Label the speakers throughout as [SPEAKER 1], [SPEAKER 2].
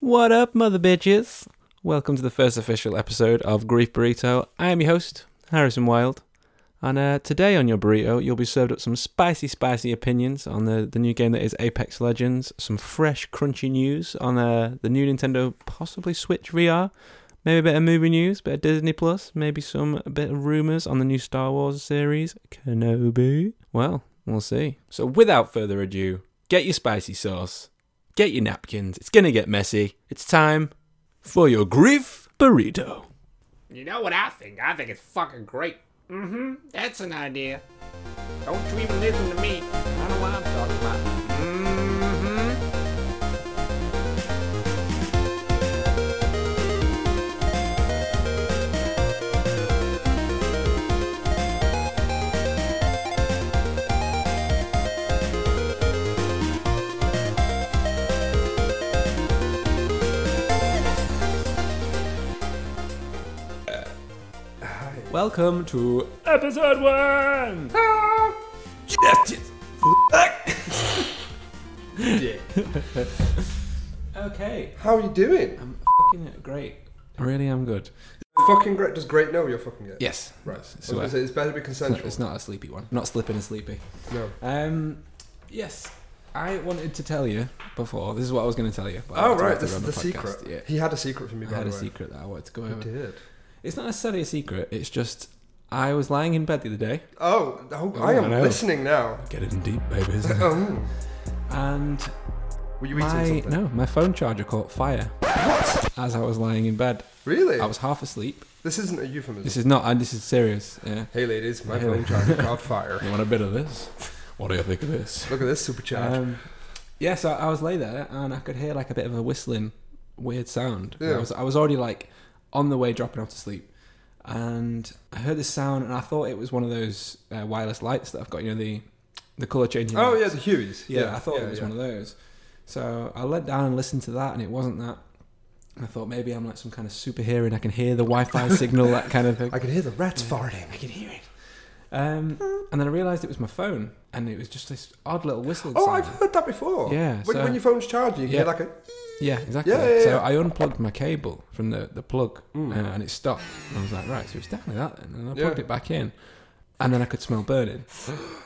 [SPEAKER 1] What up, mother bitches? Welcome to the first official episode of Grief Burrito. I am your host, Harrison Wilde. And uh, today on your burrito, you'll be served up some spicy, spicy opinions on the, the new game that is Apex Legends, some fresh, crunchy news on uh, the new Nintendo, possibly Switch VR, maybe a bit of movie news, bit of Disney Plus, maybe some bit of rumors on the new Star Wars series, Kenobi. Well, we'll see. So without further ado, get your spicy sauce, get your napkins. It's gonna get messy. It's time for your grief burrito.
[SPEAKER 2] You know what I think? I think it's fucking great. Mm-hmm. That's an idea. Don't you even listen to me. I know what I'm talking about. Mm-hmm.
[SPEAKER 1] Welcome to
[SPEAKER 2] Episode one.
[SPEAKER 1] Ah! Okay.
[SPEAKER 3] How are you doing?
[SPEAKER 1] I'm fucking great. I really am good.
[SPEAKER 3] fucking great. Does great know you're fucking great?
[SPEAKER 1] Yes.
[SPEAKER 3] Right.
[SPEAKER 1] It's,
[SPEAKER 3] I was gonna say, it's better to be
[SPEAKER 1] not,
[SPEAKER 3] consensual.
[SPEAKER 1] it's not a sleepy one. Not slipping and sleepy.
[SPEAKER 3] No.
[SPEAKER 1] Um, yes, I wanted to tell you before. This is what I was going to tell you. but I
[SPEAKER 3] Oh
[SPEAKER 1] had to
[SPEAKER 3] right,
[SPEAKER 1] wait to
[SPEAKER 3] this is
[SPEAKER 1] run
[SPEAKER 3] the
[SPEAKER 1] podcast.
[SPEAKER 3] secret.
[SPEAKER 1] Yeah.
[SPEAKER 3] He had a secret for me.
[SPEAKER 1] I
[SPEAKER 3] By
[SPEAKER 1] had
[SPEAKER 3] the
[SPEAKER 1] a
[SPEAKER 3] way.
[SPEAKER 1] secret that I wanted to go
[SPEAKER 3] He
[SPEAKER 1] over.
[SPEAKER 3] did.
[SPEAKER 1] It's not necessarily a secret. It's just I was lying in bed the other day.
[SPEAKER 3] Oh, oh, I
[SPEAKER 1] Oh,
[SPEAKER 3] am
[SPEAKER 1] I know.
[SPEAKER 3] listening now.
[SPEAKER 1] Get in deep, babies.
[SPEAKER 3] Oh,
[SPEAKER 1] and
[SPEAKER 3] were you eating
[SPEAKER 1] my
[SPEAKER 3] something?
[SPEAKER 1] no, my phone charger caught fire
[SPEAKER 3] What?
[SPEAKER 1] as I was lying in bed.
[SPEAKER 3] Really?
[SPEAKER 1] I was half asleep.
[SPEAKER 3] This isn't a euphemism.
[SPEAKER 1] This is not. And this is serious. Yeah.
[SPEAKER 3] Hey, ladies, my
[SPEAKER 1] Hey,
[SPEAKER 3] phone
[SPEAKER 1] ladies.
[SPEAKER 3] charger caught fire.
[SPEAKER 1] You want a bit of this? What do you think of this?
[SPEAKER 3] Look at this supercharge.
[SPEAKER 1] Um, yeah, so I was lay there and I could hear like a bit of a whistling, weird sound. And I
[SPEAKER 3] Yeah.
[SPEAKER 1] was I was already like on the way dropping off to sleep, and I heard this sound and I thought it was one of those uh, wireless lights that I've got. You know the the color changing.
[SPEAKER 3] oh
[SPEAKER 1] lights.
[SPEAKER 3] yeah, the Hueys.
[SPEAKER 1] yeah, I thought it was one of those. So I let down and listened to that, and it wasn't that. I thought maybe I'm like some kind of superhero and I can hear the Wi-Fi signal, that kind of thing.
[SPEAKER 3] I could hear the rats farting.
[SPEAKER 1] I can hear it. Um, and then I realised it was my phone, and it was just this odd little whistling
[SPEAKER 3] Oh,
[SPEAKER 1] sound.
[SPEAKER 3] I've heard that before.
[SPEAKER 1] Yeah,
[SPEAKER 3] When,
[SPEAKER 1] so-
[SPEAKER 3] when your phone's charging, you can
[SPEAKER 1] Yeah.
[SPEAKER 3] hear like a.
[SPEAKER 1] Yeah, exactly.
[SPEAKER 3] Yeah, yeah,
[SPEAKER 1] so
[SPEAKER 3] yeah.
[SPEAKER 1] I unplugged my cable from the, the plug
[SPEAKER 3] Mm.
[SPEAKER 1] uh, and it stopped. And I was like, right, so it's definitely that. Then. And I
[SPEAKER 3] Yeah.
[SPEAKER 1] plugged it back in. And then I could smell burning.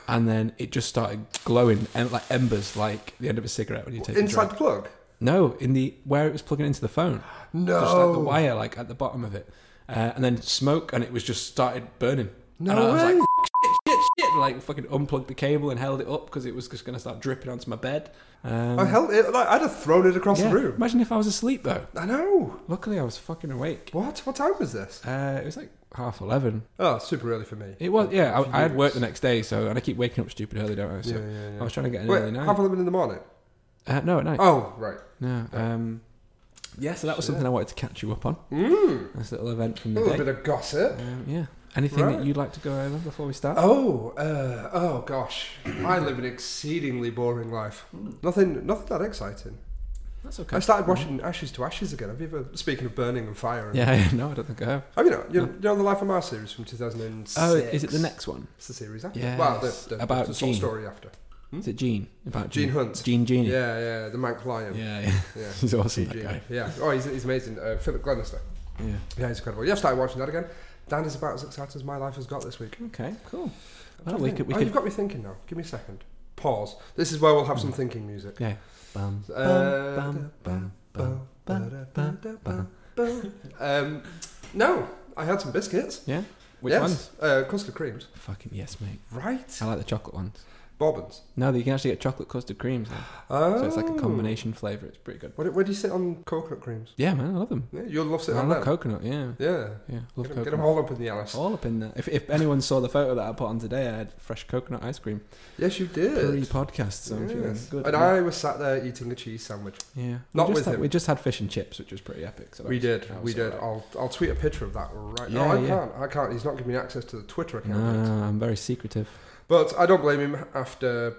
[SPEAKER 1] And then it just started glowing em- like embers, like the end of a cigarette when you take a
[SPEAKER 3] Inside
[SPEAKER 1] drag.
[SPEAKER 3] the plug.
[SPEAKER 1] No, in the where it was plugging into the phone.
[SPEAKER 3] No.
[SPEAKER 1] Just like the wire, like at the bottom of it. Uh, and then smoke and it was just started burning.
[SPEAKER 3] No
[SPEAKER 1] and I was
[SPEAKER 3] way.
[SPEAKER 1] like, shit, shit, shit. Like fucking unplugged the cable and held it up because it was just going to start dripping onto my bed. Um,
[SPEAKER 3] I held Oh, it. Like, I'd have thrown it across
[SPEAKER 1] yeah.
[SPEAKER 3] the room.
[SPEAKER 1] Imagine if I was asleep though.
[SPEAKER 3] I know.
[SPEAKER 1] Luckily, I was fucking awake.
[SPEAKER 3] What? What time was this?
[SPEAKER 1] Uh, it was like half eleven.
[SPEAKER 3] Oh, super early for me.
[SPEAKER 1] It was, yeah. I, I had work the next day, so and I keep waking up stupid early, don't I? So
[SPEAKER 3] yeah, yeah, yeah.
[SPEAKER 1] I was trying to get an
[SPEAKER 3] Wait,
[SPEAKER 1] early night.
[SPEAKER 3] half eleven in the morning.
[SPEAKER 1] uh, no, at night.
[SPEAKER 3] Oh, right.
[SPEAKER 1] No. Um, yeah, so that was something I wanted to catch you up on.
[SPEAKER 3] Mm.
[SPEAKER 1] This little event from
[SPEAKER 3] A
[SPEAKER 1] the
[SPEAKER 3] little
[SPEAKER 1] day.
[SPEAKER 3] bit of gossip.
[SPEAKER 1] um, yeah. Anything that
[SPEAKER 3] Right.
[SPEAKER 1] you'd like to go over before we start?
[SPEAKER 3] Oh, uh, oh gosh, I live an exceedingly boring life. Nothing, nothing that exciting.
[SPEAKER 1] That's Hmm. okay. Hmm.
[SPEAKER 3] I started watching Ashes to Ashes again. Have you ever? Speaking of burning and fire. And,
[SPEAKER 1] Yeah, yeah. No, I don't think I have.
[SPEAKER 3] Have you not? You're, you're on the Life of Mars series from 2006.
[SPEAKER 1] Oh, is it the next one?
[SPEAKER 3] It's the series after.
[SPEAKER 1] Yes,
[SPEAKER 3] Well, the, the,
[SPEAKER 1] about
[SPEAKER 3] the sort
[SPEAKER 1] Gene.
[SPEAKER 3] of story after.
[SPEAKER 1] Is it Gene? About
[SPEAKER 3] Hmm? Gene Hunt.
[SPEAKER 1] Gene Genie.
[SPEAKER 3] Yeah, yeah, the Mank Lion.
[SPEAKER 1] Yeah, yeah.
[SPEAKER 3] yeah.
[SPEAKER 1] He's awesome, that
[SPEAKER 3] Gene.
[SPEAKER 1] guy.
[SPEAKER 3] Yeah. Oh, he's, he's amazing. Uh, Philip Glenister.
[SPEAKER 1] Yeah.
[SPEAKER 3] Yeah, he's incredible. Yeah, I started watching that again. Dan is about as excited as my life has got this week.
[SPEAKER 1] Okay. Cool.
[SPEAKER 3] I'm
[SPEAKER 1] Well,
[SPEAKER 3] trying
[SPEAKER 1] we could.
[SPEAKER 3] to think.
[SPEAKER 1] We
[SPEAKER 3] oh,
[SPEAKER 1] could.
[SPEAKER 3] you've got me thinking now. Give me a second. Pause. This is where we'll have some
[SPEAKER 1] Hmm.
[SPEAKER 3] thinking music.
[SPEAKER 1] Yeah. Bum,
[SPEAKER 3] Uh,
[SPEAKER 1] bum, bum, bum, bum, bum, bum.
[SPEAKER 3] Um, no, I had some biscuits.
[SPEAKER 1] Yeah. Which
[SPEAKER 3] yes.
[SPEAKER 1] ones?
[SPEAKER 3] Uh, custard creams.
[SPEAKER 1] Fucking yes, mate.
[SPEAKER 3] Right.
[SPEAKER 1] I like the chocolate ones.
[SPEAKER 3] Bobbins.
[SPEAKER 1] No, you can actually get chocolate custard creams. now.
[SPEAKER 3] Oh.
[SPEAKER 1] So it's like a combination flavour. It's pretty good.
[SPEAKER 3] What, do- where do you sit on coconut creams?
[SPEAKER 1] Yeah, man, I love them.
[SPEAKER 3] Yeah, you'll love
[SPEAKER 1] I
[SPEAKER 3] sitting
[SPEAKER 1] love
[SPEAKER 3] on them.
[SPEAKER 1] coconut, yeah.
[SPEAKER 3] yeah.
[SPEAKER 1] Yeah, love
[SPEAKER 3] Get 'em- get them
[SPEAKER 1] coconut. Oh.
[SPEAKER 3] all up in the Alice.
[SPEAKER 1] All up in there. If, if anyone saw the photo that I put on today, I had fresh coconut ice cream.
[SPEAKER 3] Yes, you did.
[SPEAKER 1] Pre podcast, so I'm feeling
[SPEAKER 3] Yes.
[SPEAKER 1] good.
[SPEAKER 3] And I was sat there eating a cheese sandwich.
[SPEAKER 1] yeah.
[SPEAKER 3] Not
[SPEAKER 1] we just
[SPEAKER 3] with
[SPEAKER 1] had,
[SPEAKER 3] him.
[SPEAKER 1] We just had fish and chips, which was pretty epic. So that
[SPEAKER 3] We
[SPEAKER 1] was-
[SPEAKER 3] did,
[SPEAKER 1] that
[SPEAKER 3] we
[SPEAKER 1] was
[SPEAKER 3] did.
[SPEAKER 1] alright.
[SPEAKER 3] I'll, I'll tweet a picture of that right now.
[SPEAKER 1] Yeah,
[SPEAKER 3] no, I
[SPEAKER 1] yeah.
[SPEAKER 3] can't. I can't. He's not giving me access to the Twitter account.
[SPEAKER 1] No,
[SPEAKER 3] yet.
[SPEAKER 1] no, no, I'm very secretive.
[SPEAKER 3] But I don't blame him after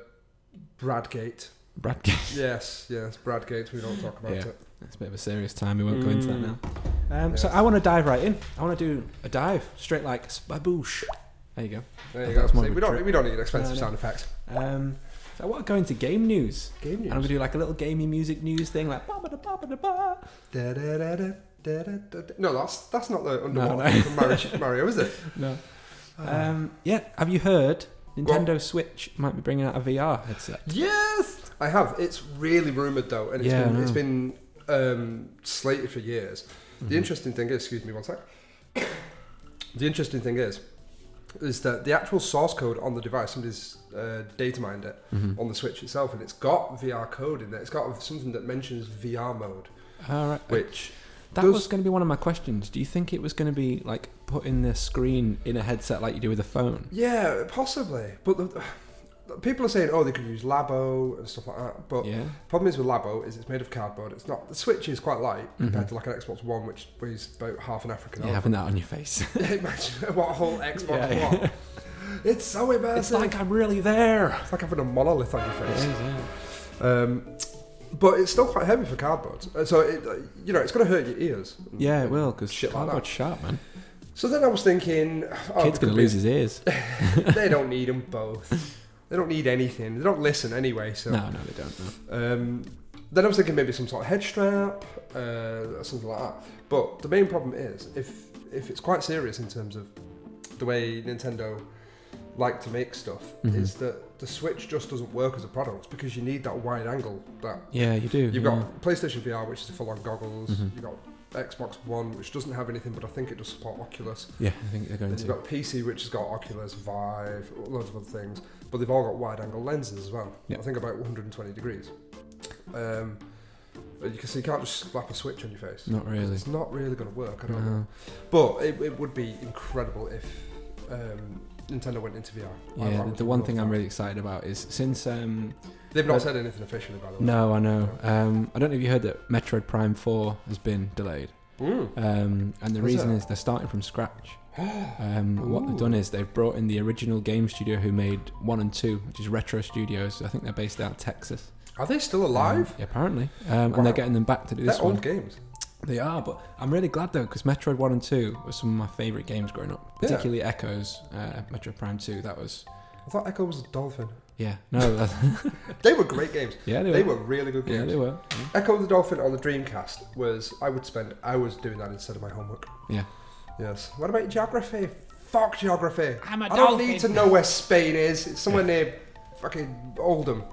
[SPEAKER 3] Bradgate.
[SPEAKER 1] Brad,
[SPEAKER 3] Yes, yes, Bradgate. We don't talk about
[SPEAKER 1] Yeah.
[SPEAKER 3] it.
[SPEAKER 1] it's a bit of a serious time. We won't go into that now.
[SPEAKER 3] Mm.
[SPEAKER 1] Um, So
[SPEAKER 3] Yes.
[SPEAKER 1] I want to dive right in. I want to do a dive straight like spaboosh. There you go.
[SPEAKER 3] There
[SPEAKER 1] I
[SPEAKER 3] you
[SPEAKER 1] thought it
[SPEAKER 3] go.
[SPEAKER 1] was more
[SPEAKER 3] See,
[SPEAKER 1] of a
[SPEAKER 3] we don't.
[SPEAKER 1] trip.
[SPEAKER 3] We don't need expensive
[SPEAKER 1] No, no.
[SPEAKER 3] sound effects.
[SPEAKER 1] Um, So I want to go into game news. And
[SPEAKER 3] Game
[SPEAKER 1] I'm
[SPEAKER 3] news.
[SPEAKER 1] gonna do like a little gamey music news thing, like ba ba da ba ba da ba.
[SPEAKER 3] Da-da-da-da, da-da-da-da. No, that's that's not the underwater
[SPEAKER 1] no.
[SPEAKER 3] from Mario, Mario, is it?
[SPEAKER 1] No.
[SPEAKER 3] Uh,
[SPEAKER 1] Um, yeah. Have you heard?
[SPEAKER 3] on.
[SPEAKER 1] Nintendo Switch might be bringing out a VR headset.
[SPEAKER 3] Yes, I have. It's really rumored though, and it's
[SPEAKER 1] Yeah, I
[SPEAKER 3] been
[SPEAKER 1] know. Mm-hmm.
[SPEAKER 3] it's been um, slated for years. The interesting thing is, excuse me one sec. the interesting thing is, is that the actual source code on the device, somebody's uh, data mined it on the Switch itself, and it's got VR code in there. It's got something that mentions VR mode,
[SPEAKER 1] All right.
[SPEAKER 3] which
[SPEAKER 1] That
[SPEAKER 3] does-
[SPEAKER 1] was going to be one of my questions. Do you think it was going to be like putting the screen in a headset like you do with a phone?
[SPEAKER 3] yeah, possibly. But the, people are saying, oh, they could use Labo and stuff like that, but.
[SPEAKER 1] Yeah.
[SPEAKER 3] Problem is with Labo is it's made of cardboard. It's not the Switch is quite light
[SPEAKER 1] Mm-hmm.
[SPEAKER 3] compared to like an Xbox One, which weighs about half an African.
[SPEAKER 1] Yeah, having that on your face.
[SPEAKER 3] elephant. Imagine what a whole Xbox
[SPEAKER 1] Yeah, yeah.
[SPEAKER 3] One. It's so immersive.
[SPEAKER 1] it's like I'm really there.
[SPEAKER 3] It's like having a monolith on your
[SPEAKER 1] It
[SPEAKER 3] face.
[SPEAKER 1] is, yeah.
[SPEAKER 3] Um, but it's still quite heavy for cardboard, Uh, so it, uh, you know it's going to hurt your ears.
[SPEAKER 1] Yeah, it will because
[SPEAKER 3] Shit like
[SPEAKER 1] cardboard's
[SPEAKER 3] that.
[SPEAKER 1] sharp, man.
[SPEAKER 3] So then I was thinking, oh,
[SPEAKER 1] Kid's
[SPEAKER 3] there
[SPEAKER 1] going
[SPEAKER 3] could
[SPEAKER 1] to
[SPEAKER 3] be-
[SPEAKER 1] lose his ears.
[SPEAKER 3] They don't need them both. They don't need anything. They don't listen anyway. So
[SPEAKER 1] No, no, they don't. No.
[SPEAKER 3] Um, then I was thinking maybe some sort of head strap, uh, something like that. But the main problem is if if it's quite serious in terms of the way Nintendo like to make stuff,
[SPEAKER 1] Mhm.
[SPEAKER 3] is that the Switch just doesn't work as a product because you need that wide angle. That
[SPEAKER 1] Yeah, you do.
[SPEAKER 3] you've
[SPEAKER 1] yeah.
[SPEAKER 3] got PlayStation VR, which is full on goggles.
[SPEAKER 1] Mhm.
[SPEAKER 3] You've got Xbox One, which doesn't have anything, but I think it does support Oculus.
[SPEAKER 1] Yeah, I think they're going
[SPEAKER 3] Then you've
[SPEAKER 1] to.
[SPEAKER 3] got PC, which has got Oculus, Vive, loads of other things, but they've all got wide angle lenses as well.
[SPEAKER 1] Yeah.
[SPEAKER 3] I think about 120 degrees. Um, but you can see you can't just slap a switch on your face.
[SPEAKER 1] Not really.
[SPEAKER 3] It's not really going to work. I don't know.
[SPEAKER 1] Mm. No.
[SPEAKER 3] But it, it would be incredible if um, Nintendo went into VR. I- I
[SPEAKER 1] Yeah, the,
[SPEAKER 3] would
[SPEAKER 1] the one
[SPEAKER 3] love
[SPEAKER 1] thing I'm
[SPEAKER 3] that.
[SPEAKER 1] really excited about is since um,
[SPEAKER 3] They've not
[SPEAKER 1] uh,
[SPEAKER 3] said anything officially, by the way.
[SPEAKER 1] no, I know. Um, I don't know if you heard that Metroid Prime Four has been delayed,
[SPEAKER 3] Mm.
[SPEAKER 1] um, and the
[SPEAKER 3] What's
[SPEAKER 1] reason
[SPEAKER 3] that?
[SPEAKER 1] is they're starting from scratch.
[SPEAKER 3] Mm.
[SPEAKER 1] Um, what they've done
[SPEAKER 3] Ooh.
[SPEAKER 1] is they've brought in the original game studio who made one and two, which is Retro Studios. I think they're based out of Texas.
[SPEAKER 3] Are they still
[SPEAKER 1] Um,
[SPEAKER 3] alive?
[SPEAKER 1] yeah, apparently, um,
[SPEAKER 3] Wow.
[SPEAKER 1] and they're getting them back to do this
[SPEAKER 3] They're
[SPEAKER 1] one.
[SPEAKER 3] old games.
[SPEAKER 1] They are, but I'm really glad though because Metroid One and Two were some of my favorite games growing up.
[SPEAKER 3] Yeah.
[SPEAKER 1] Particularly Echoes, uh, Metroid Prime Two. That was
[SPEAKER 3] I thought Echo was a dolphin.
[SPEAKER 1] yeah, no, that,
[SPEAKER 3] They were great games.
[SPEAKER 1] yeah, they were.
[SPEAKER 3] They were really good games.
[SPEAKER 1] Yeah, they were.
[SPEAKER 3] Echo the Dolphin on the Dreamcast was I would spend hours doing that instead of my homework.
[SPEAKER 1] Yeah.
[SPEAKER 3] Yes. What about geography? Fuck geography.
[SPEAKER 2] I'm a
[SPEAKER 3] I don't
[SPEAKER 2] dolphin.
[SPEAKER 3] need to know where Spain is. It's somewhere near fucking Oldham.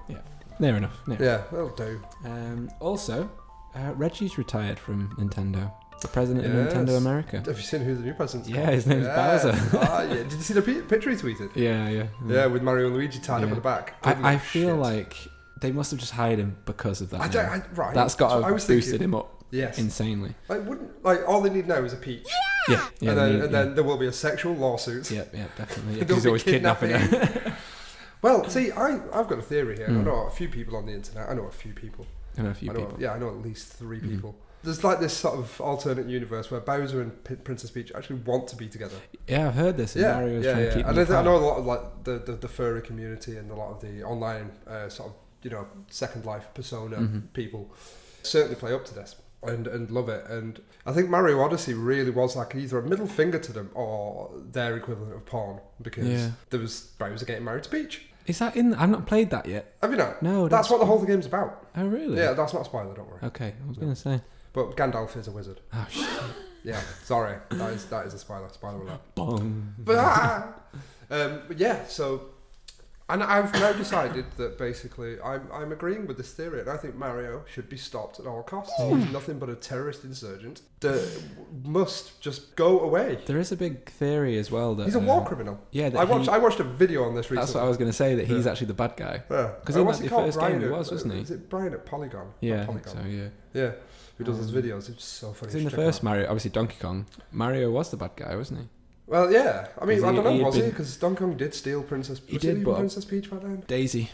[SPEAKER 1] Near enough. Near
[SPEAKER 3] Yeah, that'll do.
[SPEAKER 1] Um, also, uh, Reggie's retired from Nintendo. The president
[SPEAKER 3] Yes.
[SPEAKER 1] of Nintendo America.
[SPEAKER 3] Have you seen who the new president's
[SPEAKER 1] Yeah,
[SPEAKER 3] called?
[SPEAKER 1] his name's Bowser.
[SPEAKER 3] ah, yeah. Did you see the pi- picture he tweeted?
[SPEAKER 1] Yeah, yeah.
[SPEAKER 3] Yeah, with Mario and Luigi tied up
[SPEAKER 1] Yeah.
[SPEAKER 3] at the back.
[SPEAKER 1] I, I feel
[SPEAKER 3] Shit.
[SPEAKER 1] like they must have just hired him because of that.
[SPEAKER 3] I
[SPEAKER 1] name.
[SPEAKER 3] don't, I, right.
[SPEAKER 1] That's got
[SPEAKER 3] So
[SPEAKER 1] to
[SPEAKER 3] I was
[SPEAKER 1] have
[SPEAKER 3] thinking,
[SPEAKER 1] boosted him up
[SPEAKER 3] Yes.
[SPEAKER 1] insanely.
[SPEAKER 3] like, wouldn't, like, all they need now is a peach.
[SPEAKER 1] Yeah, yeah,
[SPEAKER 3] and then,
[SPEAKER 1] yeah,
[SPEAKER 3] and then there will be a sexual lawsuit.
[SPEAKER 1] yeah, yeah, definitely. Yeah, 'cause
[SPEAKER 3] They'll
[SPEAKER 1] he's
[SPEAKER 3] be
[SPEAKER 1] always kidnapping her.
[SPEAKER 3] Well, see, I, I've got a theory here. I know a few people on the internet. I know a few people.
[SPEAKER 1] I know a Hmm. few
[SPEAKER 3] I know,
[SPEAKER 1] people.
[SPEAKER 3] Yeah, I know at least 3
[SPEAKER 1] Mhm.
[SPEAKER 3] people. There's like this sort of alternate universe where Bowser and P- Princess Peach actually want to be together.
[SPEAKER 1] Yeah, I've heard this. And
[SPEAKER 3] yeah,
[SPEAKER 1] Mario was
[SPEAKER 3] yeah,
[SPEAKER 1] trying
[SPEAKER 3] yeah.
[SPEAKER 1] to keep
[SPEAKER 3] And I,
[SPEAKER 1] them
[SPEAKER 3] th- I know
[SPEAKER 1] apart.
[SPEAKER 3] a lot of like the, the, the furry community and a lot of the online uh, sort of you know Second Life persona
[SPEAKER 1] Mhm.
[SPEAKER 3] people certainly play up to this and and love it. And I think Mario Odyssey really was like either a middle finger to them or their equivalent of porn because
[SPEAKER 1] Yeah.
[SPEAKER 3] there was Bowser getting married to Peach.
[SPEAKER 1] Is that in? I've not played that yet.
[SPEAKER 3] Have you not?
[SPEAKER 1] No,
[SPEAKER 3] That's what the whole game's about.
[SPEAKER 1] Oh, really?
[SPEAKER 3] Yeah, that's not a spoiler. Don't worry.
[SPEAKER 1] Okay, I was gonna say.
[SPEAKER 3] But Gandalf is a wizard.
[SPEAKER 1] Oh shit!
[SPEAKER 3] Yeah, sorry, that is that is a spoiler. Spoiler alert.
[SPEAKER 1] Bong.
[SPEAKER 3] But, ah! um, but yeah, so and I've now decided that basically I'm I'm agreeing with this theory, and I think Mario should be stopped at all costs.
[SPEAKER 1] Hmm.
[SPEAKER 3] He's nothing but a terrorist insurgent that must just go away.
[SPEAKER 1] There is a big theory as well that
[SPEAKER 3] He's a
[SPEAKER 1] uh,
[SPEAKER 3] war criminal.
[SPEAKER 1] Yeah, that
[SPEAKER 3] I watched
[SPEAKER 1] he-
[SPEAKER 3] I watched a video on this recently.
[SPEAKER 1] that's what I was gonna say. That he's actually the bad guy.
[SPEAKER 3] Yeah.
[SPEAKER 1] 'Cause
[SPEAKER 3] Uh,
[SPEAKER 1] in
[SPEAKER 3] what's
[SPEAKER 1] that-
[SPEAKER 3] he
[SPEAKER 1] the
[SPEAKER 3] called?
[SPEAKER 1] first game
[SPEAKER 3] Brian
[SPEAKER 1] he
[SPEAKER 3] at-
[SPEAKER 1] was, wasn't he?
[SPEAKER 3] Is it Brian at Polygon?
[SPEAKER 1] Yeah, I
[SPEAKER 3] Polygon.
[SPEAKER 1] think so. Yeah.
[SPEAKER 3] Yeah, who does his videos? It's so funny.
[SPEAKER 1] 'Cause in the
[SPEAKER 3] Check it out.
[SPEAKER 1] first Mario, obviously Donkey Kong, Mario was the bad guy, wasn't he?
[SPEAKER 3] Well, yeah. I mean,
[SPEAKER 1] 'Cause
[SPEAKER 3] I
[SPEAKER 1] he-
[SPEAKER 3] don't know,
[SPEAKER 1] he had
[SPEAKER 3] was he?
[SPEAKER 1] been-
[SPEAKER 3] Because Donkey Kong did steal Princess.
[SPEAKER 1] He
[SPEAKER 3] was
[SPEAKER 1] did,
[SPEAKER 3] it even
[SPEAKER 1] but-
[SPEAKER 3] Princess Peach by then.
[SPEAKER 1] Daisy.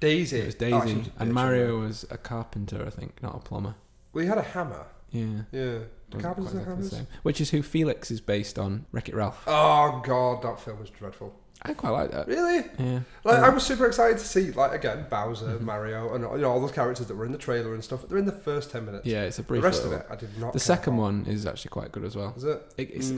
[SPEAKER 3] Daisy.
[SPEAKER 1] It was
[SPEAKER 3] Oh, she
[SPEAKER 1] Daisy,
[SPEAKER 3] was a bitch,
[SPEAKER 1] and Mario was a carpenter, I think, not a plumber.
[SPEAKER 3] Well, he had a hammer.
[SPEAKER 1] Yeah.
[SPEAKER 3] Yeah. The
[SPEAKER 1] Wasn't
[SPEAKER 3] carpenters
[SPEAKER 1] quite
[SPEAKER 3] and
[SPEAKER 1] exactly the
[SPEAKER 3] hammers.
[SPEAKER 1] same. Which is who Felix is based on, Wreck It Ralph.
[SPEAKER 3] Oh god, that film was dreadful.
[SPEAKER 1] I quite like that.
[SPEAKER 3] Really?
[SPEAKER 1] Yeah. Mm-hmm.
[SPEAKER 3] Like I was super excited to see like again Bowser, Mario, and you know all those characters that were in the trailer and stuff. They're in the first ten minutes.
[SPEAKER 1] Yeah, it's a
[SPEAKER 3] The
[SPEAKER 1] brief.
[SPEAKER 3] rest of
[SPEAKER 1] little-
[SPEAKER 3] it, I did not.
[SPEAKER 1] The second one is actually quite good as well.
[SPEAKER 3] is it?
[SPEAKER 1] It, it's,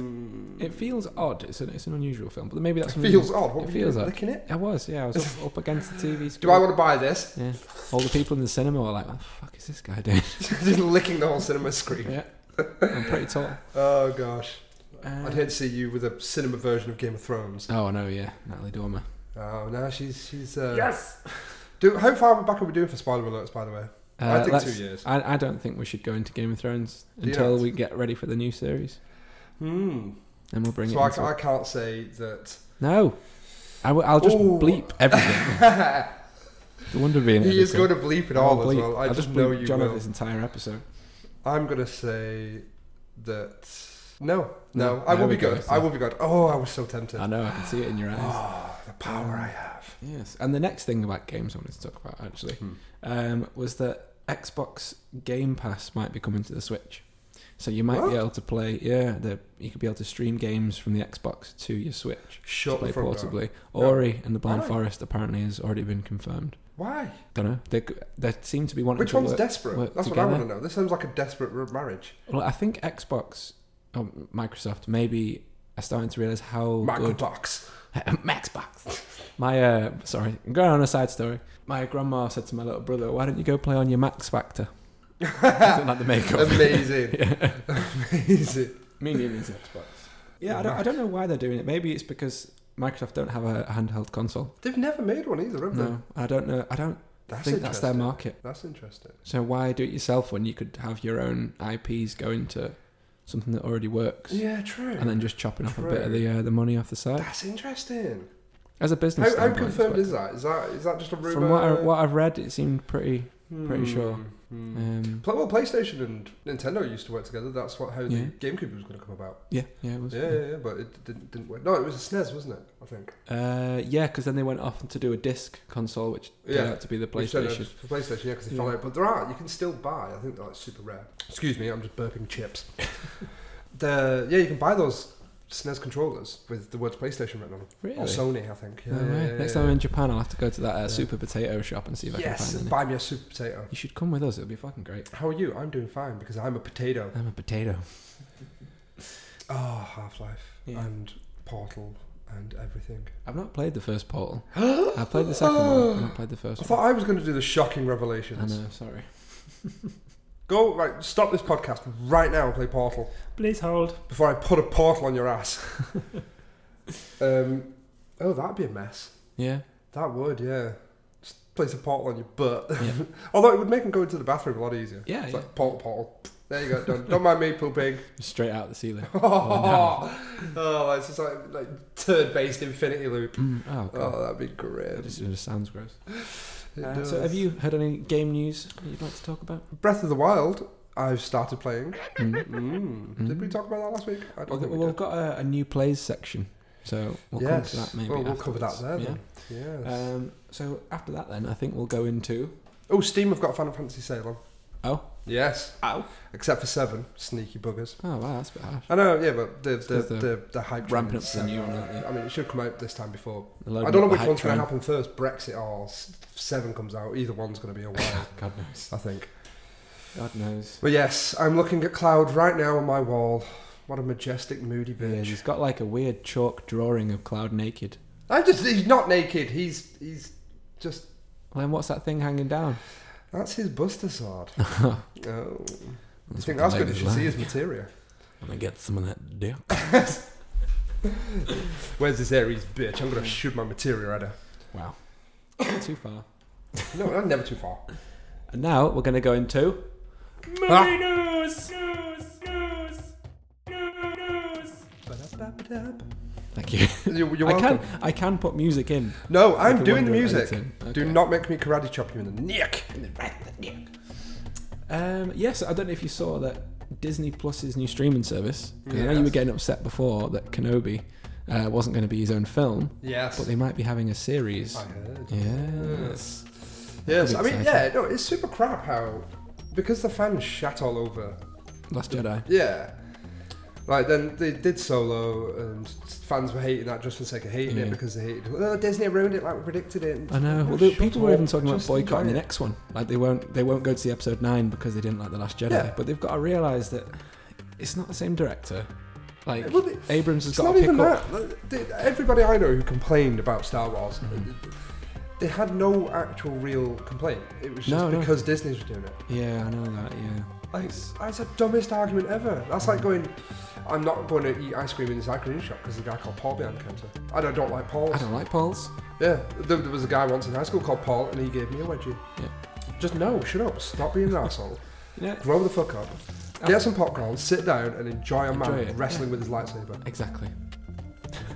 [SPEAKER 1] it feels odd. It's an, it's an unusual film, but maybe that's
[SPEAKER 3] Mm. It
[SPEAKER 1] something-
[SPEAKER 3] feels odd. What
[SPEAKER 1] it
[SPEAKER 3] were
[SPEAKER 1] feels
[SPEAKER 3] you
[SPEAKER 1] odd.
[SPEAKER 3] doing, licking it?
[SPEAKER 1] I was, yeah, I was up, up against the TV screen.
[SPEAKER 3] Do I want to buy this?
[SPEAKER 1] Yeah. All the people in the cinema were like, "What the fuck is this guy doing?"
[SPEAKER 3] Just licking the whole cinema screen.
[SPEAKER 1] yeah, I'm pretty tall.
[SPEAKER 3] Oh gosh,
[SPEAKER 1] Uh,
[SPEAKER 3] I'd hate to see you with a cinema version of Game of Thrones.
[SPEAKER 1] oh, I know, yeah, Natalie Dormer.
[SPEAKER 3] Oh no, she's she's. Uh,
[SPEAKER 2] Yes!
[SPEAKER 3] Do, how far back are we doing for spoiler alerts? By the way, I think
[SPEAKER 1] Uh, let's-
[SPEAKER 3] two years.
[SPEAKER 1] I, I don't think we should go into Game of Thrones
[SPEAKER 3] you
[SPEAKER 1] until
[SPEAKER 3] not?
[SPEAKER 1] we get ready for the new series,
[SPEAKER 3] Hmm.
[SPEAKER 1] and we'll bring
[SPEAKER 3] So
[SPEAKER 1] it.
[SPEAKER 3] I,
[SPEAKER 1] into
[SPEAKER 3] ca-
[SPEAKER 1] it.
[SPEAKER 3] I can't say that.
[SPEAKER 1] No, I will, I'll just
[SPEAKER 3] Ooh.
[SPEAKER 1] bleep everything. the wonder of being
[SPEAKER 3] he is
[SPEAKER 1] editor.
[SPEAKER 3] going to bleep it
[SPEAKER 1] I
[SPEAKER 3] all
[SPEAKER 1] will
[SPEAKER 3] as
[SPEAKER 1] bleep.
[SPEAKER 3] well. I
[SPEAKER 1] I'll
[SPEAKER 3] just
[SPEAKER 1] bleep
[SPEAKER 3] know you
[SPEAKER 1] John
[SPEAKER 3] will.
[SPEAKER 1] this entire episode.
[SPEAKER 3] I'm gonna say that no,
[SPEAKER 1] No,
[SPEAKER 3] no, I
[SPEAKER 1] there
[SPEAKER 3] will
[SPEAKER 1] we
[SPEAKER 3] be
[SPEAKER 1] go,
[SPEAKER 3] good.
[SPEAKER 1] so-
[SPEAKER 3] I will be good. Oh, I was so tempted.
[SPEAKER 1] I know, I can see it in your eyes.
[SPEAKER 3] Oh, the power I have.
[SPEAKER 1] Yes, and the next thing about games I wanted to talk about actually
[SPEAKER 3] Hmm.
[SPEAKER 1] um, was that Xbox Game Pass might be coming to the Switch, so you might
[SPEAKER 3] What?
[SPEAKER 1] be able to play. Yeah, the, you could be able to stream games from the Xbox to your Switch
[SPEAKER 3] Shut
[SPEAKER 1] to play
[SPEAKER 3] the front door.
[SPEAKER 1] portably.
[SPEAKER 3] No.
[SPEAKER 1] Ori and the Blind
[SPEAKER 3] Why?
[SPEAKER 1] Forest apparently has already been confirmed.
[SPEAKER 3] Why?
[SPEAKER 1] Don't know. They they seem to be wanting
[SPEAKER 3] Which
[SPEAKER 1] to
[SPEAKER 3] one's
[SPEAKER 1] work.
[SPEAKER 3] desperate?
[SPEAKER 1] work
[SPEAKER 3] That's
[SPEAKER 1] together.
[SPEAKER 3] what I want to know. This sounds like a desperate r- marriage.
[SPEAKER 1] Well, I think Xbox, or Microsoft, maybe are starting to realize how
[SPEAKER 3] Michael
[SPEAKER 1] Oh, good
[SPEAKER 3] Box.
[SPEAKER 1] Maxbox. My uh, sorry, I'm going on a side story. My grandma said to my little brother, "Why don't you go play on your Max Factor?" As in, like the makeup.
[SPEAKER 3] Amazing.
[SPEAKER 1] yeah.
[SPEAKER 3] Amazing.
[SPEAKER 1] Meaning it's Xbox. Yeah, I don't, I don't know why they're doing it. Maybe it's because Microsoft don't have a handheld console.
[SPEAKER 3] They've never made one either, have they?
[SPEAKER 1] No, I don't know. I don't
[SPEAKER 3] That's
[SPEAKER 1] think that's their
[SPEAKER 3] interesting.
[SPEAKER 1] market.
[SPEAKER 3] That's interesting.
[SPEAKER 1] So why do it yourself when you could have your own IPs going to something that already works,
[SPEAKER 3] Yeah, true.
[SPEAKER 1] and then just chopping off a bit of
[SPEAKER 3] True.
[SPEAKER 1] the uh, the money off the side
[SPEAKER 3] That's interesting.
[SPEAKER 1] as a business.
[SPEAKER 3] How, how
[SPEAKER 1] standpoint, it's
[SPEAKER 3] confirmed
[SPEAKER 1] quite
[SPEAKER 3] is that? Is that is that just a
[SPEAKER 1] good.
[SPEAKER 3] rumor?
[SPEAKER 1] From what I, what I've read, it seemed pretty. pretty
[SPEAKER 3] Hmm,
[SPEAKER 1] sure.
[SPEAKER 3] hmm.
[SPEAKER 1] Um,
[SPEAKER 3] Pla- Well, PlayStation and Nintendo used to work together. That's what how
[SPEAKER 1] Yeah.
[SPEAKER 3] the GameCube was going to come about.
[SPEAKER 1] Yeah, yeah, it was.
[SPEAKER 3] Yeah, yeah, yeah, but it didn't, didn't work. No, it was a SNES, E wasn't it? I think.
[SPEAKER 1] Uh, yeah, because then they went off to do a disc console, which turned
[SPEAKER 3] Yeah.
[SPEAKER 1] out to be the
[SPEAKER 3] Which turned out
[SPEAKER 1] PlayStation.
[SPEAKER 3] for PlayStation, yeah, because they
[SPEAKER 1] Yeah.
[SPEAKER 3] fell out. But there are you can still buy. I think they're like super rare. Excuse me, I'm just burping chips. the yeah, you can buy those SNES controllers with the words PlayStation written on them.
[SPEAKER 1] Really?
[SPEAKER 3] Or Sony, I think. Yeah,
[SPEAKER 1] No
[SPEAKER 3] yeah,
[SPEAKER 1] way.
[SPEAKER 3] yeah,
[SPEAKER 1] Next
[SPEAKER 3] yeah.
[SPEAKER 1] time I'm in Japan, I'll have to go to that uh,
[SPEAKER 3] Yeah.
[SPEAKER 1] super potato shop and see if I
[SPEAKER 3] yes,
[SPEAKER 1] can find any.
[SPEAKER 3] buy me a super potato.
[SPEAKER 1] You should come with us. It'll be fucking great.
[SPEAKER 3] How are you? I'm doing fine because I'm a potato.
[SPEAKER 1] I'm a potato.
[SPEAKER 3] Oh, Half Life
[SPEAKER 1] Yeah.
[SPEAKER 3] and Portal and everything.
[SPEAKER 1] I've not played the first Portal. I played the second one. I've not played the
[SPEAKER 3] I
[SPEAKER 1] first
[SPEAKER 3] thought
[SPEAKER 1] one.
[SPEAKER 3] I was going to do the shocking
[SPEAKER 1] I
[SPEAKER 3] revelations.
[SPEAKER 1] know. Sorry.
[SPEAKER 3] Go right, stop this podcast right now and play Portal
[SPEAKER 1] Please hold.
[SPEAKER 3] before I put a portal on your ass. um, oh, that'd be a mess.
[SPEAKER 1] Yeah.
[SPEAKER 3] That would, yeah. Just place a portal on your butt.
[SPEAKER 1] Yeah.
[SPEAKER 3] Although it would make him go into the bathroom a lot easier.
[SPEAKER 1] Yeah.
[SPEAKER 3] It's
[SPEAKER 1] yeah.
[SPEAKER 3] like portal, portal. There you go. Done. Don't mind me pooping.
[SPEAKER 1] Straight out the ceiling.
[SPEAKER 3] oh, it's just like like turd-based infinity loop.
[SPEAKER 1] Mm, oh god.
[SPEAKER 3] Oh, that'd be
[SPEAKER 1] That
[SPEAKER 3] great.
[SPEAKER 1] just, it just sounds gross.
[SPEAKER 3] It
[SPEAKER 1] Uh, so,
[SPEAKER 3] does.
[SPEAKER 1] have you had any game news that you'd like to talk about?
[SPEAKER 3] Breath of the Wild? I've started playing.
[SPEAKER 1] Mm.
[SPEAKER 3] Mm. Did we
[SPEAKER 1] Mm.
[SPEAKER 3] talk about that last week? I
[SPEAKER 1] Well,
[SPEAKER 3] don't think we
[SPEAKER 1] well, we've
[SPEAKER 3] did.
[SPEAKER 1] got a, a new plays section, so we'll come to that maybe.
[SPEAKER 3] Well, we'll cover that there
[SPEAKER 1] afterwards.
[SPEAKER 3] then. Yes.
[SPEAKER 1] Yeah. Um, so after that, then I think we'll go into
[SPEAKER 3] oh, Steam have got Final Fantasy Sale on.
[SPEAKER 1] oh
[SPEAKER 3] Yes.
[SPEAKER 1] Ow.
[SPEAKER 3] Except for seven sneaky buggers.
[SPEAKER 1] oh wow that's a bit harsh.
[SPEAKER 3] I know, yeah, but the the
[SPEAKER 1] 'cause
[SPEAKER 3] the,
[SPEAKER 1] they're
[SPEAKER 3] the, hype train
[SPEAKER 1] ramping up
[SPEAKER 3] is
[SPEAKER 1] to the
[SPEAKER 3] set.
[SPEAKER 1] new one, aren't they?
[SPEAKER 3] I mean, it should come out this time before.
[SPEAKER 1] They're loading
[SPEAKER 3] I don't know
[SPEAKER 1] up the
[SPEAKER 3] which
[SPEAKER 1] hype
[SPEAKER 3] one's going
[SPEAKER 1] train.
[SPEAKER 3] to happen first. Brexit or S- Seven comes out. Either one's going to be a while,
[SPEAKER 1] God knows.
[SPEAKER 3] I think.
[SPEAKER 1] God knows.
[SPEAKER 3] But yes, I'm looking at Cloud right now on my wall. What a majestic, moody
[SPEAKER 1] Yeah,
[SPEAKER 3] bitch.
[SPEAKER 1] he's got like a weird chalk drawing of Cloud naked.
[SPEAKER 3] I just—he's not naked. He's—he's just.
[SPEAKER 1] Well, then what's that thing hanging down?
[SPEAKER 3] That's his Buster Sword.
[SPEAKER 1] I
[SPEAKER 3] Oh, I think that's good. You should see his materia.
[SPEAKER 1] I'm gonna get some of that dick.
[SPEAKER 3] Where's this Aries bitch? I'm gonna shoot my materia at her.
[SPEAKER 1] Wow, Not too far.
[SPEAKER 3] No, I'm never too far.
[SPEAKER 1] And now we're gonna go into
[SPEAKER 3] Ah.
[SPEAKER 2] News! News! News! News!
[SPEAKER 1] thank you.
[SPEAKER 3] Ah. You, you're
[SPEAKER 1] I
[SPEAKER 3] welcome.
[SPEAKER 1] can I can put music in.
[SPEAKER 3] No,
[SPEAKER 1] Like
[SPEAKER 3] I'm
[SPEAKER 1] a
[SPEAKER 3] doing the
[SPEAKER 1] wonder
[SPEAKER 3] music.
[SPEAKER 1] editing.
[SPEAKER 3] Do
[SPEAKER 1] Okay.
[SPEAKER 3] not make me karate chop you in the neck.
[SPEAKER 1] Um, yes, I don't know if you saw that Disney Plus's new streaming service. 'cause I know you were
[SPEAKER 3] Yes.
[SPEAKER 1] getting upset before that Kenobi uh, wasn't going to be his own film,
[SPEAKER 3] Yes.
[SPEAKER 1] but they might be having a series.
[SPEAKER 3] I heard.
[SPEAKER 1] Yes.
[SPEAKER 3] Yes. I
[SPEAKER 1] That'd be
[SPEAKER 3] mean, yeah. No, it's super crap how because the fans shat all over.
[SPEAKER 1] Last Jedi.
[SPEAKER 3] Yeah. Like then they did Solo, and fans were hating that just for the sake of hating
[SPEAKER 1] Yeah.
[SPEAKER 3] it because they hated. Oh, Disney ruined it like we predicted it.
[SPEAKER 1] I know.
[SPEAKER 3] Oh,
[SPEAKER 1] Well, the,
[SPEAKER 3] shut
[SPEAKER 1] people were
[SPEAKER 3] up,
[SPEAKER 1] even talking about
[SPEAKER 3] just enjoy
[SPEAKER 1] boycotting the
[SPEAKER 3] it.
[SPEAKER 1] next one. Like they won't, they won't go to the episode nine because they didn't like the Last Jedi.
[SPEAKER 3] Yeah.
[SPEAKER 1] But they've got to realize that it's not the same director. Like
[SPEAKER 3] Well, the-
[SPEAKER 1] Abrams has
[SPEAKER 3] It's
[SPEAKER 1] got
[SPEAKER 3] not
[SPEAKER 1] to pick
[SPEAKER 3] even
[SPEAKER 1] up.
[SPEAKER 3] that. Like, they- Everybody I know who complained about Star Wars,
[SPEAKER 1] Mm-hmm.
[SPEAKER 3] they had no actual real complaint. It was just
[SPEAKER 1] No, no.
[SPEAKER 3] because Disney was doing it.
[SPEAKER 1] Yeah, I know that. Yeah.
[SPEAKER 3] Like, that's the dumbest argument ever. That's
[SPEAKER 1] Mm.
[SPEAKER 3] like going, I'm not going to eat ice cream in this ice cream shop because the guy called Paul behind the counter. I don't, don't like Paul's.
[SPEAKER 1] I don't like Paul's.
[SPEAKER 3] Yeah, there, there was a guy once in high school called Paul, and he gave me a wedgie.
[SPEAKER 1] Yeah.
[SPEAKER 3] Just no, shut up, stop being an asshole.
[SPEAKER 1] Yeah.
[SPEAKER 3] Grow the fuck up. Get some popcorn, sit down, and enjoy a man
[SPEAKER 1] Enjoy it,
[SPEAKER 3] wrestling with his lightsaber.
[SPEAKER 1] Exactly.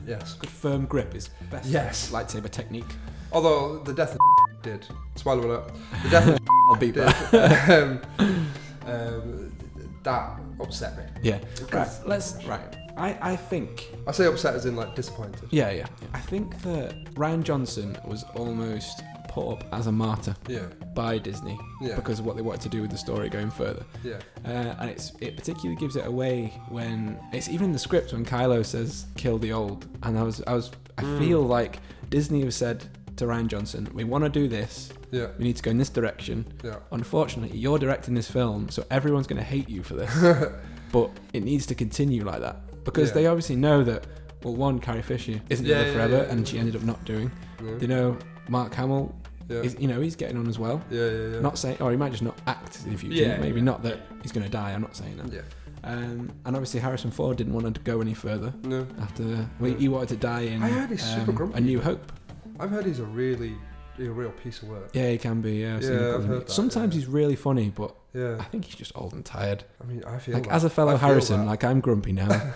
[SPEAKER 3] Yes.
[SPEAKER 1] Good firm grip is best.
[SPEAKER 3] Yes.
[SPEAKER 1] Lightsaber technique.
[SPEAKER 3] Although the death of did spoiler alert, the death of
[SPEAKER 1] I'll beat
[SPEAKER 3] did
[SPEAKER 1] that.
[SPEAKER 3] um, um, that upset me.
[SPEAKER 1] Yeah. Right.
[SPEAKER 3] Because-
[SPEAKER 1] Let's. Right. I, I think.
[SPEAKER 3] I say upset as in like disappointed.
[SPEAKER 1] Yeah, yeah. I think that Ryan Johnson was almost put up as a martyr
[SPEAKER 3] Yeah,
[SPEAKER 1] by Disney
[SPEAKER 3] Yeah.
[SPEAKER 1] because of what they wanted to do with the story going further.
[SPEAKER 3] yeah,
[SPEAKER 1] Uh, and it's it particularly gives it away when it's even in the script when Kylo says "kill the old," and I was I was I feel like Disney has said to Ryan Johnson, "We want to do this.
[SPEAKER 3] yeah,
[SPEAKER 1] We need to go in this direction.
[SPEAKER 3] yeah.
[SPEAKER 1] Unfortunately, you're directing this film, so everyone's going to hate you for this. but it needs to continue like that because
[SPEAKER 3] Yeah.
[SPEAKER 1] they obviously know that. Well, one, Carrie Fisher isn't going
[SPEAKER 3] Yeah,
[SPEAKER 1] to
[SPEAKER 3] yeah,
[SPEAKER 1] live forever,
[SPEAKER 3] yeah, yeah.
[SPEAKER 1] and she ended up not doing.
[SPEAKER 3] Yeah,
[SPEAKER 1] They know Mark Hamill
[SPEAKER 3] yeah,
[SPEAKER 1] is, you know, he's getting on as well.
[SPEAKER 3] yeah, yeah, yeah.
[SPEAKER 1] Not saying, or he might just not act in the future.
[SPEAKER 3] Yeah,
[SPEAKER 1] Maybe
[SPEAKER 3] yeah.
[SPEAKER 1] not that he's going to die. I'm not saying that.
[SPEAKER 3] yeah.
[SPEAKER 1] Um, and obviously, Harrison Ford didn't want to go any further
[SPEAKER 3] No,
[SPEAKER 1] after well, he wanted to die in um,
[SPEAKER 3] I heard he's super grumpy.
[SPEAKER 1] A New Hope.
[SPEAKER 3] I've heard he's a really, a real piece of work.
[SPEAKER 1] Yeah, he can be. Yeah, I've seen
[SPEAKER 3] Yeah,
[SPEAKER 1] him
[SPEAKER 3] I've
[SPEAKER 1] grumpy.
[SPEAKER 3] heard that,
[SPEAKER 1] Sometimes
[SPEAKER 3] yeah.
[SPEAKER 1] he's really funny, but I
[SPEAKER 3] Yeah,
[SPEAKER 1] think he's just old and tired.
[SPEAKER 3] I mean, I feel
[SPEAKER 1] Like
[SPEAKER 3] that.
[SPEAKER 1] as a fellow
[SPEAKER 3] I feel
[SPEAKER 1] Harrison,
[SPEAKER 3] that.
[SPEAKER 1] like I'm grumpy now,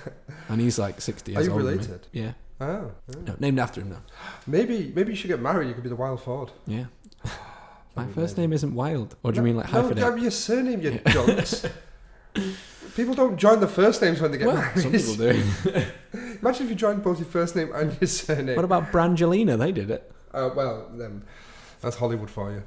[SPEAKER 1] and he's like 60
[SPEAKER 3] Are
[SPEAKER 1] years
[SPEAKER 3] you
[SPEAKER 1] old. than me.
[SPEAKER 3] related?
[SPEAKER 1] Yeah.
[SPEAKER 3] Oh, yeah.
[SPEAKER 1] No, named after him now.
[SPEAKER 3] maybe, maybe you should get married. You could be the Wild Ford.
[SPEAKER 1] Yeah. My
[SPEAKER 3] That'd be
[SPEAKER 1] first
[SPEAKER 3] amazing.
[SPEAKER 1] name isn't Wild. Or do you mean like
[SPEAKER 3] no,
[SPEAKER 1] hyphenate?
[SPEAKER 3] no, your surname, you dunce. People don't join the first names when they get
[SPEAKER 1] well,
[SPEAKER 3] married.
[SPEAKER 1] some people do.
[SPEAKER 3] Imagine if you joined both your first name and your surname.
[SPEAKER 1] what about Brangelina? They did it.
[SPEAKER 3] Uh, well, then that's Hollywood for you.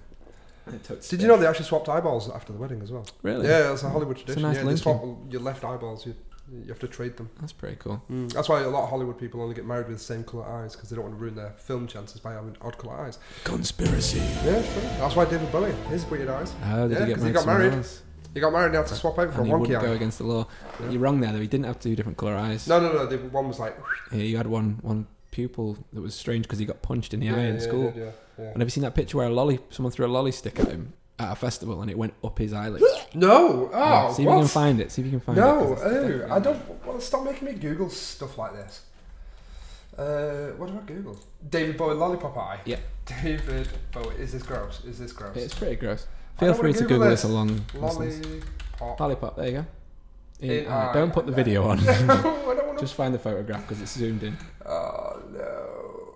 [SPEAKER 3] Did
[SPEAKER 1] Did
[SPEAKER 3] you know they actually swapped eyeballs after the wedding as well?
[SPEAKER 1] Really?
[SPEAKER 3] Yeah, that's a Hollywood
[SPEAKER 1] a
[SPEAKER 3] tradition.
[SPEAKER 1] nice
[SPEAKER 3] yeah, they swap your left eyeballs. You you have to trade them.
[SPEAKER 1] That's pretty cool.
[SPEAKER 3] Mm. That's why a lot of Hollywood people only get married with the same color eyes because they don't want to ruin their film chances by having odd color eyes.
[SPEAKER 1] Conspiracy.
[SPEAKER 3] Yeah, it's true. That's why David Bowie his weird eyes.
[SPEAKER 1] Oh, did
[SPEAKER 3] Yeah,
[SPEAKER 1] he get
[SPEAKER 3] 'cause
[SPEAKER 1] married?
[SPEAKER 3] he got
[SPEAKER 1] somewhere
[SPEAKER 3] married.
[SPEAKER 1] else?
[SPEAKER 3] He got married now to swap over for a
[SPEAKER 1] and he
[SPEAKER 3] wonky
[SPEAKER 1] wouldn't go
[SPEAKER 3] eye.
[SPEAKER 1] against the law.
[SPEAKER 3] Yeah.
[SPEAKER 1] You're wrong there, though. He didn't have two different colour eyes.
[SPEAKER 3] No, no, no. They, one was like
[SPEAKER 1] Yeah, you had one one pupil that was strange because he got punched in the eye in school.
[SPEAKER 3] Yeah, yeah,
[SPEAKER 1] And have you seen that picture where a lolly, someone threw a lolly stick at him at a festival and it went up his eyelid?
[SPEAKER 3] No. Oh,
[SPEAKER 1] Yeah, see if you can
[SPEAKER 3] what?
[SPEAKER 1] find it. See if you can find it.
[SPEAKER 3] no,
[SPEAKER 1] 'cause it's
[SPEAKER 3] oh,
[SPEAKER 1] definitely-
[SPEAKER 3] I don't. Well, stop making me Google stuff like this. Uh, what do I Google? David Bowie lollipop eye.
[SPEAKER 1] Yeah.
[SPEAKER 3] David Bowie. Is this gross? Is this gross?
[SPEAKER 1] It's pretty gross.
[SPEAKER 3] I
[SPEAKER 1] Feel
[SPEAKER 3] don't
[SPEAKER 1] free
[SPEAKER 3] wanna
[SPEAKER 1] to
[SPEAKER 3] Google
[SPEAKER 1] Google this,
[SPEAKER 3] this.
[SPEAKER 1] along. lessons.
[SPEAKER 3] lollipop.
[SPEAKER 1] Lollipop. There you go. In
[SPEAKER 3] In
[SPEAKER 1] eye.
[SPEAKER 3] eye.
[SPEAKER 1] Don't put the video on.
[SPEAKER 3] no, I don't want to.
[SPEAKER 1] Just find the photograph because it's zoomed in.
[SPEAKER 3] Oh no.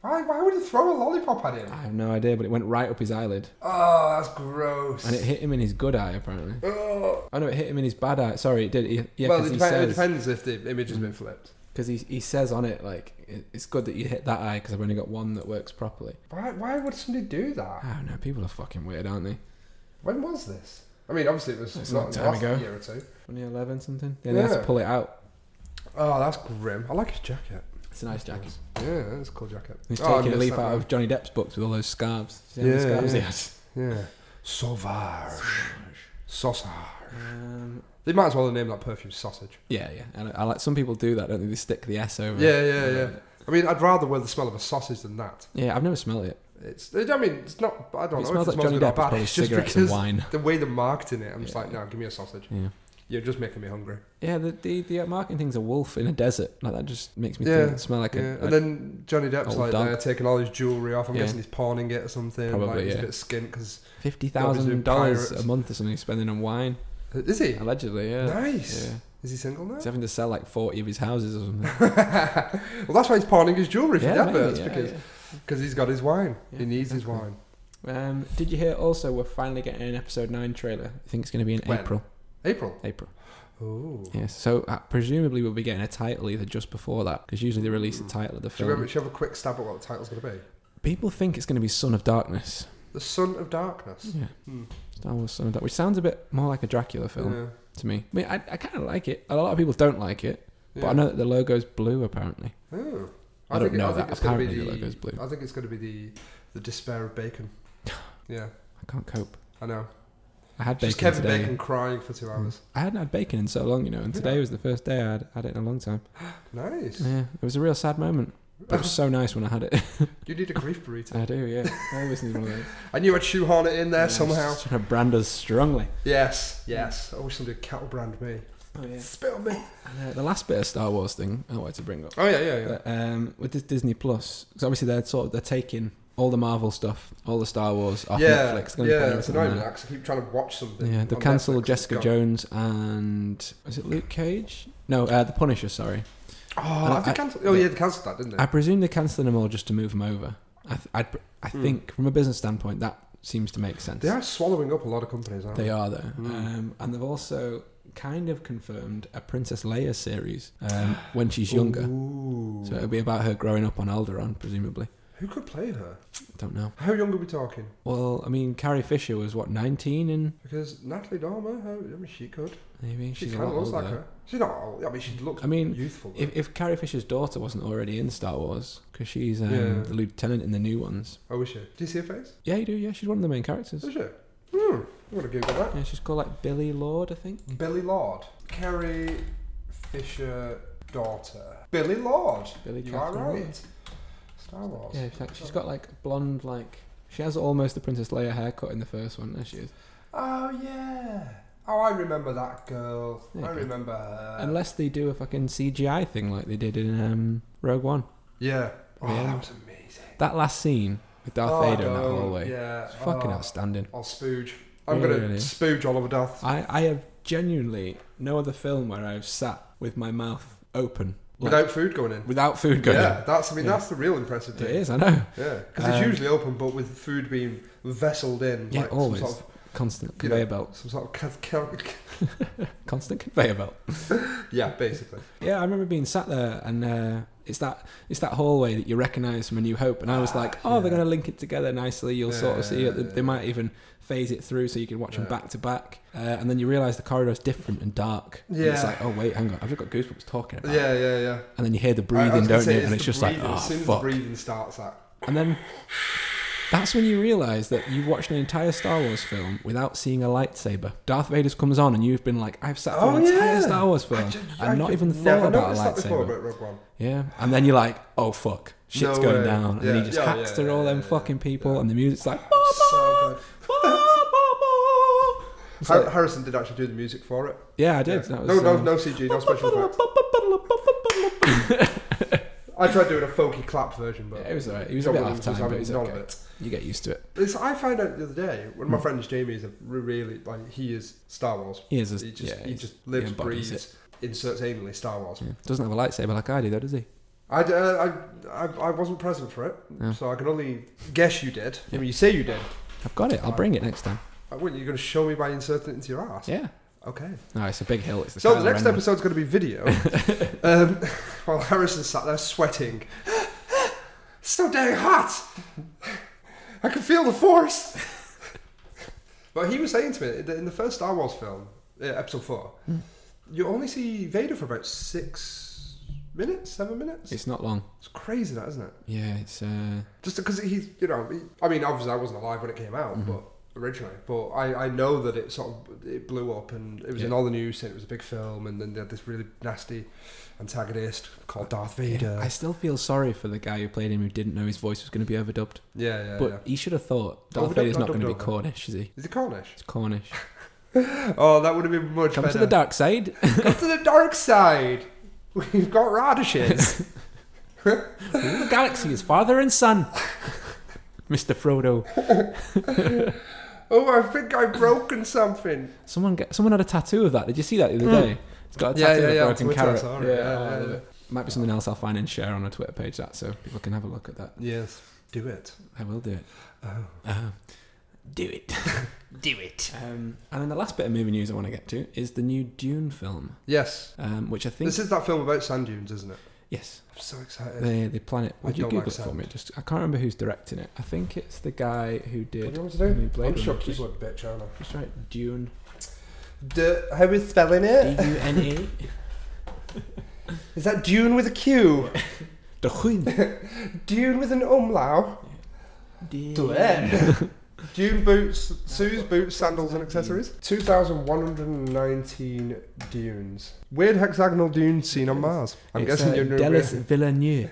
[SPEAKER 3] Why? Why would you throw a lollipop at him?
[SPEAKER 1] I have no idea, but it went right up his eyelid
[SPEAKER 3] Oh, that's gross.
[SPEAKER 1] and it hit him in his good eye apparently.
[SPEAKER 3] Oh.
[SPEAKER 1] Oh no, it hit him in his bad eye. Sorry, it did. He, yeah,
[SPEAKER 3] well,
[SPEAKER 1] because
[SPEAKER 3] it,
[SPEAKER 1] he
[SPEAKER 3] depends,
[SPEAKER 1] says
[SPEAKER 3] it depends if the image has been flipped.
[SPEAKER 1] because he, he says on it like it- it's good that you hit that eye because I've only got one that works properly.
[SPEAKER 3] Why? Why would somebody do that?
[SPEAKER 1] I don't know. People are fucking weird, aren't they?
[SPEAKER 3] When was this? I mean, obviously it was
[SPEAKER 1] It's a long
[SPEAKER 3] not in the
[SPEAKER 1] time
[SPEAKER 3] last
[SPEAKER 1] ago.
[SPEAKER 3] year or two.
[SPEAKER 1] 2011 something. Then they have to
[SPEAKER 3] Yeah.
[SPEAKER 1] pull it out.
[SPEAKER 3] Oh, that's grim. I like his jacket.
[SPEAKER 1] It's a nice jacket.
[SPEAKER 3] Yeah, that's a cool jacket.
[SPEAKER 1] He's
[SPEAKER 3] Oh, I
[SPEAKER 1] taking a
[SPEAKER 3] miss
[SPEAKER 1] leaf
[SPEAKER 3] that
[SPEAKER 1] out
[SPEAKER 3] one.
[SPEAKER 1] of Johnny Depp's books with all those scarves. See how many
[SPEAKER 3] Yeah,
[SPEAKER 1] scarves he
[SPEAKER 3] yeah.
[SPEAKER 1] has?
[SPEAKER 3] Yeah. Sauvage. Sausage.
[SPEAKER 1] Um,
[SPEAKER 3] They might as well have named that perfume Sausage.
[SPEAKER 1] yeah, yeah. And I, I like some people do that, don't they? They stick the S over.
[SPEAKER 3] Yeah, yeah, yeah. I mean, I'd rather wear the smell of a sausage than that.
[SPEAKER 1] Yeah, I've never smelled it.
[SPEAKER 3] It's. I mean, it's not. I don't
[SPEAKER 1] It
[SPEAKER 3] know.
[SPEAKER 1] smells
[SPEAKER 3] if
[SPEAKER 1] like Johnny
[SPEAKER 3] it smells good or
[SPEAKER 1] Depp.
[SPEAKER 3] bad.
[SPEAKER 1] It's
[SPEAKER 3] It's
[SPEAKER 1] just
[SPEAKER 3] just
[SPEAKER 1] cigarettes and
[SPEAKER 3] because
[SPEAKER 1] wine.
[SPEAKER 3] the way they're marketing it, I'm just
[SPEAKER 1] Yeah.
[SPEAKER 3] like, no, give me a sausage.
[SPEAKER 1] Yeah.
[SPEAKER 3] You're just making me hungry.
[SPEAKER 1] Yeah, the, the, the marketing thing's a wolf in a desert. Like that just makes me
[SPEAKER 3] Yeah,
[SPEAKER 1] think it smell like
[SPEAKER 3] yeah.
[SPEAKER 1] a, a
[SPEAKER 3] and then Johnny Depp's
[SPEAKER 1] old
[SPEAKER 3] like
[SPEAKER 1] dog.
[SPEAKER 3] there, taking all his jewelry off. I'm
[SPEAKER 1] Yeah.
[SPEAKER 3] guessing he's pawning it or something. like,
[SPEAKER 1] Probably,
[SPEAKER 3] He's
[SPEAKER 1] yeah.
[SPEAKER 3] a bit skint because
[SPEAKER 1] fifty
[SPEAKER 3] Obviously,
[SPEAKER 1] thousand dollars a
[SPEAKER 3] pirates.
[SPEAKER 1] month or something he's spending on wine.
[SPEAKER 3] Uh, is he?
[SPEAKER 1] Allegedly, yeah.
[SPEAKER 3] Nice.
[SPEAKER 1] Yeah.
[SPEAKER 3] Is he single now?
[SPEAKER 1] He's having to sell like forty of his houses or something.
[SPEAKER 3] well, that's why he's pawning his jewelry for the
[SPEAKER 1] maybe,
[SPEAKER 3] adverts
[SPEAKER 1] yeah,
[SPEAKER 3] because because he's got his wine.
[SPEAKER 1] Yeah,
[SPEAKER 3] he needs his
[SPEAKER 1] exactly.
[SPEAKER 3] wine.
[SPEAKER 1] yeah. Um, did you hear? Also, we're finally getting an episode nine trailer. I think it's going to be in
[SPEAKER 3] When?
[SPEAKER 1] April.
[SPEAKER 3] April.
[SPEAKER 1] April.
[SPEAKER 3] Oh.
[SPEAKER 1] Yes. So uh, presumably we'll be getting a title either just before that because usually
[SPEAKER 3] Hmm.
[SPEAKER 1] they release the title of the
[SPEAKER 3] Should we,
[SPEAKER 1] film.
[SPEAKER 3] have, should we have a quick stab at what the title's going to be?
[SPEAKER 1] People think it's going to be Son of Darkness,
[SPEAKER 3] The Son of Darkness.
[SPEAKER 1] Yeah,
[SPEAKER 3] Hmm.
[SPEAKER 1] Star Wars: Son of Dark, which sounds a bit more like a Dracula film
[SPEAKER 3] Yeah.
[SPEAKER 1] to me. I mean, I, I kind of like it. A lot of people don't like it, but
[SPEAKER 3] Yeah.
[SPEAKER 1] I know that the logo's blue apparently.
[SPEAKER 3] Oh.
[SPEAKER 1] I don't know
[SPEAKER 3] I think
[SPEAKER 1] that.
[SPEAKER 3] it's gonna be
[SPEAKER 1] Apparently the
[SPEAKER 3] the-
[SPEAKER 1] logo's blue.
[SPEAKER 3] I think it's going to be the the despair of bacon. Yeah,
[SPEAKER 1] I can't cope.
[SPEAKER 3] I know.
[SPEAKER 1] I had bacon
[SPEAKER 3] Just Kevin
[SPEAKER 1] today. Mm.
[SPEAKER 3] Bacon crying for two hours.
[SPEAKER 1] I hadn't had bacon in so long, you know, and today
[SPEAKER 3] Yeah.
[SPEAKER 1] was the first day I had, had it in a long time.
[SPEAKER 3] Nice.
[SPEAKER 1] Yeah, it was a real sad moment. But it was so nice when I had it.
[SPEAKER 3] You need a grief burrito.
[SPEAKER 1] I do, yeah. I always need one of those.
[SPEAKER 3] I knew I'd shoehorn it in there somehow.
[SPEAKER 1] Trying to brand us strongly.
[SPEAKER 3] Yes, yes. I wish somebody cattle brand me.
[SPEAKER 1] Oh, yeah.
[SPEAKER 3] Spit on me.
[SPEAKER 1] Uh, the last bit of Star Wars thing I wanted to bring up.
[SPEAKER 3] Oh yeah, yeah, yeah.
[SPEAKER 1] But, um, with this Disney Plus, because obviously they're sort of they're taking all the Marvel stuff, all the Star Wars off
[SPEAKER 3] yeah,
[SPEAKER 1] oh, Netflix. They're gonna be
[SPEAKER 3] yeah.
[SPEAKER 1] putting
[SPEAKER 3] It's
[SPEAKER 1] it on
[SPEAKER 3] annoying
[SPEAKER 1] there.
[SPEAKER 3] because I keep trying to watch something.
[SPEAKER 1] Yeah,
[SPEAKER 3] on
[SPEAKER 1] they've
[SPEAKER 3] Netflix
[SPEAKER 1] cancelled
[SPEAKER 3] and
[SPEAKER 1] Jessica
[SPEAKER 3] it's gone.
[SPEAKER 1] Jones and was it Luke Cage? No, uh, the Punisher. Sorry,
[SPEAKER 3] Oh, have
[SPEAKER 1] I-
[SPEAKER 3] they cancelled? Oh
[SPEAKER 1] I-
[SPEAKER 3] yeah, they cancelled that, didn't they?
[SPEAKER 1] I presume they're cancelling them all just to move them over. I th- I'd, pr- I
[SPEAKER 3] Hmm.
[SPEAKER 1] think from a business standpoint that seems to make sense.
[SPEAKER 3] they are swallowing up a lot of companies, aren't they?
[SPEAKER 1] They are though,
[SPEAKER 3] Mm.
[SPEAKER 1] um, and they've also kind of confirmed a Princess Leia series um, when she's younger.
[SPEAKER 3] Ooh.
[SPEAKER 1] So it'll be about her growing up on Alderaan, presumably.
[SPEAKER 3] Who could play her?
[SPEAKER 1] Don't know.
[SPEAKER 3] How young are we talking?
[SPEAKER 1] Well, I mean, Carrie Fisher was what 19, and
[SPEAKER 3] Because Natalie Dormer, how, I mean, she could.
[SPEAKER 1] maybe
[SPEAKER 3] She
[SPEAKER 1] she's a
[SPEAKER 3] kind
[SPEAKER 1] lot
[SPEAKER 3] of looks
[SPEAKER 1] older.
[SPEAKER 3] like her. She's not old. I mean, she looks.
[SPEAKER 1] I mean,
[SPEAKER 3] youthful. though.
[SPEAKER 1] If, if Carrie Fisher's daughter wasn't already in Star Wars, because she's um,
[SPEAKER 3] Yeah.
[SPEAKER 1] the lieutenant in the new ones.
[SPEAKER 3] oh, is she? Do you see her face?
[SPEAKER 1] Yeah, you do. Yeah, she's one of the main characters.
[SPEAKER 3] Is she? Hmm. I'm gonna Google that.
[SPEAKER 1] Yeah, she's called like Billy Lord, I think.
[SPEAKER 3] Billy Lord. Carrie Fisher daughter. Billy Lord.
[SPEAKER 1] Billy
[SPEAKER 3] you are
[SPEAKER 1] Catherine
[SPEAKER 3] right.
[SPEAKER 1] Lord.
[SPEAKER 3] Star Wars.
[SPEAKER 1] Yeah, she's, like, she's got like blonde, like she has almost the Princess Leia haircut in the first one. There she is.
[SPEAKER 3] Oh yeah. Oh, I remember that girl.
[SPEAKER 1] There
[SPEAKER 3] I
[SPEAKER 1] you go.
[SPEAKER 3] remember her.
[SPEAKER 1] Unless they do a fucking CGI thing like they did in um, Rogue One.
[SPEAKER 3] yeah. Oh,
[SPEAKER 1] Yeah.
[SPEAKER 3] that was amazing.
[SPEAKER 1] That last scene with Darth
[SPEAKER 3] Oh,
[SPEAKER 1] Vader in that
[SPEAKER 3] no,
[SPEAKER 1] hallway,
[SPEAKER 3] Yeah.
[SPEAKER 1] it's fucking
[SPEAKER 3] oh,
[SPEAKER 1] outstanding.
[SPEAKER 3] I'll spooge. I'm
[SPEAKER 1] Really,
[SPEAKER 3] gonna
[SPEAKER 1] really. Uh,
[SPEAKER 3] spooge Oliver Darth.
[SPEAKER 1] I, I have genuinely no other film where I've sat with my mouth open like,
[SPEAKER 3] Without food going in.
[SPEAKER 1] without food going.
[SPEAKER 3] yeah, that's I mean
[SPEAKER 1] Yeah.
[SPEAKER 3] that's the real impressive
[SPEAKER 1] in. It
[SPEAKER 3] thing.
[SPEAKER 1] is, I know.
[SPEAKER 3] Yeah, because it's
[SPEAKER 1] Um,
[SPEAKER 3] usually open, but with food being vesseled in.
[SPEAKER 1] Yeah,
[SPEAKER 3] like
[SPEAKER 1] always.
[SPEAKER 3] Some sort
[SPEAKER 1] Constant
[SPEAKER 3] You know.
[SPEAKER 1] conveyor
[SPEAKER 3] of,
[SPEAKER 1] belt.
[SPEAKER 3] some sort of ca- ca-
[SPEAKER 1] Constant conveyor belt.
[SPEAKER 3] yeah, basically.
[SPEAKER 1] Yeah, I remember being sat there and uh, it's that it's that hallway that you recognise from A New Hope and I was
[SPEAKER 3] Ah,
[SPEAKER 1] like, Oh, they're
[SPEAKER 3] yeah.
[SPEAKER 1] gonna link it together nicely, you'll sort of see it. They, they
[SPEAKER 3] Yeah.
[SPEAKER 1] might even phase it through so you can watch them
[SPEAKER 3] Yeah.
[SPEAKER 1] back to back. Uh, and then you realise the corridor's different and dark. And it's
[SPEAKER 3] Yeah.
[SPEAKER 1] like, Oh wait, hang on, I've just got goosebumps talking about it.
[SPEAKER 3] Yeah, yeah, yeah.
[SPEAKER 1] And then you hear the
[SPEAKER 3] I- I was
[SPEAKER 1] breathing,
[SPEAKER 3] gonna
[SPEAKER 1] don't
[SPEAKER 3] say,
[SPEAKER 1] you? And
[SPEAKER 3] the
[SPEAKER 1] it's just
[SPEAKER 3] breathing.
[SPEAKER 1] like,
[SPEAKER 3] as soon
[SPEAKER 1] oh
[SPEAKER 3] as
[SPEAKER 1] fuck.
[SPEAKER 3] the breathing starts, that
[SPEAKER 1] And then that's when you realise that you've watched an entire Star Wars film without seeing a lightsaber. Darth Vader's comes on and you've been like, I've sat through
[SPEAKER 3] Oh,
[SPEAKER 1] an entire
[SPEAKER 3] yeah.
[SPEAKER 1] Star Wars film
[SPEAKER 3] ju-
[SPEAKER 1] and not
[SPEAKER 3] could
[SPEAKER 1] even thought
[SPEAKER 3] never
[SPEAKER 1] about a
[SPEAKER 3] noticed that before,
[SPEAKER 1] lightsaber.
[SPEAKER 3] but Rogue One.
[SPEAKER 1] Yeah. And then you're like, oh fuck, shit's
[SPEAKER 3] No
[SPEAKER 1] going
[SPEAKER 3] way.
[SPEAKER 1] down. And then he
[SPEAKER 3] Yeah,
[SPEAKER 1] just
[SPEAKER 3] yeah,
[SPEAKER 1] hacks
[SPEAKER 3] yeah,
[SPEAKER 1] through
[SPEAKER 3] yeah,
[SPEAKER 1] all them
[SPEAKER 3] yeah,
[SPEAKER 1] fucking people
[SPEAKER 3] yeah.
[SPEAKER 1] and the music's like,
[SPEAKER 3] So good.
[SPEAKER 1] It's
[SPEAKER 3] Har-
[SPEAKER 1] like-
[SPEAKER 3] Harrison did actually do the music for it.
[SPEAKER 1] yeah, I did.
[SPEAKER 3] Yeah.
[SPEAKER 1] That was,
[SPEAKER 3] no, no,
[SPEAKER 1] um,
[SPEAKER 3] no CG, no special effects. I tried doing a folky clap version, but
[SPEAKER 1] Yeah, it was alright. It was a
[SPEAKER 3] John
[SPEAKER 1] bit
[SPEAKER 3] Williams
[SPEAKER 1] off time,
[SPEAKER 3] having
[SPEAKER 1] but it was
[SPEAKER 3] none
[SPEAKER 1] okay. Hmm.
[SPEAKER 3] of it.
[SPEAKER 1] You get used to it.
[SPEAKER 3] It's, I found out the other day one of my friends, Jamie, is a re- really like he is Star Wars.
[SPEAKER 1] He is a,
[SPEAKER 3] He just
[SPEAKER 1] yeah,
[SPEAKER 3] he
[SPEAKER 1] he's-
[SPEAKER 3] just lives,
[SPEAKER 1] embodies Hmm.
[SPEAKER 3] breathes, inserts anally Star Wars.
[SPEAKER 1] yeah. doesn't have a lightsaber like I do, though, does he?
[SPEAKER 3] I, d- uh, I, I, I wasn't present for it,
[SPEAKER 1] Yeah.
[SPEAKER 3] so I can only guess you did.
[SPEAKER 1] Yeah.
[SPEAKER 3] I mean, you say you did.
[SPEAKER 1] I've got it. I'll bring it next time.
[SPEAKER 3] I wouldn't. You're going to show me by inserting it into your ass.
[SPEAKER 1] Yeah.
[SPEAKER 3] Okay.
[SPEAKER 1] No, it's a big hill. It's the
[SPEAKER 3] So
[SPEAKER 1] Kylo
[SPEAKER 3] the next
[SPEAKER 1] Ren one.
[SPEAKER 3] episode's going to be video. um, while Harrison sat there sweating. it's so dang hot. I can feel the force. but he was saying to me that in the first Star Wars film, uh, Episode Four,
[SPEAKER 1] Mm.
[SPEAKER 3] you only see Vader for about six minutes, seven minutes. It's,
[SPEAKER 1] It's not long.
[SPEAKER 3] crazy, that isn't it?
[SPEAKER 1] Yeah, it's. Uh,
[SPEAKER 3] Just because he's, you know, he, I mean, obviously I wasn't alive when it came out,
[SPEAKER 1] Mm-hmm.
[SPEAKER 3] but originally, but I, I know that it sort of it blew up and it was in
[SPEAKER 1] Yeah.
[SPEAKER 3] all the news saying it was a big film, and then they had this really nasty antagonist called Darth Vader.
[SPEAKER 1] Uh, I still feel sorry for the guy who played him who didn't know his voice was going to be overdubbed.
[SPEAKER 3] Yeah, yeah,
[SPEAKER 1] but
[SPEAKER 3] yeah.
[SPEAKER 1] he should have thought Darth
[SPEAKER 3] Overdubbed,
[SPEAKER 1] Vader's
[SPEAKER 3] not
[SPEAKER 1] not going to be
[SPEAKER 3] dubbed over.
[SPEAKER 1] Cornish, is he?
[SPEAKER 3] Is it Cornish?
[SPEAKER 1] It's Cornish.
[SPEAKER 3] Oh, that would have been much
[SPEAKER 1] Come to
[SPEAKER 3] better.
[SPEAKER 1] the dark side.
[SPEAKER 3] Come to the dark side. We've got radishes.
[SPEAKER 1] the galaxy is father and son. Mr. Frodo.
[SPEAKER 3] oh, I think I've broken something.
[SPEAKER 1] Someone get, someone had a tattoo of that. Did you see that the other day? It's got a
[SPEAKER 3] Hmm. Yeah,
[SPEAKER 1] tattoo
[SPEAKER 3] yeah,
[SPEAKER 1] of a
[SPEAKER 3] yeah, on
[SPEAKER 1] broken
[SPEAKER 3] Twitter, I
[SPEAKER 1] carrot.
[SPEAKER 3] saw it. Yeah,
[SPEAKER 1] oh, I
[SPEAKER 3] yeah,
[SPEAKER 1] love
[SPEAKER 3] yeah.
[SPEAKER 1] it. Might be something else I'll find and share on a Twitter page that so people can have a look at that.
[SPEAKER 3] Yes, do it.
[SPEAKER 1] I will do it.
[SPEAKER 3] Oh.
[SPEAKER 1] Uh, do it.
[SPEAKER 2] Do it.
[SPEAKER 1] Um, and then the last bit of movie news I want to get to is the new Dune film,
[SPEAKER 3] Yes,
[SPEAKER 1] um, which I think
[SPEAKER 3] this is that film about sand dunes, isn't it?
[SPEAKER 1] Yes,
[SPEAKER 3] I'm so excited.
[SPEAKER 1] the the planet.
[SPEAKER 3] I
[SPEAKER 1] Would you
[SPEAKER 3] don't
[SPEAKER 1] Google
[SPEAKER 3] like
[SPEAKER 1] it for
[SPEAKER 3] sound.
[SPEAKER 1] me? Just I can't remember who's directing it. I think it's the guy who
[SPEAKER 3] what do
[SPEAKER 1] did.
[SPEAKER 3] you want
[SPEAKER 1] the
[SPEAKER 3] me
[SPEAKER 1] new
[SPEAKER 3] to do?
[SPEAKER 1] Blade
[SPEAKER 3] I'm sure
[SPEAKER 1] Runner. Just,
[SPEAKER 3] keyboard bitch, aren't I?
[SPEAKER 1] just write Dune.
[SPEAKER 3] D- how is spelling
[SPEAKER 1] D U N E.
[SPEAKER 3] Is that Dune with a Q?
[SPEAKER 1] Dune.
[SPEAKER 3] Dune with an umlau?
[SPEAKER 1] E.
[SPEAKER 3] Dune boots, Sue's boots, sandals, and accessories. 2,119 dunes. Weird hexagonal dune seen on Mars. I'm
[SPEAKER 1] It's,
[SPEAKER 3] guessing
[SPEAKER 1] uh,
[SPEAKER 3] you're
[SPEAKER 1] Denis Villeneuve.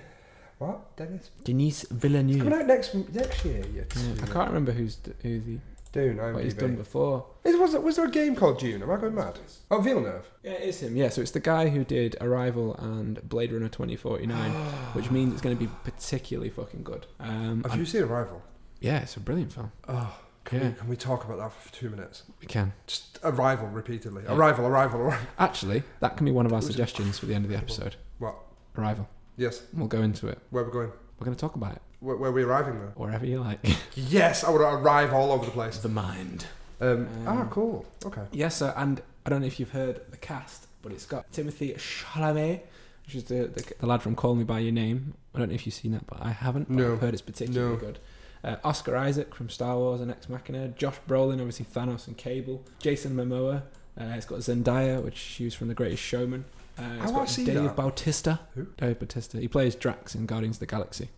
[SPEAKER 3] What? Dennis?
[SPEAKER 1] Denise
[SPEAKER 3] It's
[SPEAKER 1] Villeneuve.
[SPEAKER 3] coming out next, next year, you
[SPEAKER 1] Yeah, I
[SPEAKER 3] two.
[SPEAKER 1] can't remember who's d- who's he.
[SPEAKER 3] Dune,
[SPEAKER 1] What he's done
[SPEAKER 3] IMDb.
[SPEAKER 1] before.
[SPEAKER 3] Is, was, was there a game called Dune? Am I going mad? Oh, Villeneuve.
[SPEAKER 1] Yeah, it is him. Yeah, so it's the guy who did Arrival and Blade Runner 2049, which means it's going to be particularly fucking good. Um,
[SPEAKER 3] Have
[SPEAKER 1] and-
[SPEAKER 3] you seen Arrival?
[SPEAKER 1] yeah, it's a brilliant film.
[SPEAKER 3] Oh, can,
[SPEAKER 1] Yeah.
[SPEAKER 3] we, can we talk about that for two minutes?
[SPEAKER 1] We can.
[SPEAKER 3] Just Arrival repeatedly.
[SPEAKER 1] Yeah.
[SPEAKER 3] Arrival, Arrival, Arrival.
[SPEAKER 1] Actually, that can be one of our
[SPEAKER 3] Which is
[SPEAKER 1] suggestions for the end of the episode.
[SPEAKER 3] What?
[SPEAKER 1] Arrival.
[SPEAKER 3] Yes,
[SPEAKER 1] We'll go into it.
[SPEAKER 3] where we're going.
[SPEAKER 1] We're going to talk about it
[SPEAKER 3] Where, where are we arriving though?
[SPEAKER 1] wherever you like.
[SPEAKER 3] Yes, I would arrive all over the place.
[SPEAKER 1] the mind.
[SPEAKER 3] Um,
[SPEAKER 1] Um,
[SPEAKER 3] ah, cool. Okay.
[SPEAKER 1] Yes, sir. And I don't know if you've heard the cast, but it's got Timothy Chalamet, which is the, the, the lad from Call Me By Your Name. I don't know if you've seen that, but I haven't. But
[SPEAKER 3] No.
[SPEAKER 1] I've heard it's particularly
[SPEAKER 3] No.
[SPEAKER 1] good. Uh, Oscar Isaac from Star Wars and Ex Machina. Josh Brolin, obviously Thanos and Cable. Jason Momoa. Uh, it's got Zendaya, which she was from The Greatest Showman. Uh, it's
[SPEAKER 3] I
[SPEAKER 1] got
[SPEAKER 3] wanna see
[SPEAKER 1] Dave
[SPEAKER 3] that.
[SPEAKER 1] Bautista.
[SPEAKER 3] Who?
[SPEAKER 1] Dave Bautista. He plays Drax in Guardians of the Galaxy.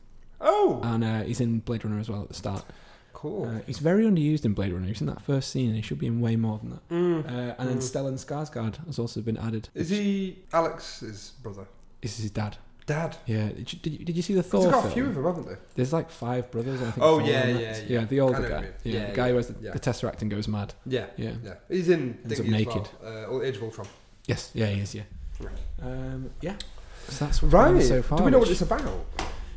[SPEAKER 3] Oh,
[SPEAKER 1] And uh, he's in Blade Runner as well at the start.
[SPEAKER 3] cool.
[SPEAKER 1] Uh, he's very underused in Blade Runner. He's in that first scene, and he should be in way more than that.
[SPEAKER 3] Mm.
[SPEAKER 1] Uh, and then
[SPEAKER 3] Mm.
[SPEAKER 1] Stellan Skarsgård has also been added.
[SPEAKER 3] Is he Alex's brother?
[SPEAKER 1] This is his dad.
[SPEAKER 3] Dad.
[SPEAKER 1] Yeah. Did you, did you, did you see the Thor
[SPEAKER 3] They've got
[SPEAKER 1] film?
[SPEAKER 3] a few of them, haven't they?
[SPEAKER 1] There's like five brothers. I think.
[SPEAKER 3] Oh,
[SPEAKER 1] four
[SPEAKER 3] yeah,
[SPEAKER 1] on that.
[SPEAKER 3] yeah, yeah.
[SPEAKER 1] the
[SPEAKER 3] I know
[SPEAKER 1] older
[SPEAKER 3] what
[SPEAKER 1] guy.
[SPEAKER 3] you mean.
[SPEAKER 1] Yeah,
[SPEAKER 3] Yeah,
[SPEAKER 1] the guy who has the,
[SPEAKER 3] yeah.
[SPEAKER 1] the tesseract and goes mad.
[SPEAKER 3] Yeah.
[SPEAKER 1] Yeah.
[SPEAKER 3] Yeah. He's in
[SPEAKER 1] Ends up
[SPEAKER 3] Thingy as
[SPEAKER 1] naked.
[SPEAKER 3] well. Uh, or Age of Ultron.
[SPEAKER 1] Yes. Yeah, he is. Yeah. Um, yeah. So that's what we've
[SPEAKER 3] Right.
[SPEAKER 1] done so far.
[SPEAKER 3] Do we know what
[SPEAKER 1] which-
[SPEAKER 3] it's about?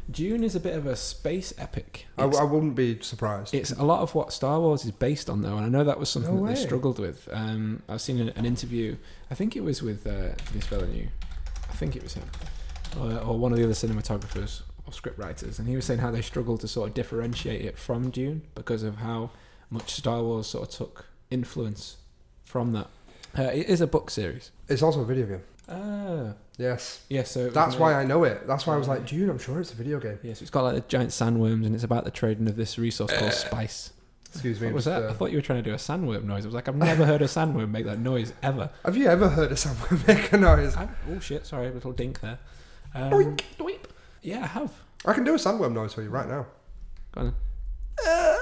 [SPEAKER 1] June is a bit of a space epic.
[SPEAKER 3] I,
[SPEAKER 1] It's-
[SPEAKER 3] I wouldn't be surprised.
[SPEAKER 1] It's a lot of what Star Wars is based on, though, and I know that was something
[SPEAKER 3] No
[SPEAKER 1] that they
[SPEAKER 3] way.
[SPEAKER 1] struggled with. Um, I've seen an, an interview. I think it was with uh, Denis Villeneuve. I think it was him, or, or one of the other cinematographers or scriptwriters, and he was saying how they struggled to sort of differentiate it from Dune because of how much Star Wars sort of took influence from that. Uh, it is a book series.
[SPEAKER 3] It's also a video game.
[SPEAKER 1] Ah,
[SPEAKER 3] Yes.
[SPEAKER 1] yeah. So it was
[SPEAKER 3] That's
[SPEAKER 1] made-
[SPEAKER 3] why I know it. That's why I was like, Dune, I'm sure it's a video game.
[SPEAKER 1] Yeah, so it's got like the giant sandworms, and it's about the trading of this resource
[SPEAKER 3] Uh,
[SPEAKER 1] called spice.
[SPEAKER 3] Excuse me.
[SPEAKER 1] What was
[SPEAKER 3] just,
[SPEAKER 1] that? I
[SPEAKER 3] uh,
[SPEAKER 1] thought you were trying to do a sandworm noise. I was like, I've never heard a sandworm make that noise ever.
[SPEAKER 3] Have you ever heard of someone make a noise?
[SPEAKER 1] I, oh shit! Sorry, little dink there. Um,
[SPEAKER 3] Doink.
[SPEAKER 1] doink. Yeah, I have.
[SPEAKER 3] I can do a sandworm noise for you right now.
[SPEAKER 1] Go on. then.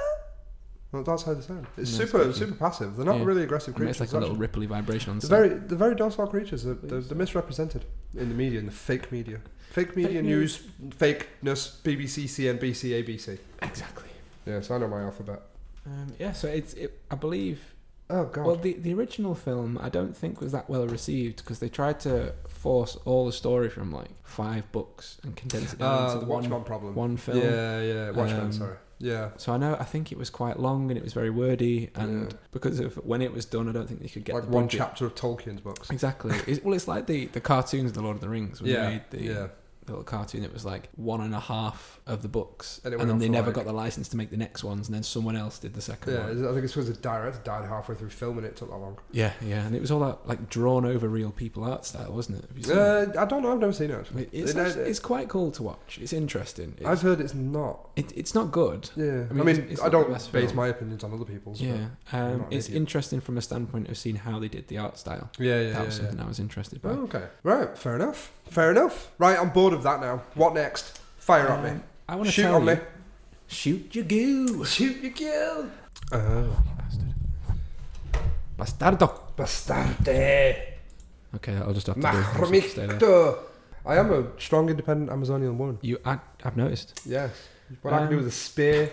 [SPEAKER 3] Well, that's how they sound. It's
[SPEAKER 1] No, it's
[SPEAKER 3] super,
[SPEAKER 1] creepy.
[SPEAKER 3] super passive. They're not
[SPEAKER 1] Yeah.
[SPEAKER 3] really aggressive
[SPEAKER 1] It makes
[SPEAKER 3] creatures.
[SPEAKER 1] like a little
[SPEAKER 3] actually.
[SPEAKER 1] ripply vibration on the
[SPEAKER 3] they're
[SPEAKER 1] side.
[SPEAKER 3] very, they're very docile creatures. They're, they're, they're misrepresented in the media, in the fake media, fake media news,
[SPEAKER 1] news.
[SPEAKER 3] fakeness, BBC, CNBC, ABC.
[SPEAKER 1] Exactly.
[SPEAKER 3] Yes, I know my alphabet.
[SPEAKER 1] Um, yeah, so it's. It, I believe.
[SPEAKER 3] Oh God.
[SPEAKER 1] Well, the the original film I don't think was that well received because they tried to force all the story from like five books and condense it down
[SPEAKER 3] uh,
[SPEAKER 1] into
[SPEAKER 3] the
[SPEAKER 1] the
[SPEAKER 3] Watchman
[SPEAKER 1] one
[SPEAKER 3] problem.
[SPEAKER 1] one film.
[SPEAKER 3] Yeah, yeah, Watchman.
[SPEAKER 1] Um,
[SPEAKER 3] sorry. Yeah.
[SPEAKER 1] So I know I think it was quite long and it was very wordy and
[SPEAKER 3] Yeah.
[SPEAKER 1] because of when it was done I don't think they could get
[SPEAKER 3] Like
[SPEAKER 1] the
[SPEAKER 3] one
[SPEAKER 1] budget.
[SPEAKER 3] chapter of Tolkien's books.
[SPEAKER 1] Exactly. It's, well, it's like the, the cartoons, of The Lord of the Rings. When
[SPEAKER 3] Yeah,
[SPEAKER 1] They made the,
[SPEAKER 3] yeah.
[SPEAKER 1] the little cartoon that was like one and a half of the books, and,
[SPEAKER 3] And it went
[SPEAKER 1] then
[SPEAKER 3] on
[SPEAKER 1] they
[SPEAKER 3] for
[SPEAKER 1] never
[SPEAKER 3] like-
[SPEAKER 1] got the license to make the next ones, and then someone else did the second
[SPEAKER 3] Yeah, I
[SPEAKER 1] one.
[SPEAKER 3] think it's because the director died halfway through filming it. It took that long.
[SPEAKER 1] Yeah, yeah, and it was all that like drawn over real people art style, wasn't it? Have you seen
[SPEAKER 3] Uh, I don't know. I've never seen it.
[SPEAKER 1] it? It- It's,
[SPEAKER 3] it-
[SPEAKER 1] actually- it's quite cool to watch. It's interesting. It's,
[SPEAKER 3] I've heard it's not.
[SPEAKER 1] it, it's not good.
[SPEAKER 3] Yeah. I
[SPEAKER 1] mean,
[SPEAKER 3] mean, I,
[SPEAKER 1] it's- it's not the
[SPEAKER 3] don't base
[SPEAKER 1] best film.
[SPEAKER 3] my opinions on other people's. but-
[SPEAKER 1] Yeah,
[SPEAKER 3] I'm
[SPEAKER 1] um,
[SPEAKER 3] not an
[SPEAKER 1] it's
[SPEAKER 3] idiot.
[SPEAKER 1] interesting from a standpoint of seeing how they did the art style.
[SPEAKER 3] Yeah, yeah,
[SPEAKER 1] that
[SPEAKER 3] yeah,
[SPEAKER 1] was
[SPEAKER 3] yeah.
[SPEAKER 1] something I was interested by.
[SPEAKER 3] Oh, okay. Right. Fair enough. Fair enough. Right. I'm bored of that now. What next? Fire at me.
[SPEAKER 1] Um, I want to
[SPEAKER 3] Shoot
[SPEAKER 1] tell
[SPEAKER 3] on
[SPEAKER 1] you,
[SPEAKER 3] me.
[SPEAKER 1] shoot your goo,
[SPEAKER 3] Shoot your kill. Oh,
[SPEAKER 1] bastard, bastardo.
[SPEAKER 3] bastarde.
[SPEAKER 1] Okay, I'll just have to do it. Stay there.
[SPEAKER 3] Mahmicto. I am a strong, independent Amazonian woman.
[SPEAKER 1] You, I, I've noticed.
[SPEAKER 3] Yes. What I can do
[SPEAKER 1] Um,
[SPEAKER 3] with a spear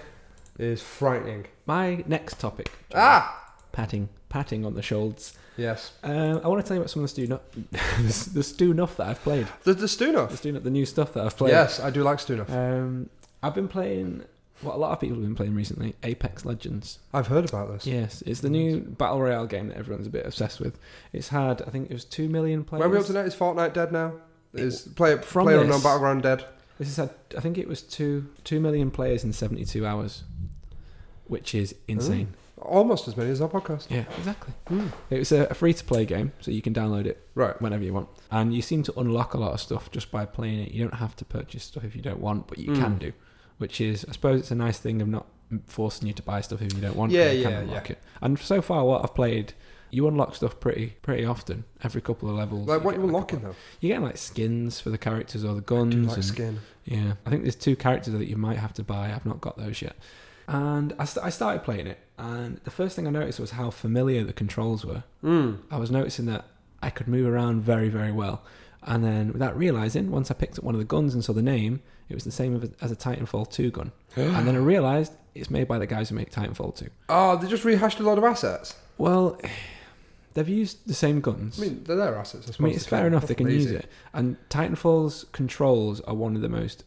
[SPEAKER 3] is frightening.
[SPEAKER 1] My next topic.
[SPEAKER 3] Ah.
[SPEAKER 1] Patting, patting on the shoulders.
[SPEAKER 3] Yes.
[SPEAKER 1] Um, I want to tell you about some of the stew, the, the stew nuff that I've played.
[SPEAKER 3] The the
[SPEAKER 1] The
[SPEAKER 3] Stunoff.
[SPEAKER 1] stew nuff, the new stuff that I've played.
[SPEAKER 3] Yes, I do like Stunoff.
[SPEAKER 1] Um, I've been playing what a lot of people have been playing recently. Apex Legends.
[SPEAKER 3] I've heard about this.
[SPEAKER 1] Yes, it's the new battle royale game that everyone's a bit obsessed with. It's had, I think, it was two million players.
[SPEAKER 3] Where are we up to now? Is Fortnite dead now? Is player
[SPEAKER 1] From
[SPEAKER 3] player unknown
[SPEAKER 1] this-
[SPEAKER 3] battleground dead?
[SPEAKER 1] This has had, I think, it was two two million players in seventy two hours, which is insane.
[SPEAKER 3] almost as many as our podcast.
[SPEAKER 1] Yeah, exactly.
[SPEAKER 3] Hmm.
[SPEAKER 1] It's a, a free to play game, so you can download it
[SPEAKER 3] Right.
[SPEAKER 1] whenever you want. And you seem to unlock a lot of stuff just by playing it. You don't have to purchase stuff if you don't want, but you
[SPEAKER 3] Mm.
[SPEAKER 1] can do, which is, I suppose, it's a nice thing of not forcing you to buy stuff if you don't want. 'cause
[SPEAKER 3] Yeah,
[SPEAKER 1] you can
[SPEAKER 3] yeah,
[SPEAKER 1] unlock it. And so far, what I've played, you unlock stuff pretty pretty often. Every couple of levels,
[SPEAKER 3] Like what
[SPEAKER 1] get
[SPEAKER 3] you
[SPEAKER 1] like a
[SPEAKER 3] unlocking
[SPEAKER 1] lot-
[SPEAKER 3] though?
[SPEAKER 1] You're getting like skins for the characters or the
[SPEAKER 3] Do
[SPEAKER 1] guns.
[SPEAKER 3] you like
[SPEAKER 1] and-
[SPEAKER 3] skin?
[SPEAKER 1] yeah, I think there's two characters that you might have to buy. I've not got those yet. And I, st- I started playing it, and the first thing I noticed was how familiar the controls were.
[SPEAKER 3] Mm.
[SPEAKER 1] I was noticing that I could move around very, very well. And then, without realizing, once I picked up one of the guns and saw the name, it was the same of- as a Titanfall 2 gun. and then I realized it's made by the guys who make Titanfall 2.
[SPEAKER 3] Oh, they just rehashed a lot of assets.
[SPEAKER 1] Well, they've used the same guns.
[SPEAKER 3] I mean, they're their assets. I,
[SPEAKER 1] I
[SPEAKER 3] suppose
[SPEAKER 1] mean, it's
[SPEAKER 3] they
[SPEAKER 1] fair
[SPEAKER 3] can-
[SPEAKER 1] enough they can
[SPEAKER 3] Lazy.
[SPEAKER 1] use it. And Titanfall's controls are one of the most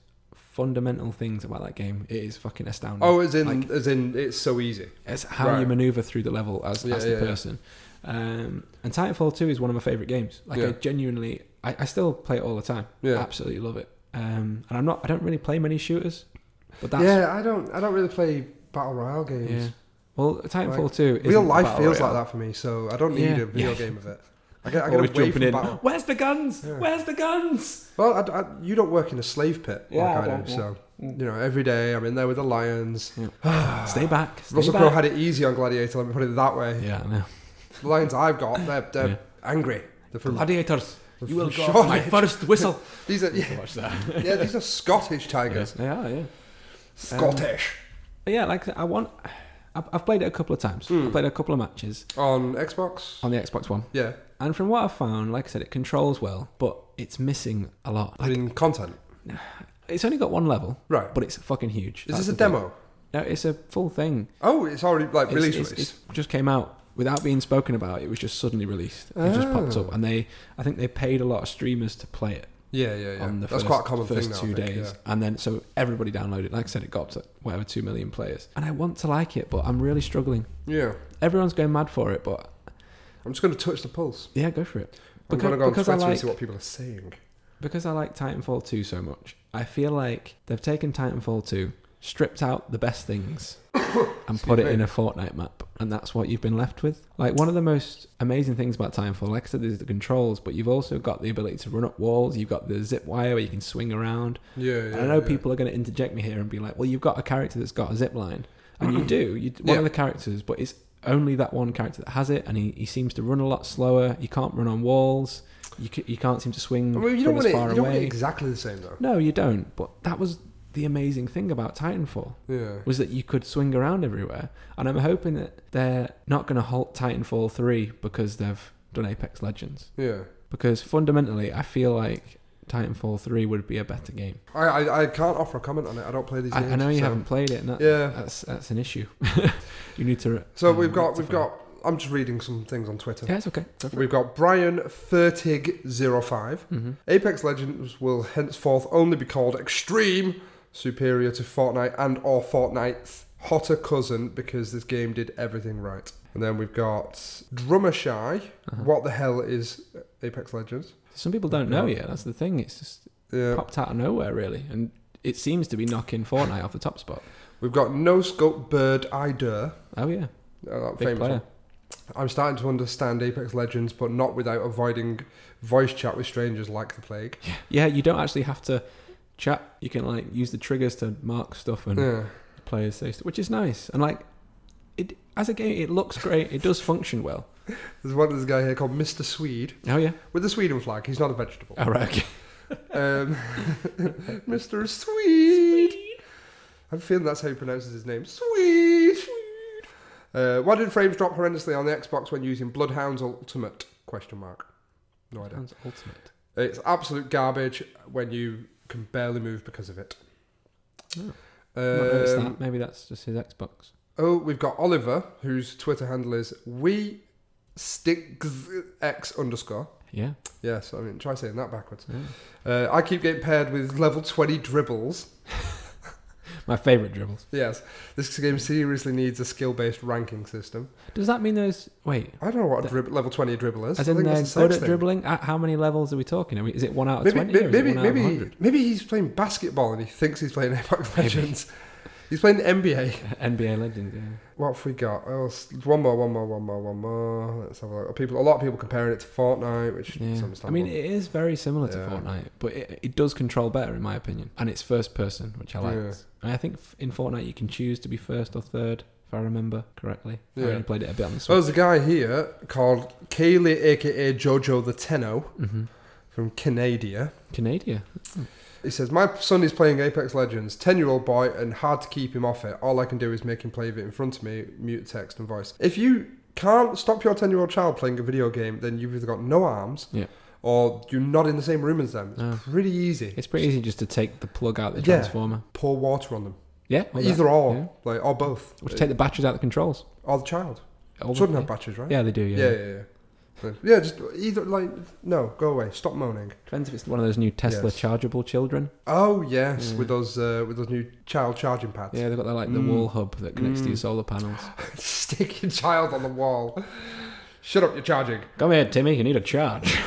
[SPEAKER 1] fundamental things about that game. It is fucking astounding.
[SPEAKER 3] Oh, as in,
[SPEAKER 1] Like-
[SPEAKER 3] as in, it's so easy.
[SPEAKER 1] it's how you
[SPEAKER 3] right.
[SPEAKER 1] maneuver through the level as,
[SPEAKER 3] Yeah,
[SPEAKER 1] as the
[SPEAKER 3] yeah, yeah.
[SPEAKER 1] person. Um, and Titanfall 2 is one of my favorite games. Like I
[SPEAKER 3] Yeah.
[SPEAKER 1] genuinely, I, I still play it all the time.
[SPEAKER 3] Yeah.
[SPEAKER 1] absolutely love it. Um, and I'm not, I don't really play many shooters, but that's
[SPEAKER 3] yeah, I don't, I don't really play battle royale games.
[SPEAKER 1] yeah. Well, Titanfall
[SPEAKER 3] Like,
[SPEAKER 1] 2 is
[SPEAKER 3] Real life feels like that for me, so I don't need
[SPEAKER 1] Yeah.
[SPEAKER 3] a video
[SPEAKER 1] Yeah.
[SPEAKER 3] game of it. I get, I get away from battle.
[SPEAKER 1] Where's the guns?
[SPEAKER 3] Yeah.
[SPEAKER 1] Where's the guns?
[SPEAKER 3] Well, I d I you don't work in a slave pit
[SPEAKER 1] Yeah, I
[SPEAKER 3] like I,
[SPEAKER 1] don't,
[SPEAKER 3] do,
[SPEAKER 1] yeah. Mm.
[SPEAKER 3] so you know every day I'm in there with the lions.
[SPEAKER 1] Ah. Stay back. Stay
[SPEAKER 3] Russell
[SPEAKER 1] back.
[SPEAKER 3] Crowe had it easy on Gladiator. Let me put it that way.
[SPEAKER 1] yeah, I know.
[SPEAKER 3] The lions I've got, they're, they're
[SPEAKER 1] Yeah.
[SPEAKER 3] angry. They're from
[SPEAKER 1] Gladiators,
[SPEAKER 3] From
[SPEAKER 1] you will go
[SPEAKER 3] Shoreditch.
[SPEAKER 1] off my first whistle.
[SPEAKER 3] these are yeah,
[SPEAKER 1] Watch that.
[SPEAKER 3] yeah, these are Scottish tigers.
[SPEAKER 1] They are, yeah.
[SPEAKER 3] Scottish
[SPEAKER 1] But yeah, like I said, I want. I've I've played it a couple of times.
[SPEAKER 3] Hmm.
[SPEAKER 1] I played a couple of matches
[SPEAKER 3] on Xbox.
[SPEAKER 1] on the Xbox One,
[SPEAKER 3] Yeah,
[SPEAKER 1] and from what I've found, like I said, it controls well, but it's missing a lot. Like,
[SPEAKER 3] in content.
[SPEAKER 1] it's only got one level,
[SPEAKER 3] Right.
[SPEAKER 1] But it's fucking huge.
[SPEAKER 3] Is
[SPEAKER 1] That's
[SPEAKER 3] this a
[SPEAKER 1] the thing.
[SPEAKER 3] demo?
[SPEAKER 1] No, it's a full thing.
[SPEAKER 3] Oh, it's already like
[SPEAKER 1] It's-
[SPEAKER 3] release
[SPEAKER 1] it's-
[SPEAKER 3] release.
[SPEAKER 1] it's just came out without being spoken about. It was just suddenly released. It just popped
[SPEAKER 3] Oh.
[SPEAKER 1] up, and they, I think they paid a lot of streamers to play it.
[SPEAKER 3] yeah, yeah, yeah.
[SPEAKER 1] on the
[SPEAKER 3] That's
[SPEAKER 1] first,
[SPEAKER 3] quite a common
[SPEAKER 1] first
[SPEAKER 3] thing now.
[SPEAKER 1] two
[SPEAKER 3] I think,
[SPEAKER 1] days.
[SPEAKER 3] yeah.
[SPEAKER 1] And then so everybody downloaded. it. Like I said, it got up to whatever two million players. And I want to like it, but I'm really struggling.
[SPEAKER 3] Yeah.
[SPEAKER 1] Everyone's going mad for it, but
[SPEAKER 3] I'm just going to touch the pulse.
[SPEAKER 1] yeah, go for it.
[SPEAKER 3] I'm going to go on Twitter
[SPEAKER 1] I
[SPEAKER 3] and
[SPEAKER 1] like
[SPEAKER 3] see what people are saying.
[SPEAKER 1] because I like Titanfall two so much. I feel like they've taken Titanfall two, stripped out the best things, and put it
[SPEAKER 3] me.
[SPEAKER 1] in a Fortnite map, and that's what you've been left with. Like one of the most amazing things about Titanfall, like I said, is the controls, but you've also got the ability to run up walls. You've got the zip wire where you can swing around.
[SPEAKER 3] Yeah,
[SPEAKER 1] And
[SPEAKER 3] yeah.
[SPEAKER 1] I know
[SPEAKER 3] yeah.
[SPEAKER 1] people are going to interject me here and be like, "Well, you've got a character that's got a zip line, and you do. You, one
[SPEAKER 3] Yeah.
[SPEAKER 1] of the characters, but it's only that one character that has it, and he, he seems to run a lot slower. You can't run on walls. You ca- you can't seem to swing
[SPEAKER 3] I mean, you
[SPEAKER 1] from
[SPEAKER 3] don't
[SPEAKER 1] as
[SPEAKER 3] want it.
[SPEAKER 1] far
[SPEAKER 3] You don't want it
[SPEAKER 1] away.
[SPEAKER 3] exactly the same though.
[SPEAKER 1] no, you don't. But that was the amazing thing about Titanfall
[SPEAKER 3] Yeah.
[SPEAKER 1] was that you could swing around everywhere. And I'm hoping that they're not going to halt Titanfall three because they've done Apex Legends.
[SPEAKER 3] Yeah.
[SPEAKER 1] Because fundamentally, I feel like Titanfall three would be a better game.
[SPEAKER 3] I, I I can't offer a comment on it. I don't play these
[SPEAKER 1] I,
[SPEAKER 3] games.
[SPEAKER 1] I know you
[SPEAKER 3] so-
[SPEAKER 1] haven't played it, and that,
[SPEAKER 3] Yeah.
[SPEAKER 1] that's that's an issue. you need to.
[SPEAKER 3] So
[SPEAKER 1] um,
[SPEAKER 3] we've got we've
[SPEAKER 1] rectify.
[SPEAKER 3] got. I'm just reading some things on Twitter.
[SPEAKER 1] Yeah, it's okay.
[SPEAKER 3] We've got Brian Fertig05.
[SPEAKER 1] Mm-hmm.
[SPEAKER 3] Apex Legends will henceforth only be called Extreme, superior to Fortnite and or Fortnite's hotter cousin because this game did everything right. And then we've got Drummer Shy.
[SPEAKER 1] Uh-huh.
[SPEAKER 3] What the hell is Apex Legends?
[SPEAKER 1] Some people don't know yet. That's the thing. It's just
[SPEAKER 3] Yeah.
[SPEAKER 1] popped out of nowhere, really, and it seems to be knocking Fortnite off the top spot.
[SPEAKER 3] We've got No Scope Bird Ider.
[SPEAKER 1] Oh yeah,
[SPEAKER 3] Uh,
[SPEAKER 1] big
[SPEAKER 3] famous
[SPEAKER 1] player.
[SPEAKER 3] one. I'm starting to understand Apex Legends, but not without avoiding voice chat with strangers like the plague.
[SPEAKER 1] Yeah, you don't actually have to chat. You can like use the triggers to mark stuff and
[SPEAKER 3] Yeah.
[SPEAKER 1] players say stuff, which is nice. And like, it as a game, it looks great. It does function well.
[SPEAKER 3] There's one this guy here called Mr. Swede
[SPEAKER 1] Oh yeah.
[SPEAKER 3] with the Sweden flag. He's not a vegetable.
[SPEAKER 1] All right. Okay.
[SPEAKER 3] Um, Mr. Swede. I'm feeling that's how he pronounces his name. Swede. Uh, why did frames drop horrendously on the Xbox when using Bloodhounds Ultimate? Question mark. No idea.
[SPEAKER 1] Sounds ultimate.
[SPEAKER 3] It's absolute garbage when you can barely move because of it.
[SPEAKER 1] Oh. Not noticed
[SPEAKER 3] Um,
[SPEAKER 1] that. Maybe that's just his Xbox.
[SPEAKER 3] oh, we've got Oliver, whose Twitter handle is we sticks x underscore.
[SPEAKER 1] Yeah.
[SPEAKER 3] Yes, I mean try saying that backwards.
[SPEAKER 1] yeah.
[SPEAKER 3] Uh, I keep getting paired with level twenty dribbles.
[SPEAKER 1] My favorite dribbles.
[SPEAKER 3] Yes, this game seriously needs a skill-based ranking system.
[SPEAKER 1] Does that mean there's wait?
[SPEAKER 3] I don't know what a
[SPEAKER 1] The-
[SPEAKER 3] drib- level twenty dribble is.
[SPEAKER 1] As
[SPEAKER 3] I
[SPEAKER 1] in
[SPEAKER 3] think
[SPEAKER 1] they're
[SPEAKER 3] it's the
[SPEAKER 1] good at
[SPEAKER 3] sex thing.
[SPEAKER 1] dribbling. At how many levels are we talking? I mean, is it one out of
[SPEAKER 3] Maybe,
[SPEAKER 1] twenty?
[SPEAKER 3] maybe,
[SPEAKER 1] or is it
[SPEAKER 3] maybe,
[SPEAKER 1] one out of
[SPEAKER 3] maybe,
[SPEAKER 1] 100?
[SPEAKER 3] maybe he's playing basketball and he thinks he's playing Apex Legends. He's playing the NBA.
[SPEAKER 1] NBA legend. Yeah.
[SPEAKER 3] What have we got? Oh, s- one more, one more, one more, one more. Let's have a look. People, a lot of people comparing it to Fortnite, which is
[SPEAKER 1] yeah. I
[SPEAKER 3] understandable.
[SPEAKER 1] mean, it is very similar to
[SPEAKER 3] Yeah.
[SPEAKER 1] Fortnite, but it, it does control better, in my opinion. And it's first person, which I like.
[SPEAKER 3] Yeah.
[SPEAKER 1] And I think f- in Fortnite you can choose to be first or third, if I remember correctly. I
[SPEAKER 3] Yeah.
[SPEAKER 1] only played it a bit on the
[SPEAKER 3] so
[SPEAKER 1] Switch.
[SPEAKER 3] there's a guy here called Kaylee, aka Jojo the Tenno,
[SPEAKER 1] hmm
[SPEAKER 3] from Canada.
[SPEAKER 1] Canada.
[SPEAKER 3] He says, My son is playing Apex Legends, 10 year old boy, and hard to keep him off it. All I can do is make him play it in front of me, mute text and voice. If you can't stop your 10 year old child playing a video game, then you've either got no arms
[SPEAKER 1] Yeah.
[SPEAKER 3] or you're not in the same room as them. It's
[SPEAKER 1] No.
[SPEAKER 3] pretty easy.
[SPEAKER 1] It's pretty easy just to take the plug out of the
[SPEAKER 3] Yeah.
[SPEAKER 1] transformer.
[SPEAKER 3] Pour water on them.
[SPEAKER 1] Yeah. or that.
[SPEAKER 3] either or,
[SPEAKER 1] Yeah.
[SPEAKER 3] like, or both.
[SPEAKER 1] Or just take the batteries out of the controls.
[SPEAKER 3] or the child.
[SPEAKER 1] All the-
[SPEAKER 3] Shouldn't have batteries, right?
[SPEAKER 1] Yeah, they do.
[SPEAKER 3] Yeah, yeah, yeah. Yeah, Yeah, just either, like, no, go away. Stop moaning.
[SPEAKER 1] Depends if it's one of those new Tesla
[SPEAKER 3] Yes.
[SPEAKER 1] chargeable children.
[SPEAKER 3] Oh, yes,
[SPEAKER 1] Yeah.
[SPEAKER 3] with those uh, with those new child charging pads.
[SPEAKER 1] Yeah, they've got that, like the
[SPEAKER 3] Mm.
[SPEAKER 1] wall hub that connects to your
[SPEAKER 3] Mm.
[SPEAKER 1] solar panels.
[SPEAKER 3] Stick your child on the wall. Shut up, you're charging.
[SPEAKER 1] Come here, Timmy. You need a charge.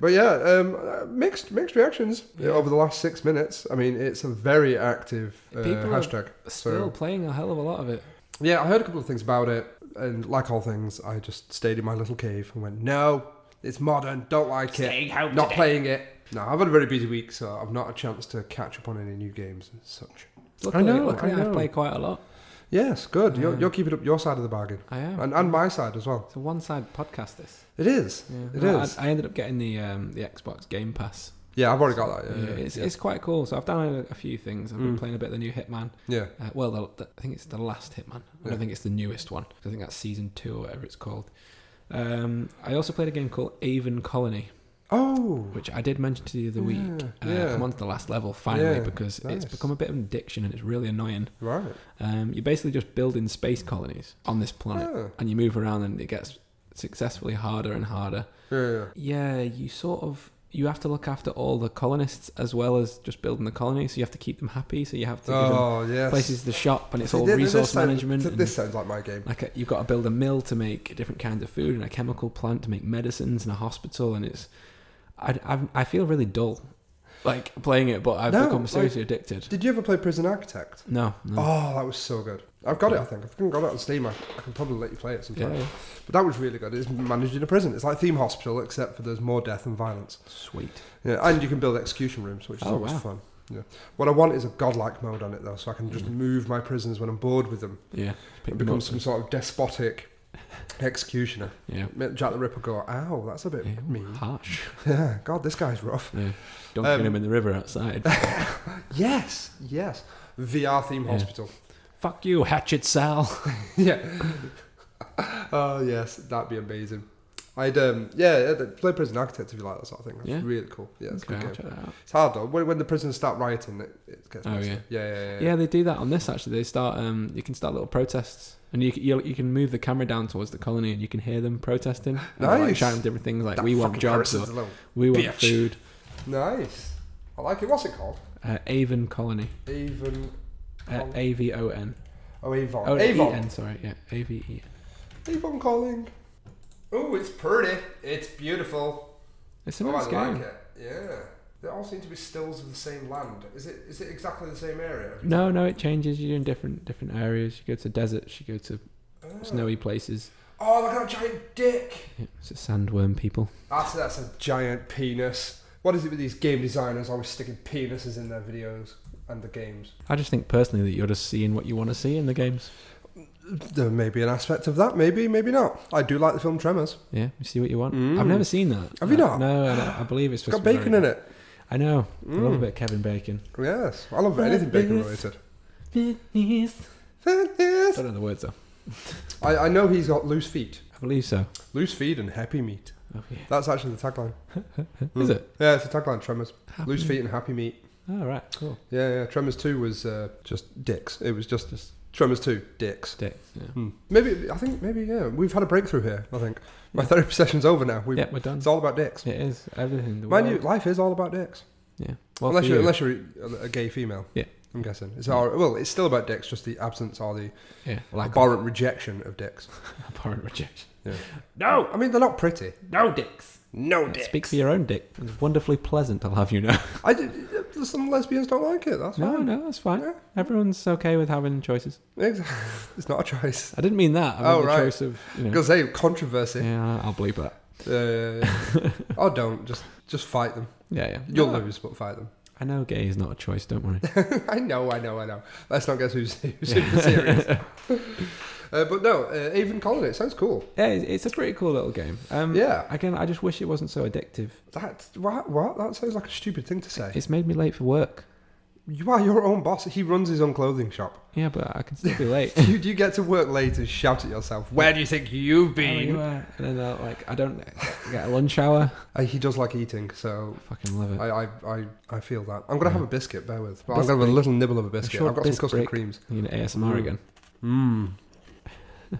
[SPEAKER 3] But yeah, um, uh, mixed mixed reactions
[SPEAKER 1] Yeah.
[SPEAKER 3] over the last six minutes. I mean, it's a very active uh,
[SPEAKER 1] People are
[SPEAKER 3] hashtag.
[SPEAKER 1] Still
[SPEAKER 3] So
[SPEAKER 1] playing a hell of a lot of it.
[SPEAKER 3] yeah, I heard a couple of things about it, and like all things, I just stayed in my little cave and went, no, it's modern, don't like it,
[SPEAKER 2] Staying home
[SPEAKER 3] not
[SPEAKER 2] today.
[SPEAKER 3] playing it. No, I've had a very busy week, so I've not had a chance to catch up on any new games and such.
[SPEAKER 1] Luckily,
[SPEAKER 3] know,
[SPEAKER 1] luckily
[SPEAKER 3] I
[SPEAKER 1] I,
[SPEAKER 3] know.
[SPEAKER 1] play quite a lot.
[SPEAKER 3] Yes, good. You're,
[SPEAKER 1] Yeah.
[SPEAKER 3] you're keeping up your side of the bargain,
[SPEAKER 1] I am.
[SPEAKER 3] and, and my side as well.
[SPEAKER 1] it's a one-side podcast. This.
[SPEAKER 3] It is.
[SPEAKER 1] Yeah.
[SPEAKER 3] It
[SPEAKER 1] No,
[SPEAKER 3] is.
[SPEAKER 1] I, I ended up getting the um, the Xbox Game Pass.
[SPEAKER 3] Yeah, I've already got that.
[SPEAKER 1] Yeah,
[SPEAKER 3] Yeah, yeah,
[SPEAKER 1] it's,
[SPEAKER 3] yeah.
[SPEAKER 1] it's quite cool. So I've downloaded a few things. I've been
[SPEAKER 3] Mm.
[SPEAKER 1] playing a bit of the new Hitman.
[SPEAKER 3] yeah.
[SPEAKER 1] Uh, well, the, the, I think it's the last Hitman. I
[SPEAKER 3] Yeah.
[SPEAKER 1] don't think it's the newest one. I think that's season two or whatever it's called. Um, I also played a game called Avon Colony,
[SPEAKER 3] Oh,
[SPEAKER 1] which I did mention to you the other week.
[SPEAKER 3] Yeah,
[SPEAKER 1] Uh,
[SPEAKER 3] Hmm, yeah.
[SPEAKER 1] I'm on to the last level finally
[SPEAKER 3] Yeah,
[SPEAKER 1] because
[SPEAKER 3] nice.
[SPEAKER 1] it's become a bit of an addiction and it's really annoying.
[SPEAKER 3] right.
[SPEAKER 1] Um, you're basically just building space colonies on this planet
[SPEAKER 3] Yeah.
[SPEAKER 1] and you move around and it gets successfully harder and harder.
[SPEAKER 3] Ah, Yeah, yeah.
[SPEAKER 1] Yeah, you sort of you have to look after all the colonists as well as just building the colony, so you have to keep them happy. So you have to give them
[SPEAKER 3] Oh, yes.
[SPEAKER 1] places to shop, and it's
[SPEAKER 3] See,
[SPEAKER 1] all
[SPEAKER 3] thi- thi-
[SPEAKER 1] resource
[SPEAKER 3] sound-
[SPEAKER 1] management.
[SPEAKER 3] thi-
[SPEAKER 1] and-
[SPEAKER 3] this sounds like my game.
[SPEAKER 1] like a, you've got to build a mill to make different kinds of food and a chemical plant to make medicines and a hospital and it's I, I, I feel really dull like playing it but I've
[SPEAKER 3] No,
[SPEAKER 1] become
[SPEAKER 3] like-
[SPEAKER 1] seriously addicted
[SPEAKER 3] Did you ever play Prison Architect?
[SPEAKER 1] no, no.
[SPEAKER 3] Oh, that was so good. I've got it, I think. I've got it on Steam. I, I can probably let you play it
[SPEAKER 1] yeah,
[SPEAKER 3] sometime.
[SPEAKER 1] yeah.
[SPEAKER 3] But that was really good. It's managed in a prison. It's like Theme Hospital, except for there's more death and violence.
[SPEAKER 1] sweet
[SPEAKER 3] Yeah, and you can build execution rooms, which is
[SPEAKER 1] Oh,
[SPEAKER 3] always
[SPEAKER 1] wow.
[SPEAKER 3] fun. Yeah. What I want is a godlike mode on it, though, so I can just move my prisoners when I'm bored with them
[SPEAKER 1] yeah Mm. Pick
[SPEAKER 3] and
[SPEAKER 1] them
[SPEAKER 3] become
[SPEAKER 1] up.
[SPEAKER 3] some sort of despotic executioner.
[SPEAKER 1] yeah
[SPEAKER 3] Make Jack the Ripper go, ow, that's a bit
[SPEAKER 1] Yeah,
[SPEAKER 3] mean.
[SPEAKER 1] harsh
[SPEAKER 3] Yeah, God, this guy's rough.
[SPEAKER 1] yeah. dunking
[SPEAKER 3] Um,
[SPEAKER 1] him in the river outside
[SPEAKER 3] Yes, yes. VR theme
[SPEAKER 1] Yeah.
[SPEAKER 3] hospital.
[SPEAKER 1] fuck you hatchet Sal
[SPEAKER 3] yeah. oh yes, that'd be amazing. I'd um yeah, yeah play prison architect if you like that sort of thing. That's
[SPEAKER 1] Yeah.
[SPEAKER 3] really cool. Yeah, it's a
[SPEAKER 1] Okay,
[SPEAKER 3] good
[SPEAKER 1] I'll
[SPEAKER 3] game.
[SPEAKER 1] check that out.
[SPEAKER 3] It's hard though. When, when the prisoners start rioting, it, it gets.
[SPEAKER 1] Oh,
[SPEAKER 3] messy.
[SPEAKER 1] yeah.
[SPEAKER 3] yeah, yeah, yeah.
[SPEAKER 1] yeah they do that on this actually they start um, you can start little protests and you, c- you, you can move the camera down towards the colony and you can hear them protesting and they're, like
[SPEAKER 3] Nice.
[SPEAKER 1] shouting different things like
[SPEAKER 3] That
[SPEAKER 1] we want
[SPEAKER 3] fucking
[SPEAKER 1] jobs or
[SPEAKER 3] Harrison's alone.
[SPEAKER 1] we want
[SPEAKER 3] bitch."
[SPEAKER 1] food
[SPEAKER 3] Nice. I like it. What's it called?
[SPEAKER 1] Uh, Avon Colony.
[SPEAKER 3] Avon.
[SPEAKER 1] Uh,
[SPEAKER 3] Col-
[SPEAKER 1] A V O N.
[SPEAKER 3] oh, Avon.
[SPEAKER 1] Oh,
[SPEAKER 3] Avon.
[SPEAKER 1] E-N, sorry. Yeah, A V E N.
[SPEAKER 3] Avon calling. Oh, it's pretty. It's beautiful.
[SPEAKER 1] It's a
[SPEAKER 3] oh,
[SPEAKER 1] nice
[SPEAKER 3] I
[SPEAKER 1] game.
[SPEAKER 3] like it. Yeah. They all seem to be stills of the same land. Is it is it exactly the same area?
[SPEAKER 1] No, no, it changes. You're in different different areas. You go to deserts. You go to
[SPEAKER 3] Oh.
[SPEAKER 1] snowy places.
[SPEAKER 3] Oh, look at that giant dick.
[SPEAKER 1] Yeah, it's a sandworm people.
[SPEAKER 3] That's that's a giant penis. What is it with these game designers always sticking penises in their videos and the games?
[SPEAKER 1] I just think personally that you're just seeing what you want to see in the games.
[SPEAKER 3] There may be an aspect of that. Maybe, maybe not. I do like the film Tremors.
[SPEAKER 1] Yeah, you see what you want.
[SPEAKER 3] Mm.
[SPEAKER 1] I've never seen that.
[SPEAKER 3] Have you
[SPEAKER 1] Uh,
[SPEAKER 3] not?
[SPEAKER 1] No, I, I believe it's
[SPEAKER 3] It's got
[SPEAKER 1] supposed to be
[SPEAKER 3] bacon
[SPEAKER 1] very
[SPEAKER 3] in it.
[SPEAKER 1] good. I know. I love a
[SPEAKER 3] Mm.
[SPEAKER 1] bit of Kevin Bacon.
[SPEAKER 3] Yes, I love anything bacon related.
[SPEAKER 1] I
[SPEAKER 3] Yes.
[SPEAKER 1] don't know the words though.
[SPEAKER 3] I, I know he's got loose feet,
[SPEAKER 1] I believe so.
[SPEAKER 3] loose feet and happy meat.
[SPEAKER 1] Oh, yeah.
[SPEAKER 3] That's actually the tagline.
[SPEAKER 1] Is
[SPEAKER 3] Mm.
[SPEAKER 1] it?
[SPEAKER 3] Yeah, it's the tagline. Tremors, loose feet and happy meat.
[SPEAKER 1] All right. Cool.
[SPEAKER 3] Yeah, yeah. Tremors Two was uh, just dicks. It was just, just Tremors Two dicks.
[SPEAKER 1] Sticks. Yeah.
[SPEAKER 3] Hmm. Maybe I think maybe yeah. We've had a breakthrough here. I think my therapy session's over now. We,
[SPEAKER 1] yeah, we're done.
[SPEAKER 3] It's all about dicks.
[SPEAKER 1] It is everything. in The
[SPEAKER 3] Mind
[SPEAKER 1] world.
[SPEAKER 3] you, life is all about dicks.
[SPEAKER 1] Yeah. Well,
[SPEAKER 3] unless
[SPEAKER 1] for
[SPEAKER 3] you're
[SPEAKER 1] you.
[SPEAKER 3] unless you're a, a gay female.
[SPEAKER 1] Yeah.
[SPEAKER 3] I'm guessing it's all well. It's still about dicks, just the absence or the
[SPEAKER 1] yeah, lack of
[SPEAKER 3] abhorrent rejection of dicks.
[SPEAKER 1] abhorrent rejection.
[SPEAKER 2] No,
[SPEAKER 3] I mean, they're not pretty.
[SPEAKER 2] no dicks. No dick.
[SPEAKER 1] Speak for your own dick. It's wonderfully pleasant, I'll have you know.
[SPEAKER 3] I did, some lesbians don't like it. That's
[SPEAKER 1] No,
[SPEAKER 3] fine.
[SPEAKER 1] no, that's fine.
[SPEAKER 3] Yeah.
[SPEAKER 1] Everyone's okay with having choices.
[SPEAKER 3] Exactly. It's not a choice.
[SPEAKER 1] I didn't mean that. I mean
[SPEAKER 3] Oh,
[SPEAKER 1] the
[SPEAKER 3] right.
[SPEAKER 1] choice of, you know.
[SPEAKER 3] Because hey, controversy.
[SPEAKER 1] yeah, I'll bleep that.
[SPEAKER 3] Uh, or don't just just fight them.
[SPEAKER 1] Yeah, yeah.
[SPEAKER 3] You'll
[SPEAKER 1] No,
[SPEAKER 3] lose, but fight them.
[SPEAKER 1] I know gay is not a choice, don't worry.
[SPEAKER 3] I know, I know, I know. Let's not guess who's who's super serious. uh, but no, uh, Avon Colony. It sounds cool.
[SPEAKER 1] yeah, it's, it's a pretty cool little game. Um,
[SPEAKER 3] Yeah.
[SPEAKER 1] Again, I just wish it wasn't so addictive.
[SPEAKER 3] That what? What? That sounds like a stupid thing to say.
[SPEAKER 1] It's made me late for work.
[SPEAKER 3] You are your own boss. He runs his own clothing shop.
[SPEAKER 1] Yeah, but I can still be late.
[SPEAKER 3] you, you get to work late and shout at yourself. Where do you think you've
[SPEAKER 1] and
[SPEAKER 3] been?
[SPEAKER 1] then uh, like I don't get a lunch hour.
[SPEAKER 3] Uh, he does like eating, so
[SPEAKER 1] Fucking love it.
[SPEAKER 3] I, I, I, I feel that. I'm gonna have a biscuit. Bear with. Well, I'm
[SPEAKER 1] Biscuit
[SPEAKER 3] gonna have a
[SPEAKER 1] break.
[SPEAKER 3] little nibble of a biscuit.
[SPEAKER 1] short
[SPEAKER 3] I've got some
[SPEAKER 1] bisc
[SPEAKER 3] custard
[SPEAKER 1] break.
[SPEAKER 3] creams.
[SPEAKER 1] You know ASMR
[SPEAKER 3] Mm.
[SPEAKER 1] again.
[SPEAKER 3] Mmm.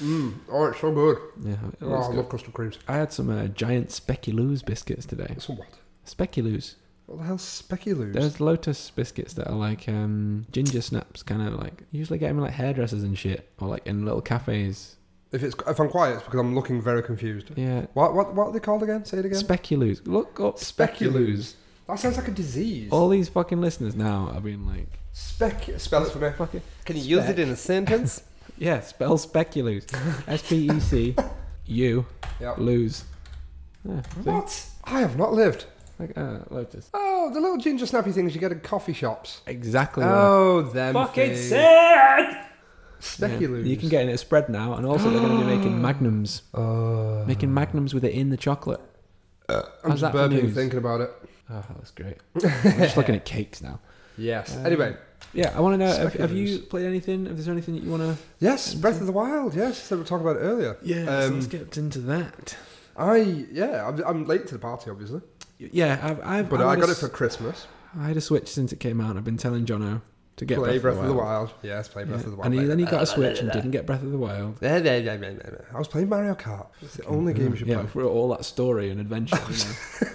[SPEAKER 3] Mmm. Oh, it's so good.
[SPEAKER 1] Yeah, it
[SPEAKER 3] Oh,
[SPEAKER 1] looks
[SPEAKER 3] I
[SPEAKER 1] good.
[SPEAKER 3] love custard creams.
[SPEAKER 1] I had some uh, giant speculoos biscuits today.
[SPEAKER 3] Some what?
[SPEAKER 1] Speculoos.
[SPEAKER 3] What the hell's speculoos?
[SPEAKER 1] There's lotus biscuits that are like um, ginger snaps, kind of like usually get them in like hairdressers and shit, or like in little cafes.
[SPEAKER 3] If it's if I'm quiet, it's because I'm looking very confused.
[SPEAKER 1] Yeah,
[SPEAKER 3] What what what are they called again? Say it again.
[SPEAKER 1] speculoos. Look up speculoos.
[SPEAKER 3] That sounds like a disease.
[SPEAKER 1] All these fucking listeners now are being like,
[SPEAKER 3] Spec. Spell it for me.
[SPEAKER 1] fucking
[SPEAKER 3] Can
[SPEAKER 1] you use it
[SPEAKER 3] in a sentence?
[SPEAKER 1] yeah, spell speculoos. S P E C U
[SPEAKER 3] yeah.
[SPEAKER 1] lose. Yeah, see?
[SPEAKER 3] What? I have not lived.
[SPEAKER 1] Like uh, lotus.
[SPEAKER 3] Oh, the little ginger snappy things you get in coffee shops.
[SPEAKER 1] Exactly.
[SPEAKER 3] Oh, them
[SPEAKER 2] Fucking
[SPEAKER 3] things.
[SPEAKER 2] sad.
[SPEAKER 3] Speculoos.
[SPEAKER 1] You can get in a spread now, and also they're going to be making magnums,
[SPEAKER 3] Uh,
[SPEAKER 1] making magnums with it in the chocolate.
[SPEAKER 3] I'm
[SPEAKER 1] How's
[SPEAKER 3] just
[SPEAKER 1] that for
[SPEAKER 3] burping
[SPEAKER 1] news?
[SPEAKER 3] thinking about it.
[SPEAKER 1] Oh, that looks great. I'm just looking at cakes now.
[SPEAKER 3] Yes.
[SPEAKER 1] Um,
[SPEAKER 3] Uh, anyway,
[SPEAKER 1] Yeah, I want to know. Have, have you
[SPEAKER 3] Speculoos.
[SPEAKER 1] played anything? If there's anything that you want to?
[SPEAKER 3] yes, Breath of the Wild. Yes, so we were talking about it earlier. Um,
[SPEAKER 1] get into that.
[SPEAKER 3] I yeah, I'm, I'm late to the party, obviously,
[SPEAKER 1] Yeah, I've, I've
[SPEAKER 3] but
[SPEAKER 1] I'm
[SPEAKER 3] I
[SPEAKER 1] on
[SPEAKER 3] got
[SPEAKER 1] a
[SPEAKER 3] it for
[SPEAKER 1] s-
[SPEAKER 3] Christmas.
[SPEAKER 1] I had a Switch since it came out. and I've been telling Jono to get
[SPEAKER 3] play Breath,
[SPEAKER 1] Breath,
[SPEAKER 3] of the Wild. Yes, play Breath
[SPEAKER 1] Yeah.
[SPEAKER 3] of the Wild.
[SPEAKER 1] and he,
[SPEAKER 3] later.
[SPEAKER 1] then he got a Switch and didn't get Breath of the Wild.
[SPEAKER 3] Yeah, yeah, yeah, yeah, yeah, yeah. I was playing Mario Kart. It's the only game you should
[SPEAKER 1] yeah,
[SPEAKER 3] play.
[SPEAKER 1] for all that story and adventure. you know.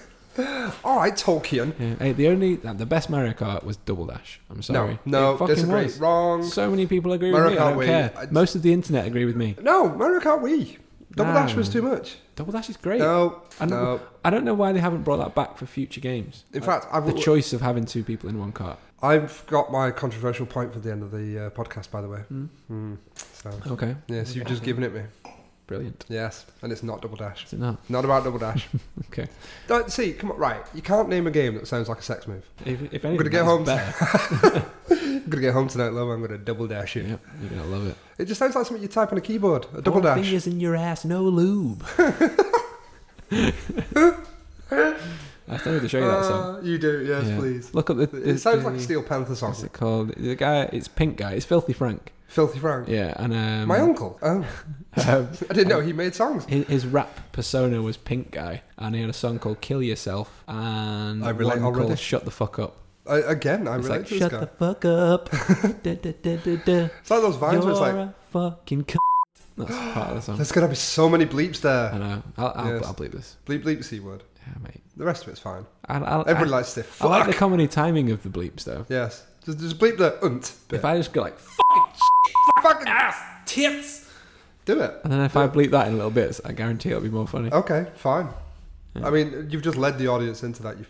[SPEAKER 3] All right, Tolkien.
[SPEAKER 1] Yeah. Hey, the only uh, the best Mario Kart was Double Dash. I'm sorry.
[SPEAKER 3] No,
[SPEAKER 1] It
[SPEAKER 3] no,
[SPEAKER 1] fucking
[SPEAKER 3] disagree.
[SPEAKER 1] was.
[SPEAKER 3] Wrong.
[SPEAKER 1] So many people agree
[SPEAKER 3] Mario
[SPEAKER 1] with me. I
[SPEAKER 3] Kart
[SPEAKER 1] don't
[SPEAKER 3] Wii.
[SPEAKER 1] care.
[SPEAKER 3] I-
[SPEAKER 1] Most of the internet agree with me.
[SPEAKER 3] No, Mario Kart Wii. Double
[SPEAKER 1] No.
[SPEAKER 3] Dash was too much.
[SPEAKER 1] Double Dash is great.
[SPEAKER 3] No,
[SPEAKER 1] Ah. I don't,
[SPEAKER 3] no.
[SPEAKER 1] I don't know why they haven't brought that back for future games.
[SPEAKER 3] In
[SPEAKER 1] Like,
[SPEAKER 3] fact, I've,
[SPEAKER 1] the choice of having two people in one cart.
[SPEAKER 3] I've got my controversial point for the end of the uh, podcast, by the way.
[SPEAKER 1] Hmm?
[SPEAKER 3] Mm. So,
[SPEAKER 1] Okay,
[SPEAKER 3] yes, you've just given it me.
[SPEAKER 1] brilliant.
[SPEAKER 3] Yes, and it's not Double Dash.
[SPEAKER 1] Is it not?
[SPEAKER 3] Not about Double Dash.
[SPEAKER 1] Okay.
[SPEAKER 3] Don't see. Come on, right? You can't name a game that sounds like a sex move.
[SPEAKER 1] If, if anything,
[SPEAKER 3] gonna get
[SPEAKER 1] that is
[SPEAKER 3] home.
[SPEAKER 1] better.
[SPEAKER 3] I'm gonna get home tonight, love. I'm gonna double dash it.
[SPEAKER 1] yeah, you're gonna love it.
[SPEAKER 3] It just sounds like something you type on a keyboard. A double dash.
[SPEAKER 1] Fingers in your ass, no lube. I still need to show you that song.
[SPEAKER 3] Uh, you do, yes,
[SPEAKER 1] Yeah.
[SPEAKER 3] please.
[SPEAKER 1] Look at the.
[SPEAKER 3] It sounds like a
[SPEAKER 1] the-
[SPEAKER 3] Steel Panther song.
[SPEAKER 1] What's it called? The guy, it's Pink Guy. It's Filthy Frank.
[SPEAKER 3] Filthy Frank.
[SPEAKER 1] Yeah, and um,
[SPEAKER 3] My uncle. Oh,
[SPEAKER 1] um,
[SPEAKER 3] I didn't know he made songs.
[SPEAKER 1] his, his rap persona was Pink Guy, and he had a song called "Kill Yourself" and
[SPEAKER 3] I relate
[SPEAKER 1] one
[SPEAKER 3] already.
[SPEAKER 1] called "Shut the Fuck Up."
[SPEAKER 3] I, again, I
[SPEAKER 1] it's
[SPEAKER 3] relate
[SPEAKER 1] like
[SPEAKER 3] to this
[SPEAKER 1] "Shut
[SPEAKER 3] guy.
[SPEAKER 1] the fuck up." Da, da, da, da, da.
[SPEAKER 3] It's like those vines
[SPEAKER 1] You're
[SPEAKER 3] where it's like,
[SPEAKER 1] a fucking c- That's part of the song.
[SPEAKER 3] there's gonna be so many bleeps
[SPEAKER 1] I
[SPEAKER 3] there.
[SPEAKER 1] know. I'll, I'll,
[SPEAKER 3] Yes.
[SPEAKER 1] I'll believe this.
[SPEAKER 3] Bleep, bleep, c word.
[SPEAKER 1] Yeah, mate.
[SPEAKER 3] The rest of it's fine.
[SPEAKER 1] I'll, I'll,
[SPEAKER 3] Everyone
[SPEAKER 1] I,
[SPEAKER 3] likes to.
[SPEAKER 1] I like
[SPEAKER 3] Fuck.
[SPEAKER 1] the comedy timing of the bleeps though.
[SPEAKER 3] Yes. Just, just bleep the unt. Bit.
[SPEAKER 1] If I just go like "F-"
[SPEAKER 3] Fucking
[SPEAKER 2] Ass tips.
[SPEAKER 3] do it.
[SPEAKER 1] and then if I bleep that in little bits, I guarantee it'll be more funny.
[SPEAKER 3] Okay, fine.
[SPEAKER 1] Yeah.
[SPEAKER 3] I mean, you've just led the audience into that. You. F-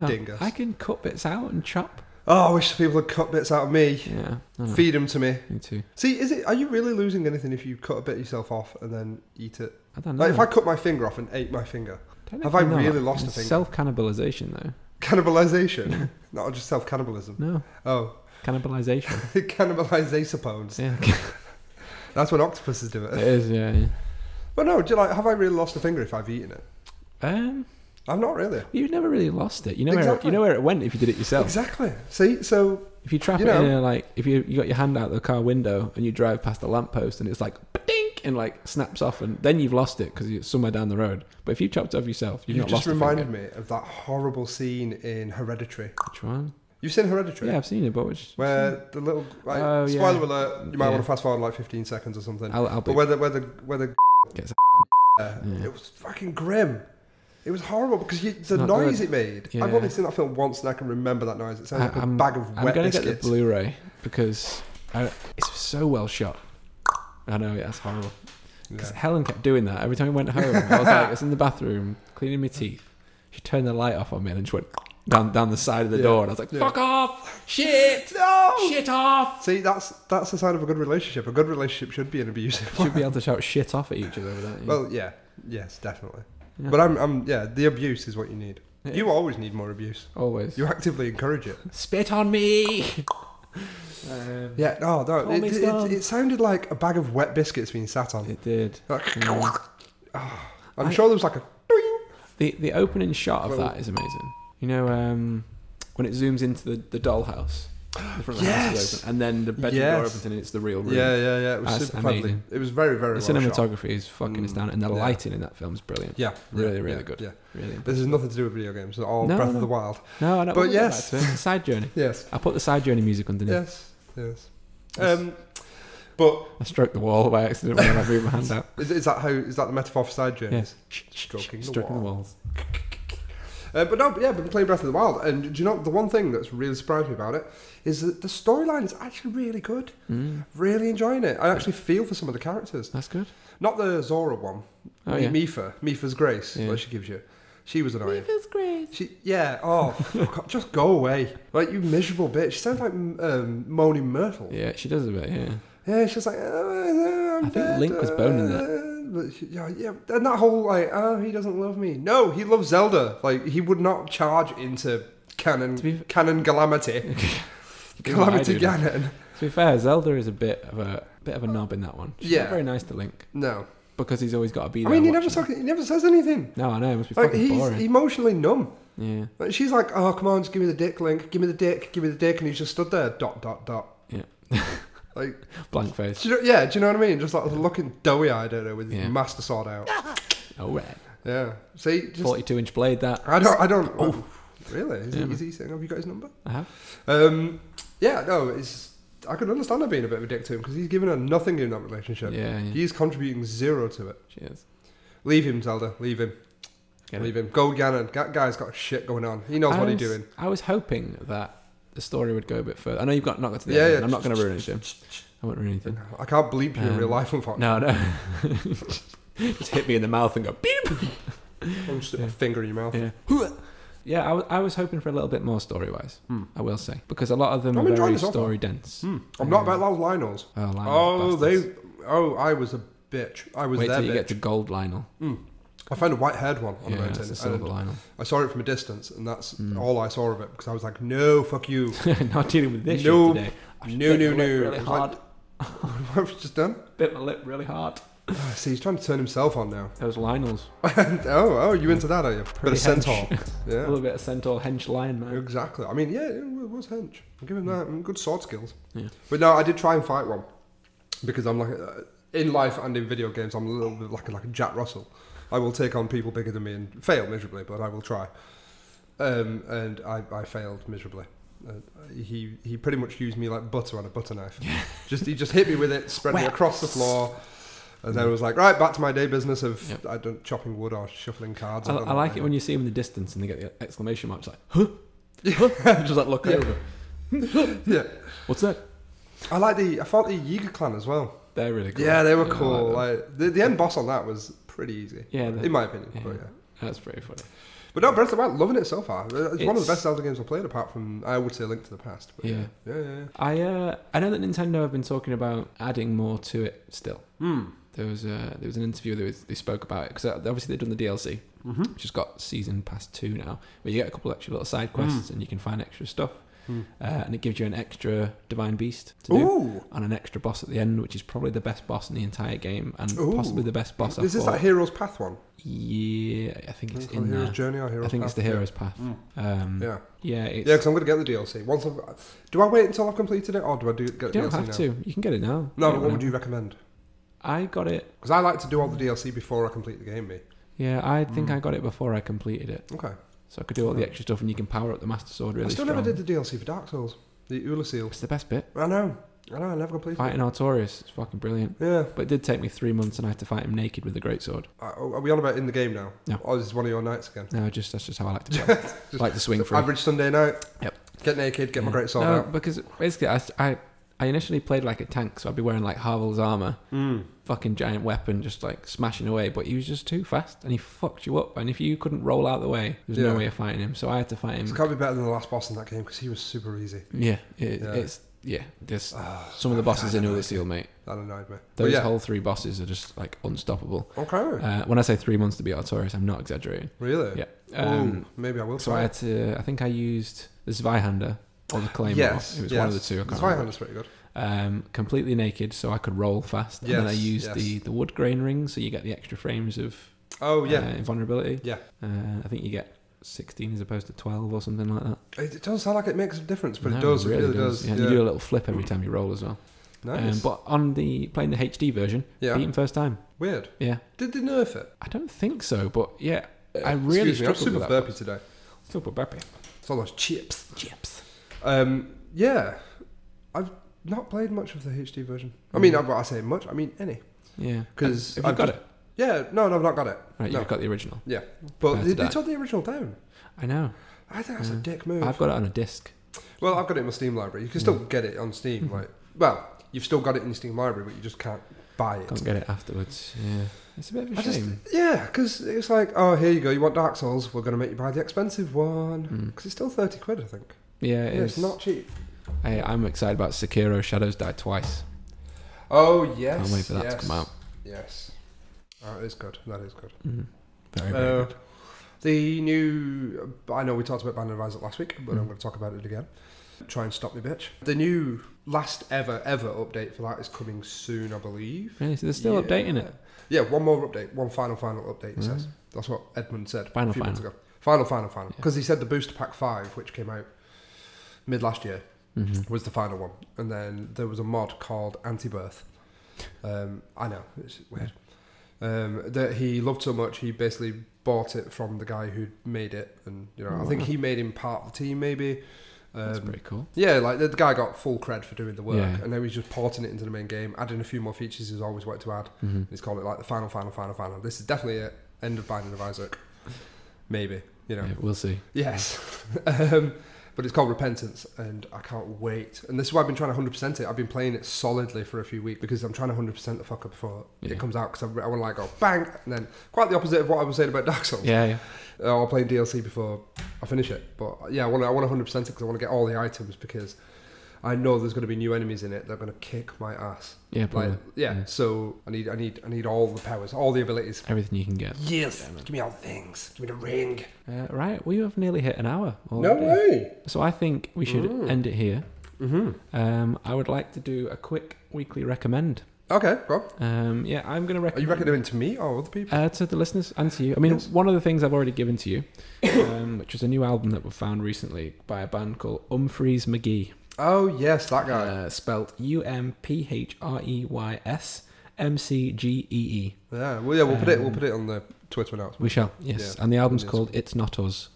[SPEAKER 1] Oh,
[SPEAKER 3] dingus.
[SPEAKER 1] I can cut bits out and chop.
[SPEAKER 3] oh, I wish people had cut bits out of me.
[SPEAKER 1] Yeah. I know.
[SPEAKER 3] Feed them to me.
[SPEAKER 1] Me too.
[SPEAKER 3] See, is it? Are you really losing anything if you cut a bit of yourself off and then eat it?
[SPEAKER 1] I don't know.
[SPEAKER 3] Like if I cut my finger off and ate my finger,
[SPEAKER 1] Technically
[SPEAKER 3] have I
[SPEAKER 1] not.
[SPEAKER 3] really lost a
[SPEAKER 1] It's
[SPEAKER 3] finger?
[SPEAKER 1] Self-cannibalization though.
[SPEAKER 3] cannibalization, not just self cannibalism.
[SPEAKER 1] No.
[SPEAKER 3] Oh,
[SPEAKER 1] Cannibalization.
[SPEAKER 3] cannibalizacipones.
[SPEAKER 1] yeah.
[SPEAKER 3] That's what octopuses do
[SPEAKER 1] it
[SPEAKER 3] it.
[SPEAKER 1] is, yeah, yeah.
[SPEAKER 3] But no, do you like? Have I really lost a finger if I've eaten it?
[SPEAKER 1] Um
[SPEAKER 3] I've not really.
[SPEAKER 1] you've never really lost it. You know where it,
[SPEAKER 3] Exactly.
[SPEAKER 1] you know where it went if you did it yourself.
[SPEAKER 3] Exactly. See, so
[SPEAKER 1] If you trap
[SPEAKER 3] You
[SPEAKER 1] it
[SPEAKER 3] know.
[SPEAKER 1] in a, like, if you you got your hand out the car window and you drive past a lamppost and it's like dink and like snaps off and then you've lost it because it's somewhere down the road. But if you chopped it off yourself, you've
[SPEAKER 3] you
[SPEAKER 1] not lost
[SPEAKER 3] just reminded
[SPEAKER 1] it.
[SPEAKER 3] me of that horrible scene in Hereditary.
[SPEAKER 1] Which one?
[SPEAKER 3] You've seen Hereditary?
[SPEAKER 1] Yeah, I've seen it, but which
[SPEAKER 3] Where the little like,
[SPEAKER 1] Oh, yeah.
[SPEAKER 3] spoiler alert, you might
[SPEAKER 1] Yeah.
[SPEAKER 3] want to fast forward like 15 seconds or something.
[SPEAKER 1] I'll, I'll be.
[SPEAKER 3] But where the where the where the
[SPEAKER 1] Gets
[SPEAKER 3] Yeah,
[SPEAKER 1] Yeah.
[SPEAKER 3] it was fucking grim. It was horrible because you, the
[SPEAKER 1] not
[SPEAKER 3] noise
[SPEAKER 1] good.
[SPEAKER 3] it made.
[SPEAKER 1] Yeah.
[SPEAKER 3] I've only seen that film once, and I can remember that noise. It sounds
[SPEAKER 1] I-
[SPEAKER 3] like a
[SPEAKER 1] I'm-
[SPEAKER 3] bag of
[SPEAKER 1] I'm
[SPEAKER 3] wet
[SPEAKER 1] gonna get
[SPEAKER 3] biscuits.
[SPEAKER 1] the Blu-ray because I, it's so well shot. I know yeah, that's horrible, Because Helen kept doing that every time I went home. I was like, I was in the bathroom cleaning my teeth. She turned the light off on me and then she went down down the side of the
[SPEAKER 3] Yeah.
[SPEAKER 1] door, and I was like,
[SPEAKER 3] Yeah.
[SPEAKER 1] "Fuck off, shit,
[SPEAKER 3] No!
[SPEAKER 1] shit off."
[SPEAKER 3] See, that's that's the sign of a good relationship. A good relationship should be an abusive one.
[SPEAKER 1] Should be able to shout shit off at each other without you.
[SPEAKER 3] Well, yeah, yes, definitely.
[SPEAKER 1] Yeah.
[SPEAKER 3] But I'm, I'm, yeah, the abuse is what you need.
[SPEAKER 1] Yeah.
[SPEAKER 3] You always need more abuse.
[SPEAKER 1] always.
[SPEAKER 3] You actively encourage it.
[SPEAKER 1] Spit on me. um,
[SPEAKER 3] Yeah, no, no.
[SPEAKER 1] All
[SPEAKER 3] It,
[SPEAKER 1] mixed
[SPEAKER 3] it,
[SPEAKER 1] up.
[SPEAKER 3] it, it sounded like a bag of wet biscuits being sat on.
[SPEAKER 1] it did.
[SPEAKER 3] Like,
[SPEAKER 1] Yeah.
[SPEAKER 3] Ah, I'm
[SPEAKER 1] I-
[SPEAKER 3] sure there was like a. doing.
[SPEAKER 1] The the opening shot of
[SPEAKER 3] Well-
[SPEAKER 1] that is amazing. You know, um, when it zooms into the, the dollhouse, the front of the house is
[SPEAKER 3] Yes.
[SPEAKER 1] open, and then the bedroom door
[SPEAKER 3] Yes.
[SPEAKER 1] opens and it's the real room.
[SPEAKER 3] Yeah, yeah, yeah. It was
[SPEAKER 1] That's
[SPEAKER 3] super cleverly.
[SPEAKER 1] amazing.
[SPEAKER 3] It was very, very
[SPEAKER 1] The
[SPEAKER 3] well shot. Mm,
[SPEAKER 1] cinematography is fucking astounding, and the
[SPEAKER 3] yeah.
[SPEAKER 1] lighting in that film is brilliant.
[SPEAKER 3] Yeah,
[SPEAKER 1] Really,
[SPEAKER 3] yeah,
[SPEAKER 1] really
[SPEAKER 3] yeah,
[SPEAKER 1] good.
[SPEAKER 3] Yeah,
[SPEAKER 1] Really.
[SPEAKER 3] this has nothing to do with video games. It's all
[SPEAKER 1] No,
[SPEAKER 3] Breath
[SPEAKER 1] no.
[SPEAKER 3] of the Wild.
[SPEAKER 1] No, I don't.
[SPEAKER 3] But
[SPEAKER 1] we'll get
[SPEAKER 3] yes.
[SPEAKER 1] back to it. side journey.
[SPEAKER 3] Yes,
[SPEAKER 1] I put the side journey music underneath.
[SPEAKER 3] yes, yes.
[SPEAKER 1] Yes.
[SPEAKER 3] Um, but
[SPEAKER 1] I stroked the wall by accident when I moved my hand out.
[SPEAKER 3] Is, is that how? Is that the metaphor for side journeys? Stroking, the
[SPEAKER 1] Stroking the
[SPEAKER 3] wall.
[SPEAKER 1] walls.
[SPEAKER 3] Uh, but no, but yeah, but playing Breath of the Wild, and do you know the one thing that's really surprised me about it is that the storyline is actually really good.
[SPEAKER 1] Mm,
[SPEAKER 3] Really enjoying it. I actually feel for some of the characters,
[SPEAKER 1] that's good.
[SPEAKER 3] not the Zora one.
[SPEAKER 1] Oh
[SPEAKER 3] Mi-
[SPEAKER 1] yeah.
[SPEAKER 3] Mifa, Mifa's grace,
[SPEAKER 1] Yeah.
[SPEAKER 3] what she gives you. She was annoying.
[SPEAKER 1] great.
[SPEAKER 3] She, yeah. Oh, fuck off, just go away, like you miserable bitch. She sounds like um, Moaning Myrtle. Yeah.
[SPEAKER 1] Yeah, she does a bit. Yeah.
[SPEAKER 3] she's like, oh, I'm
[SPEAKER 1] I think
[SPEAKER 3] dead,
[SPEAKER 1] Link was boning that.
[SPEAKER 3] uh, But she- yeah, yeah, and that whole like, oh, he doesn't love me. No, he loves Zelda. Like he would not charge into canon,
[SPEAKER 1] To be-
[SPEAKER 3] canon Galamity,
[SPEAKER 1] This is what I
[SPEAKER 3] Galamity
[SPEAKER 1] do now.
[SPEAKER 3] Ganon.
[SPEAKER 1] To be fair, Zelda is a bit of a bit of a knob in that one. She's
[SPEAKER 3] Yeah.
[SPEAKER 1] not very nice to Link
[SPEAKER 3] No,
[SPEAKER 1] because he's always got to be
[SPEAKER 3] I
[SPEAKER 1] there.
[SPEAKER 3] mean he never
[SPEAKER 1] watching.
[SPEAKER 3] talk, he never says anything.
[SPEAKER 1] No, I know it must be
[SPEAKER 3] Like
[SPEAKER 1] fucking
[SPEAKER 3] he's
[SPEAKER 1] boring.
[SPEAKER 3] emotionally numb.
[SPEAKER 1] Yeah,
[SPEAKER 3] Like, she's like, oh come on, just give me the dick, Link. Give me the dick. Give me the dick, and he's just stood there, dot dot dot.
[SPEAKER 1] Yeah.
[SPEAKER 3] like
[SPEAKER 1] blank face.
[SPEAKER 3] Do you know, yeah, do you know what I mean? Just like looking doughy eyed at her with his
[SPEAKER 1] Yeah.
[SPEAKER 3] master sword out.
[SPEAKER 1] Oh, red.
[SPEAKER 3] Yeah. See, just,
[SPEAKER 1] Forty-two inch blade. That
[SPEAKER 3] I don't, I don't. Oh, really? Is,
[SPEAKER 1] Yeah,
[SPEAKER 3] he, is he saying, have you got his number?
[SPEAKER 1] I have.
[SPEAKER 3] Um, yeah, no, it's. I can understand her being a bit of a dick to him because he's given her nothing in that relationship.
[SPEAKER 1] Yeah, yeah.
[SPEAKER 3] He's contributing zero to it.
[SPEAKER 1] She is.
[SPEAKER 3] Leave him, Zelda. Leave him.
[SPEAKER 1] Get it.
[SPEAKER 3] Leave him. Go Ganon. That guy's got shit going on. He knows
[SPEAKER 1] I
[SPEAKER 3] what he's
[SPEAKER 1] was-
[SPEAKER 3] doing.
[SPEAKER 1] I was hoping that the story would go a bit further. I know you've got not got to the
[SPEAKER 3] Yeah,
[SPEAKER 1] end.
[SPEAKER 3] yeah.
[SPEAKER 1] and I'm not going to ruin anything. I won't ruin anything.
[SPEAKER 3] I can't bleep you in
[SPEAKER 1] Um,
[SPEAKER 3] real life, unfortunately.
[SPEAKER 1] No, no. Just hit me in the mouth and go beep.
[SPEAKER 3] I'll just stick a finger in your mouth.
[SPEAKER 1] Yeah. Yeah, I wa- I was hoping for a little bit more story wise.
[SPEAKER 3] Hmm.
[SPEAKER 1] I will say because a lot of them
[SPEAKER 3] I'm
[SPEAKER 1] are
[SPEAKER 3] enjoying
[SPEAKER 1] very
[SPEAKER 3] this offer.
[SPEAKER 1] story dense.
[SPEAKER 3] Hmm. I'm not about those Lionels.
[SPEAKER 1] Oh, Lionel,
[SPEAKER 3] Oh,
[SPEAKER 1] bastards.
[SPEAKER 3] they. Oh, I was a bitch. I was
[SPEAKER 1] wait
[SPEAKER 3] their
[SPEAKER 1] till you
[SPEAKER 3] bitch.
[SPEAKER 1] get to gold Lionel.
[SPEAKER 3] I found a white-haired one on
[SPEAKER 1] Yeah,
[SPEAKER 3] the mountain.
[SPEAKER 1] that's the
[SPEAKER 3] and
[SPEAKER 1] silver Hmm. Lionel.
[SPEAKER 3] I saw it from a distance, and that's all I saw of it because I was like, "No, fuck you,
[SPEAKER 1] Not dealing with this
[SPEAKER 3] No.
[SPEAKER 1] shit today. I just
[SPEAKER 3] no,
[SPEAKER 1] bit
[SPEAKER 3] no,
[SPEAKER 1] my
[SPEAKER 3] no."
[SPEAKER 1] lip
[SPEAKER 3] It
[SPEAKER 1] Really
[SPEAKER 3] was
[SPEAKER 1] hard.
[SPEAKER 3] like, what was just done?
[SPEAKER 1] Bit my lip really hard.
[SPEAKER 3] Ah, see, he's trying to turn himself on now.
[SPEAKER 1] Those Lionels.
[SPEAKER 3] oh, oh, you into that? Are you? Bit
[SPEAKER 1] Pretty
[SPEAKER 3] of centaur.
[SPEAKER 1] A
[SPEAKER 3] yeah,
[SPEAKER 1] little bit of centaur hench lion man.
[SPEAKER 3] exactly. I mean, yeah, it was hench. I'll give him that. Mm, Good sword skills.
[SPEAKER 1] Yeah.
[SPEAKER 3] But no, I did try and fight one because I'm like uh, in life and in video games, I'm a little bit like a, like a Jack Russell. I will take on people bigger than me and fail miserably, but I will try. Um, and I, I failed miserably. Uh, he he pretty much used me like butter on a butter knife. just he just hit me with it, spread me
[SPEAKER 1] Well,
[SPEAKER 3] across the floor, and then it was like right back to my day business of
[SPEAKER 1] Yep.
[SPEAKER 3] I don't chopping wood or shuffling cards.
[SPEAKER 1] I, I like it when you see them in the distance and they get the exclamation marks like, huh? Huh? Just like look
[SPEAKER 3] Yeah.
[SPEAKER 1] over.
[SPEAKER 3] yeah.
[SPEAKER 1] What's that?
[SPEAKER 3] I like the I thought the Yiga clan as well.
[SPEAKER 1] They're really cool.
[SPEAKER 3] Yeah, they were
[SPEAKER 1] Yeah, I
[SPEAKER 3] cool.
[SPEAKER 1] like
[SPEAKER 3] Like, the, the end boss on that was pretty easy.
[SPEAKER 1] Yeah, the-
[SPEAKER 3] in my opinion.
[SPEAKER 1] yeah.
[SPEAKER 3] But yeah.
[SPEAKER 1] That's pretty funny.
[SPEAKER 3] But no, Breath of the Wild, loving it so far. It's, one of
[SPEAKER 1] It's-
[SPEAKER 3] the best Zelda games I've played, apart from I would say Link to the Past. But
[SPEAKER 1] Yeah.
[SPEAKER 3] yeah, yeah. yeah.
[SPEAKER 1] I uh, I know that Nintendo have been talking about adding more to it still.
[SPEAKER 2] Hmm.
[SPEAKER 3] Mm.
[SPEAKER 1] There was uh, there was an interview that was, they spoke about it because obviously they've done the DLC,
[SPEAKER 3] Mhm.
[SPEAKER 1] which has got season pass two now, where you get a couple extra little side quests and you can find extra stuff,
[SPEAKER 3] Mm.
[SPEAKER 1] uh, and it gives you an extra divine beast to do.
[SPEAKER 3] Ooh,
[SPEAKER 1] And an extra boss at the end, which is probably the best boss in the entire game, and
[SPEAKER 3] Ooh.
[SPEAKER 1] possibly the best boss. I've
[SPEAKER 3] is this
[SPEAKER 1] fought.
[SPEAKER 3] that Hero's Path one?
[SPEAKER 1] Yeah, I think it's
[SPEAKER 3] Is it called
[SPEAKER 1] in
[SPEAKER 3] Hero's
[SPEAKER 1] there.
[SPEAKER 3] Journey or Hero's
[SPEAKER 1] I think
[SPEAKER 3] Path? Mm.
[SPEAKER 1] it's the hero's path. Um,
[SPEAKER 3] Yeah, yeah,
[SPEAKER 1] yeah, it's,
[SPEAKER 3] because I'm going to get the DLC. Once I've, do I wait until I've completed it, or do I do get
[SPEAKER 1] you
[SPEAKER 3] the
[SPEAKER 1] don't
[SPEAKER 3] DLC
[SPEAKER 1] have
[SPEAKER 3] now?
[SPEAKER 1] to. You can get it now. don't
[SPEAKER 3] No, but what would
[SPEAKER 1] know.
[SPEAKER 3] you recommend?
[SPEAKER 1] I got it.
[SPEAKER 3] Because I like to do all the DLC before I complete the game. Me,
[SPEAKER 1] Yeah, I think
[SPEAKER 3] Mm.
[SPEAKER 1] I got it before I completed it,
[SPEAKER 3] okay.
[SPEAKER 1] so I could do all the extra stuff, and you can power up the master sword really
[SPEAKER 3] I still
[SPEAKER 1] strong.
[SPEAKER 3] never did the DLC for Dark Souls, the Ula Seal.
[SPEAKER 1] It's the best bit.
[SPEAKER 3] I know, I know, I never completed.
[SPEAKER 1] Fighting Artorias, it's fucking brilliant.
[SPEAKER 3] it. Yeah,
[SPEAKER 1] But it did take me three months, and I had to fight him naked with a great sword.
[SPEAKER 3] Uh, are we on about in the game now?
[SPEAKER 1] No.
[SPEAKER 3] Or is this one of your nights again?
[SPEAKER 1] No, just that's just how I like to play. like the swing free.
[SPEAKER 3] Average Sunday night.
[SPEAKER 1] Yep.
[SPEAKER 3] Get naked, get my
[SPEAKER 1] Yeah.
[SPEAKER 3] great sword
[SPEAKER 1] no,
[SPEAKER 3] out.
[SPEAKER 1] because basically I, I I initially played like a tank, so I'd be wearing like Harvel's armor, fucking giant weapon, just like smashing away. But he was just too fast, and he fucked you up. And if you couldn't roll out the way, there was
[SPEAKER 3] Yeah.
[SPEAKER 1] no way of fighting him. So I had to fight him.
[SPEAKER 3] It can't be better than the last boss in that game because he was super easy.
[SPEAKER 1] yeah, it,
[SPEAKER 3] Yeah.
[SPEAKER 1] it's yeah. There's
[SPEAKER 3] Ah,
[SPEAKER 1] some of the bosses in Ulysseal, mate.
[SPEAKER 3] That annoyed me. But
[SPEAKER 1] Those
[SPEAKER 3] yeah.
[SPEAKER 1] whole three bosses are just like unstoppable.
[SPEAKER 3] okay.
[SPEAKER 1] Uh, when I say three months to beat Artorias, I'm not exaggerating.
[SPEAKER 3] really?
[SPEAKER 1] Yeah. Um,
[SPEAKER 3] Um, maybe I will.
[SPEAKER 1] So
[SPEAKER 3] try
[SPEAKER 1] I
[SPEAKER 3] it.
[SPEAKER 1] had to. I think I used the Zweihander or the Claymore.
[SPEAKER 3] Yes.
[SPEAKER 1] it was
[SPEAKER 3] yes.
[SPEAKER 1] one of the two. I can't
[SPEAKER 3] It's
[SPEAKER 1] remember.
[SPEAKER 3] Vinehand's pretty good.
[SPEAKER 1] Um, completely naked, so I could roll fast. and then I
[SPEAKER 3] Yes,
[SPEAKER 1] used the
[SPEAKER 3] yes.
[SPEAKER 1] the wood grain ring, so you get the extra frames of
[SPEAKER 3] Oh yeah.
[SPEAKER 1] uh, invulnerability.
[SPEAKER 3] Yeah.
[SPEAKER 1] Uh, I think you get sixteen as opposed to twelve or something like that.
[SPEAKER 3] It, it does sound like it makes a difference, but
[SPEAKER 1] Uh, No,
[SPEAKER 3] it does. It really, does.
[SPEAKER 1] Yeah,
[SPEAKER 3] Yeah.
[SPEAKER 1] and you do a little flip every time you roll as well.
[SPEAKER 3] nice.
[SPEAKER 1] Um, but on the playing the HD version,
[SPEAKER 3] yeah.
[SPEAKER 1] beaten first time.
[SPEAKER 3] Weird.
[SPEAKER 1] Yeah,
[SPEAKER 3] Did they nerf it?
[SPEAKER 1] I don't think so, but yeah, I really
[SPEAKER 3] Uh, Excuse me, I'm
[SPEAKER 1] struggled
[SPEAKER 3] super
[SPEAKER 1] with that.
[SPEAKER 3] burpy today.
[SPEAKER 1] Super burpee.
[SPEAKER 3] It's all those chips.
[SPEAKER 1] Chips.
[SPEAKER 3] Um, yeah, I've not played much of the HD version. I
[SPEAKER 1] Mm.
[SPEAKER 3] mean, I've, I say much. I mean any.
[SPEAKER 1] Yeah.
[SPEAKER 3] 'Cause
[SPEAKER 1] have you
[SPEAKER 3] I've
[SPEAKER 1] got
[SPEAKER 3] just-
[SPEAKER 1] it?
[SPEAKER 3] Yeah, no, no, I've not got it.
[SPEAKER 1] Right,
[SPEAKER 3] no.
[SPEAKER 1] you've got the original.
[SPEAKER 3] Yeah, but
[SPEAKER 1] Prepared
[SPEAKER 3] they,
[SPEAKER 1] to
[SPEAKER 3] they
[SPEAKER 1] die.
[SPEAKER 3] took the original down.
[SPEAKER 1] I know.
[SPEAKER 3] I think that's a
[SPEAKER 1] Yeah.
[SPEAKER 3] dick move.
[SPEAKER 1] Mm. I've got Mm. it on a disc.
[SPEAKER 3] well, I've got it in my Steam library. You can still get it on
[SPEAKER 1] Mm-hmm.
[SPEAKER 3] Steam. Like, well, you've still got it in your Steam library, but you just can't buy it.
[SPEAKER 1] Can't get it afterwards. Yeah, it's a bit of a
[SPEAKER 3] I just,
[SPEAKER 1] shame.
[SPEAKER 3] yeah, because it's like, oh, here you go. You want Dark Souls? We're going to make you buy the expensive one
[SPEAKER 1] Mm.
[SPEAKER 3] because it's still thirty quid, I think.
[SPEAKER 1] Yeah, it
[SPEAKER 3] yeah,
[SPEAKER 1] is.
[SPEAKER 3] it's not cheap.
[SPEAKER 1] I, I'm excited about Sekiro Shadows Die Twice.
[SPEAKER 3] Oh yes,
[SPEAKER 1] Can't wait for that to
[SPEAKER 3] yes,
[SPEAKER 1] come out.
[SPEAKER 3] Yes, oh, it is good. That is good.
[SPEAKER 1] Mm. Very, very
[SPEAKER 3] Uh,
[SPEAKER 1] good.
[SPEAKER 3] the new, I know we talked about Band of Isaac last week, but I'm
[SPEAKER 1] Mm.
[SPEAKER 3] going to talk about it again. Try and stop me, bitch. The new last ever ever update for that is coming soon, I believe.
[SPEAKER 1] Really? So they're still updating it.
[SPEAKER 3] Yeah, one more update, one final final update. It
[SPEAKER 1] Mm.
[SPEAKER 3] says that's what Edmund said
[SPEAKER 1] Final,
[SPEAKER 3] a few months
[SPEAKER 1] final.
[SPEAKER 3] ago. Final final final
[SPEAKER 1] Yeah.
[SPEAKER 3] because he said the booster pack five, which came out mid last year,
[SPEAKER 1] hmm
[SPEAKER 3] was the final one, and then there was a mod called Anti Birth. Um, I know it's weird. Um, that he loved so much, he basically bought it from the guy who made it, and you know, I think
[SPEAKER 1] Wow.
[SPEAKER 3] he made him part of the team, maybe.
[SPEAKER 1] That's
[SPEAKER 3] Um,
[SPEAKER 1] pretty cool.
[SPEAKER 3] yeah, like the, the guy got full cred for doing the work,
[SPEAKER 1] Yeah.
[SPEAKER 3] and now he's just porting it into the main game, adding a few more features he's always wanted to add.
[SPEAKER 1] hmm
[SPEAKER 3] He's called it like the final, final, final, final. This is definitely it. End of Binding of Isaac, maybe. You know,
[SPEAKER 1] Yeah, we'll see.
[SPEAKER 3] Yes. um, but it's called Repentance, and I can't wait. And this is why I've been trying to 100% it. I've been playing it solidly for a few weeks because I'm trying to 100% the fucker before
[SPEAKER 1] Yeah.
[SPEAKER 3] it comes out because I, I want to like go bang, and then quite the opposite of what I was saying about Dark Souls.
[SPEAKER 1] Yeah, yeah.
[SPEAKER 3] Uh, I'll play DLC before I finish it. But uh, yeah, I want to I want to 100% it because I want to get all the items because I know there's going to be new enemies in it that are going to kick my ass.
[SPEAKER 1] Yeah, probably. Mm.
[SPEAKER 3] Like, yeah,
[SPEAKER 1] Yeah.
[SPEAKER 3] so I need I need I need all the powers, all the abilities.
[SPEAKER 1] Everything you can get.
[SPEAKER 3] Yes, give me all the things. Give me the ring.
[SPEAKER 1] Uh, right, we have nearly hit an hour.
[SPEAKER 3] No
[SPEAKER 1] already.
[SPEAKER 3] way.
[SPEAKER 1] So I think we should
[SPEAKER 3] Mm.
[SPEAKER 1] end it here.
[SPEAKER 3] Mm-hmm.
[SPEAKER 1] Um, I would like to do a quick weekly recommend.
[SPEAKER 3] Okay, go. On.
[SPEAKER 1] Um, yeah, I'm going to
[SPEAKER 3] Are you
[SPEAKER 1] recommend.
[SPEAKER 3] recommending to me or other people?
[SPEAKER 1] Uh, to the listeners and to you. I mean,
[SPEAKER 3] Yes.
[SPEAKER 1] one of the things I've already given to you, um, which is a new album that we found recently by a band called Umphreys McGee,
[SPEAKER 3] Oh yes, that guy.
[SPEAKER 1] uh, spelt U M P H R E Y S M C G E E.
[SPEAKER 3] yeah, well, yeah, we'll put it. We'll
[SPEAKER 1] um,
[SPEAKER 3] put it on the Twitter announcement.
[SPEAKER 1] We shall, yes.
[SPEAKER 3] Yeah.
[SPEAKER 1] and the album's
[SPEAKER 3] Yes.
[SPEAKER 1] called It's Not Us.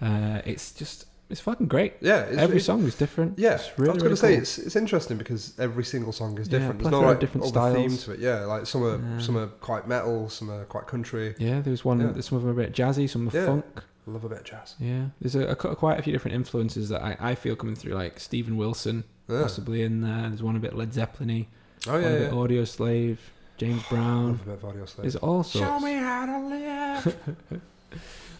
[SPEAKER 1] Uh, it's just, it's fucking great.
[SPEAKER 3] Yeah, it's,
[SPEAKER 1] Every
[SPEAKER 3] it's-
[SPEAKER 1] song is different.
[SPEAKER 3] Yeah,
[SPEAKER 1] it's really,
[SPEAKER 3] I
[SPEAKER 1] really
[SPEAKER 3] was going to say
[SPEAKER 1] cool.
[SPEAKER 3] it's it's interesting because every single song is
[SPEAKER 1] Yeah,
[SPEAKER 3] different. There's no
[SPEAKER 1] plethora of
[SPEAKER 3] like
[SPEAKER 1] different
[SPEAKER 3] other theme
[SPEAKER 1] styles.
[SPEAKER 3] to it. Yeah, like some are
[SPEAKER 1] Yeah.
[SPEAKER 3] some are quite metal, some are quite country.
[SPEAKER 1] Yeah, there's one.
[SPEAKER 3] Yeah.
[SPEAKER 1] There's some of them are a bit jazzy, some are
[SPEAKER 3] Yeah.
[SPEAKER 1] funk.
[SPEAKER 3] I love a bit of jazz.
[SPEAKER 1] Yeah, there's a, a cu- quite a few different influences that I, I feel coming through, like Stephen Wilson,
[SPEAKER 3] Yeah.
[SPEAKER 1] possibly in there. There's one a bit Led Zeppelin-y.
[SPEAKER 3] Oh yeah,
[SPEAKER 1] One
[SPEAKER 3] yeah.
[SPEAKER 1] bit Audio Slave, James
[SPEAKER 3] I
[SPEAKER 1] Brown.
[SPEAKER 3] love a bit of audio slave.
[SPEAKER 1] There's all sorts.
[SPEAKER 2] Show me how to live.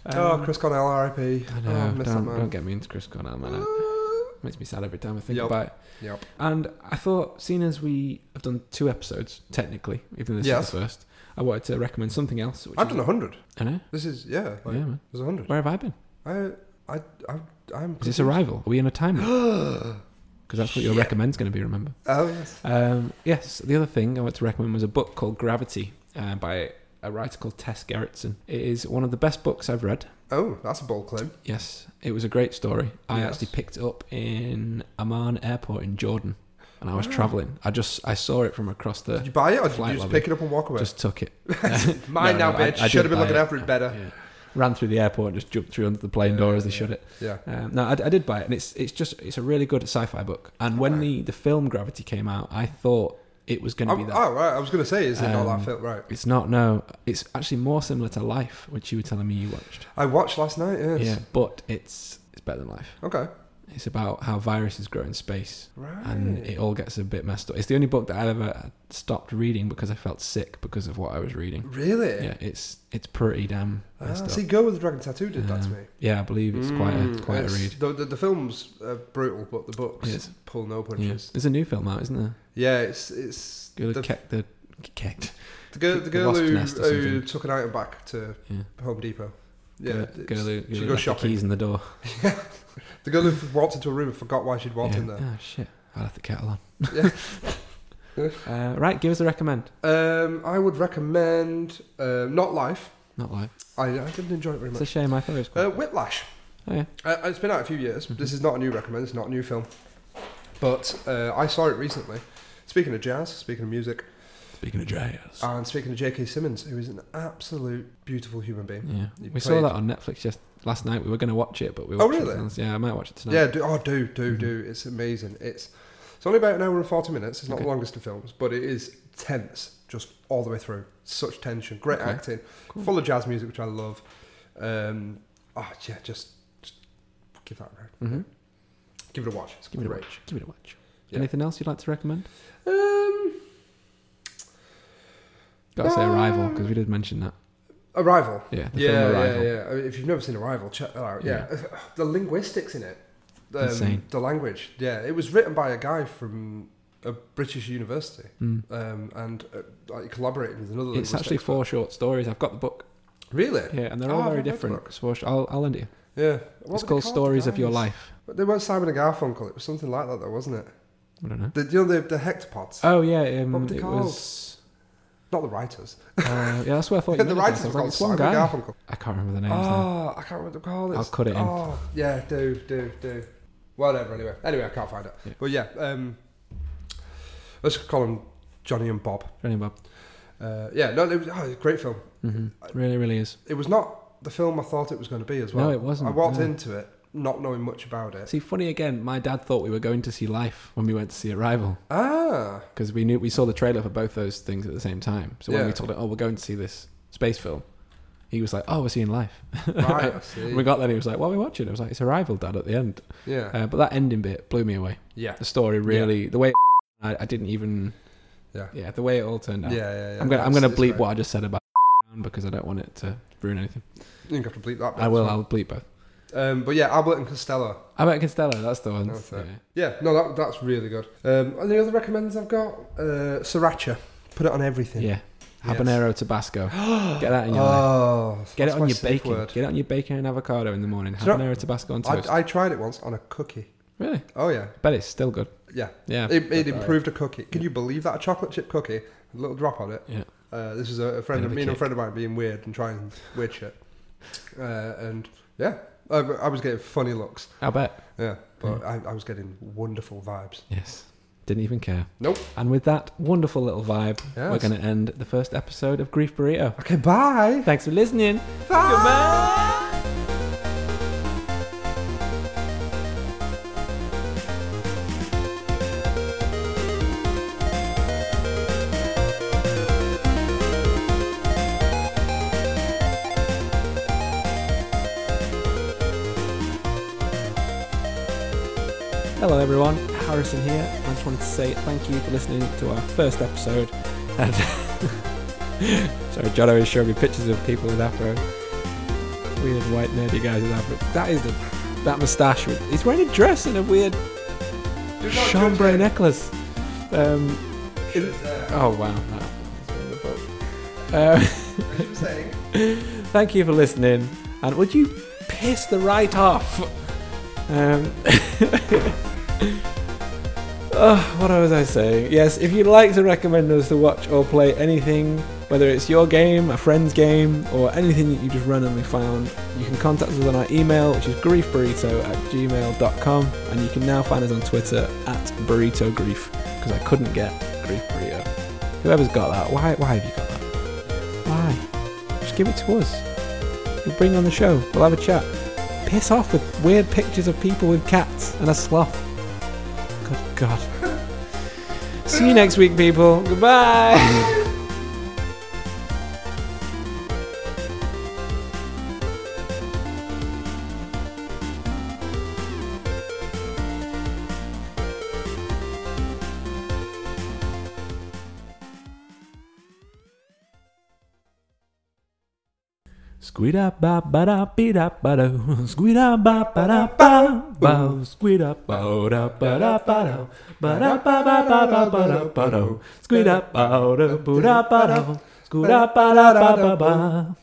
[SPEAKER 3] oh,
[SPEAKER 1] Um,
[SPEAKER 3] Chris Cornell, R.I.P.
[SPEAKER 1] I
[SPEAKER 3] Oh,
[SPEAKER 1] know.
[SPEAKER 3] miss that
[SPEAKER 1] don't,
[SPEAKER 3] man.
[SPEAKER 1] don't get me into Chris Cornell, man. It makes me sad every time I think
[SPEAKER 3] Yep.
[SPEAKER 1] about it.
[SPEAKER 3] Yep.
[SPEAKER 1] And I thought, seeing as we have done two episodes, technically, even though this
[SPEAKER 3] Yes.
[SPEAKER 1] is the first, I wanted to recommend something else. Which
[SPEAKER 3] I've
[SPEAKER 1] is-
[SPEAKER 3] done hundred.
[SPEAKER 1] I know.
[SPEAKER 3] This is yeah. Like,
[SPEAKER 1] yeah, man.
[SPEAKER 3] There's hundred.
[SPEAKER 1] Where have I been?
[SPEAKER 3] I I I I'm.
[SPEAKER 1] Is this a rival? Are we in a time? Because that's what your
[SPEAKER 3] Shit.
[SPEAKER 1] recommend's going to be, remember?
[SPEAKER 3] Oh yes.
[SPEAKER 1] Um, yes, the other thing I want to recommend was a book called Gravity uh, by a writer called Tess Gerritsen. It is one of the best books I've read.
[SPEAKER 3] Oh, that's a bold claim.
[SPEAKER 1] Yes, it was a great story. I
[SPEAKER 3] Yes.
[SPEAKER 1] actually picked it up in Amman Airport in Jordan, and I was
[SPEAKER 3] Ah.
[SPEAKER 1] traveling. I just I saw it from across
[SPEAKER 3] Did
[SPEAKER 1] the.
[SPEAKER 3] you buy it or did
[SPEAKER 1] Flight
[SPEAKER 3] you just
[SPEAKER 1] lobby.
[SPEAKER 3] pick it up and walk away?
[SPEAKER 1] Just took it.
[SPEAKER 3] Mine
[SPEAKER 1] No,
[SPEAKER 3] now,
[SPEAKER 1] no, I-
[SPEAKER 3] bitch.
[SPEAKER 1] I
[SPEAKER 3] Should
[SPEAKER 1] did
[SPEAKER 3] have been
[SPEAKER 1] buy
[SPEAKER 3] looking after it better.
[SPEAKER 1] Yeah. Ran through the airport and just jumped through under the plane door as they shut it.
[SPEAKER 3] Yeah.
[SPEAKER 1] Um, no, I, I did buy it, and it's it's just it's a really good sci-fi book. And when
[SPEAKER 3] Right.
[SPEAKER 1] the the film Gravity came out, I thought it was going to
[SPEAKER 3] Oh,
[SPEAKER 1] be that.
[SPEAKER 3] oh, right. I was going to say, is it
[SPEAKER 1] Um,
[SPEAKER 3] not that film? Right.
[SPEAKER 1] It's not. No, it's actually more similar to Life, which you were telling me you watched.
[SPEAKER 3] I watched last night, yes.
[SPEAKER 1] Yeah, but it's it's better than Life.
[SPEAKER 3] Okay.
[SPEAKER 1] It's about how viruses grow in space,
[SPEAKER 3] Right.
[SPEAKER 1] and it all gets a bit messed up. It's the only book that I've ever stopped reading because I felt sick because of what I was reading.
[SPEAKER 3] really?
[SPEAKER 1] Yeah, it's it's pretty damn
[SPEAKER 3] Ah,
[SPEAKER 1] messed up.
[SPEAKER 3] see, Girl with the Dragon Tattoo did that to
[SPEAKER 1] Um,
[SPEAKER 3] me.
[SPEAKER 1] Yeah, I believe it's quite a
[SPEAKER 3] Mm,
[SPEAKER 1] quite a
[SPEAKER 3] it's-
[SPEAKER 1] read.
[SPEAKER 3] The, the, the film's uh, brutal, but the books
[SPEAKER 1] It is.
[SPEAKER 3] pull no
[SPEAKER 1] Yeah.
[SPEAKER 3] punches.
[SPEAKER 1] There's a new film out, isn't there?
[SPEAKER 3] Yeah, it's it's
[SPEAKER 1] Girl who
[SPEAKER 3] the,
[SPEAKER 1] kept the kept.
[SPEAKER 3] the girl,
[SPEAKER 1] kicked
[SPEAKER 3] the
[SPEAKER 1] the
[SPEAKER 3] girl
[SPEAKER 1] wasp's
[SPEAKER 3] who,
[SPEAKER 1] nest or
[SPEAKER 3] who
[SPEAKER 1] something.
[SPEAKER 3] took an item back to
[SPEAKER 1] Yeah.
[SPEAKER 3] Home Depot. Yeah,
[SPEAKER 1] girl,
[SPEAKER 3] it's-
[SPEAKER 1] girl who, girl who
[SPEAKER 3] she goes
[SPEAKER 1] left the
[SPEAKER 3] shopping.
[SPEAKER 1] keys in the door.
[SPEAKER 3] The girl who walked into a room and forgot why she'd walked
[SPEAKER 1] yeah.
[SPEAKER 3] in there.
[SPEAKER 1] Oh shit! I left the kettle on.
[SPEAKER 3] Yeah.
[SPEAKER 1] uh, right, give us a recommend.
[SPEAKER 3] Um, I would recommend um, Not Life.
[SPEAKER 1] Not live.
[SPEAKER 3] I, I didn't enjoy it very
[SPEAKER 1] It's a
[SPEAKER 3] much.
[SPEAKER 1] shame. I thought it was quite.
[SPEAKER 3] Uh, Whiplash.
[SPEAKER 1] oh yeah. Mm-hmm.
[SPEAKER 3] Uh, it's been out a few years. This is not a new recommend. It's not a new film, but uh, I saw it recently. Speaking of jazz, speaking of music,
[SPEAKER 1] Speaking of jazz.
[SPEAKER 3] and speaking of J.K. Simmons, who is an absolute beautiful human being.
[SPEAKER 1] yeah.
[SPEAKER 3] you
[SPEAKER 1] We saw
[SPEAKER 3] played-
[SPEAKER 1] that on Netflix just last night. We were going to watch it, but we.
[SPEAKER 3] Oh,
[SPEAKER 1] watched
[SPEAKER 3] really?
[SPEAKER 1] something else. Yeah, I might watch it tonight.
[SPEAKER 3] Yeah, do, oh, do, do,
[SPEAKER 1] Mm-hmm.
[SPEAKER 3] do. It's amazing. It's it's only about an hour and forty minutes. It's not the
[SPEAKER 1] Okay.
[SPEAKER 3] longest of films, but it is tense just all the way through. Such tension, great
[SPEAKER 1] Okay.
[SPEAKER 3] acting,
[SPEAKER 1] Cool.
[SPEAKER 3] full of jazz music, which I love. Um, oh yeah, just, just give that a
[SPEAKER 1] Mhm.
[SPEAKER 3] give it a watch. It's
[SPEAKER 1] Give it a
[SPEAKER 3] great.
[SPEAKER 1] watch. Give it a watch.
[SPEAKER 3] Yeah.
[SPEAKER 1] Anything else you'd like to recommend?
[SPEAKER 3] Um,
[SPEAKER 1] Got to say
[SPEAKER 3] Um,
[SPEAKER 1] Arrival because we did mention that.
[SPEAKER 3] Arrival.
[SPEAKER 1] Yeah. The
[SPEAKER 3] yeah,
[SPEAKER 1] film Arrival.
[SPEAKER 3] yeah, yeah. I mean, If you've never seen Arrival, check that out. Yeah, the linguistics in it, um,
[SPEAKER 1] Insane.
[SPEAKER 3] the language. Yeah, it was written by a guy from a British university,
[SPEAKER 1] Mm.
[SPEAKER 3] um, and uh, like collaborating with another.
[SPEAKER 1] It's
[SPEAKER 3] linguist
[SPEAKER 1] actually
[SPEAKER 3] expert.
[SPEAKER 1] four short stories. I've got the book.
[SPEAKER 3] Really?
[SPEAKER 1] Yeah, and they're
[SPEAKER 3] Oh,
[SPEAKER 1] all
[SPEAKER 3] I've
[SPEAKER 1] very
[SPEAKER 3] read the
[SPEAKER 1] different.
[SPEAKER 3] book.
[SPEAKER 1] It's four sh- I'll, I'll lend it. you.
[SPEAKER 3] Yeah. What
[SPEAKER 1] It's
[SPEAKER 3] were they
[SPEAKER 1] called Stories of Your
[SPEAKER 3] guys?
[SPEAKER 1] Life.
[SPEAKER 3] But they weren't Simon and Garfunkel. It was something like that, though, wasn't it?
[SPEAKER 1] I don't know.
[SPEAKER 3] The, you know the, the hectopods.
[SPEAKER 1] Oh yeah, um,
[SPEAKER 3] What were they
[SPEAKER 1] it
[SPEAKER 3] called?
[SPEAKER 1] was.
[SPEAKER 3] Not the writers.
[SPEAKER 1] Uh, yeah, that's what I thought. You
[SPEAKER 3] the
[SPEAKER 1] meant.
[SPEAKER 3] writers
[SPEAKER 1] I
[SPEAKER 3] were
[SPEAKER 1] was like,
[SPEAKER 3] called
[SPEAKER 1] it's one
[SPEAKER 3] Simon
[SPEAKER 1] guy.
[SPEAKER 3] and Garfunkel.
[SPEAKER 1] I can't remember the names. now.
[SPEAKER 3] Oh, I can't remember what they're called.
[SPEAKER 1] I'll
[SPEAKER 3] It's-
[SPEAKER 1] cut it in.
[SPEAKER 3] Oh, yeah, do, do, do. Whatever, anyway. Anyway, I can't find it.
[SPEAKER 1] Yeah.
[SPEAKER 3] But yeah, um, let's call them Johnny and Bob.
[SPEAKER 1] Johnny Bob.
[SPEAKER 3] Uh, yeah, no, it was oh, great film.
[SPEAKER 1] Mhm.
[SPEAKER 3] Mm-hmm.
[SPEAKER 1] Really, really is.
[SPEAKER 3] It was not the film I thought it was going to be as
[SPEAKER 1] No,
[SPEAKER 3] well.
[SPEAKER 1] it wasn't,
[SPEAKER 3] I walked
[SPEAKER 1] no.
[SPEAKER 3] into it not knowing much about it.
[SPEAKER 1] See, funny again. My dad thought we were going to see Life when we went to see Arrival
[SPEAKER 3] Ah,
[SPEAKER 1] because we knew we saw the trailer for both those things at the same time. So when
[SPEAKER 3] Yeah.
[SPEAKER 1] we told him, "Oh, we're going to see this space film," he was like, "Oh, we're seeing Life."
[SPEAKER 3] right. I see.
[SPEAKER 1] we got there, and he was like, "What are we watching?" I was like, "It's Arrival, Dad." At the end,
[SPEAKER 3] yeah,
[SPEAKER 1] uh, but that ending bit blew me away.
[SPEAKER 3] yeah,
[SPEAKER 1] The story really, the way it, I, I didn't even,
[SPEAKER 3] Yeah.
[SPEAKER 1] yeah, the way it all turned
[SPEAKER 3] yeah,
[SPEAKER 1] out.
[SPEAKER 3] yeah, yeah.
[SPEAKER 1] I'm gonna I'm gonna
[SPEAKER 3] It's-
[SPEAKER 1] bleep
[SPEAKER 3] it's
[SPEAKER 1] what I just said about because I don't want it to ruin anything.
[SPEAKER 3] great. You don't have to bleep that. bit
[SPEAKER 1] I
[SPEAKER 3] as
[SPEAKER 1] will.
[SPEAKER 3] well.
[SPEAKER 1] I'll bleep both.
[SPEAKER 3] Um, but yeah, Albert and Costello.
[SPEAKER 1] I bet Costello. That's the one.
[SPEAKER 3] That's it.
[SPEAKER 1] Yeah.
[SPEAKER 3] Yeah, no, that, that's really good. Um, and the other recommends I've got uh, sriracha. Put it on everything.
[SPEAKER 1] Yeah.
[SPEAKER 3] Yes.
[SPEAKER 1] Habanero Tabasco. Get that in your life.
[SPEAKER 3] Oh,
[SPEAKER 1] Get it
[SPEAKER 3] that's
[SPEAKER 1] on
[SPEAKER 3] my
[SPEAKER 1] your
[SPEAKER 3] safe
[SPEAKER 1] bacon.
[SPEAKER 3] word.
[SPEAKER 1] Get it on your bacon and avocado in the morning.
[SPEAKER 3] Do you know-
[SPEAKER 1] Habanero Tabasco on toast.
[SPEAKER 3] I, I tried it once on a cookie.
[SPEAKER 1] really?
[SPEAKER 3] Oh yeah,
[SPEAKER 1] Bet it's still good.
[SPEAKER 3] yeah.
[SPEAKER 1] Yeah.
[SPEAKER 3] It,
[SPEAKER 1] I've
[SPEAKER 3] it
[SPEAKER 1] got
[SPEAKER 3] improved a cookie. Can you believe that a chocolate chip cookie? A little drop on it.
[SPEAKER 1] Yeah.
[SPEAKER 3] Uh, this is a, a friend
[SPEAKER 1] Bit of
[SPEAKER 3] of
[SPEAKER 1] a
[SPEAKER 3] me and a
[SPEAKER 1] kick.
[SPEAKER 3] friend of mine being weird and trying weird shit. Uh, and yeah, I, I was getting funny looks.
[SPEAKER 1] I bet.
[SPEAKER 3] Yeah, but I, I was getting wonderful vibes.
[SPEAKER 1] Yes. Didn't even care.
[SPEAKER 3] Nope.
[SPEAKER 1] And with that wonderful little vibe, we're
[SPEAKER 3] Yes.
[SPEAKER 1] going to end the first episode of Grief Burrito.
[SPEAKER 3] Okay, bye.
[SPEAKER 1] Thanks for listening.
[SPEAKER 3] Goodbye.
[SPEAKER 1] Hello, everyone. Harrison here. I just wanted to say thank you for listening to our first episode. And sorry, Jono is showing me pictures of people with afro. Weird white nerdy guys with afro. That is the that moustache. With, he's wearing a dress and a weird
[SPEAKER 3] Do not
[SPEAKER 1] chambray
[SPEAKER 3] judge
[SPEAKER 1] necklace. Um,
[SPEAKER 3] him. She was there.
[SPEAKER 1] oh wow, that was wonderful. Um,
[SPEAKER 3] She was saying,
[SPEAKER 1] thank you for listening. And would you piss the right off? Um, Ugh, Oh, what was I saying? Yes, if you'd like to recommend us to watch or play anything, whether it's your game, a friend's game, or anything that you just randomly found, you can contact us on our email, which is griefburrito at gmail.com, and you can now find us on Twitter at burrito grief, because I couldn't get grief burrito. Whoever's got that, why, why have you got that? Why? Just give it to us. We'll bring on the show. We'll have a chat. Piss off with weird pictures of people with cats and a sloth. Good God. See you next week, people. Goodbye. Squida ba ba da be da ba da Squida ba ba da ba ba Squida ba da ba da ba da ba da ba ba ba ba ba da ba da Squida ba da ba da ba da Squida ba da ba ba ba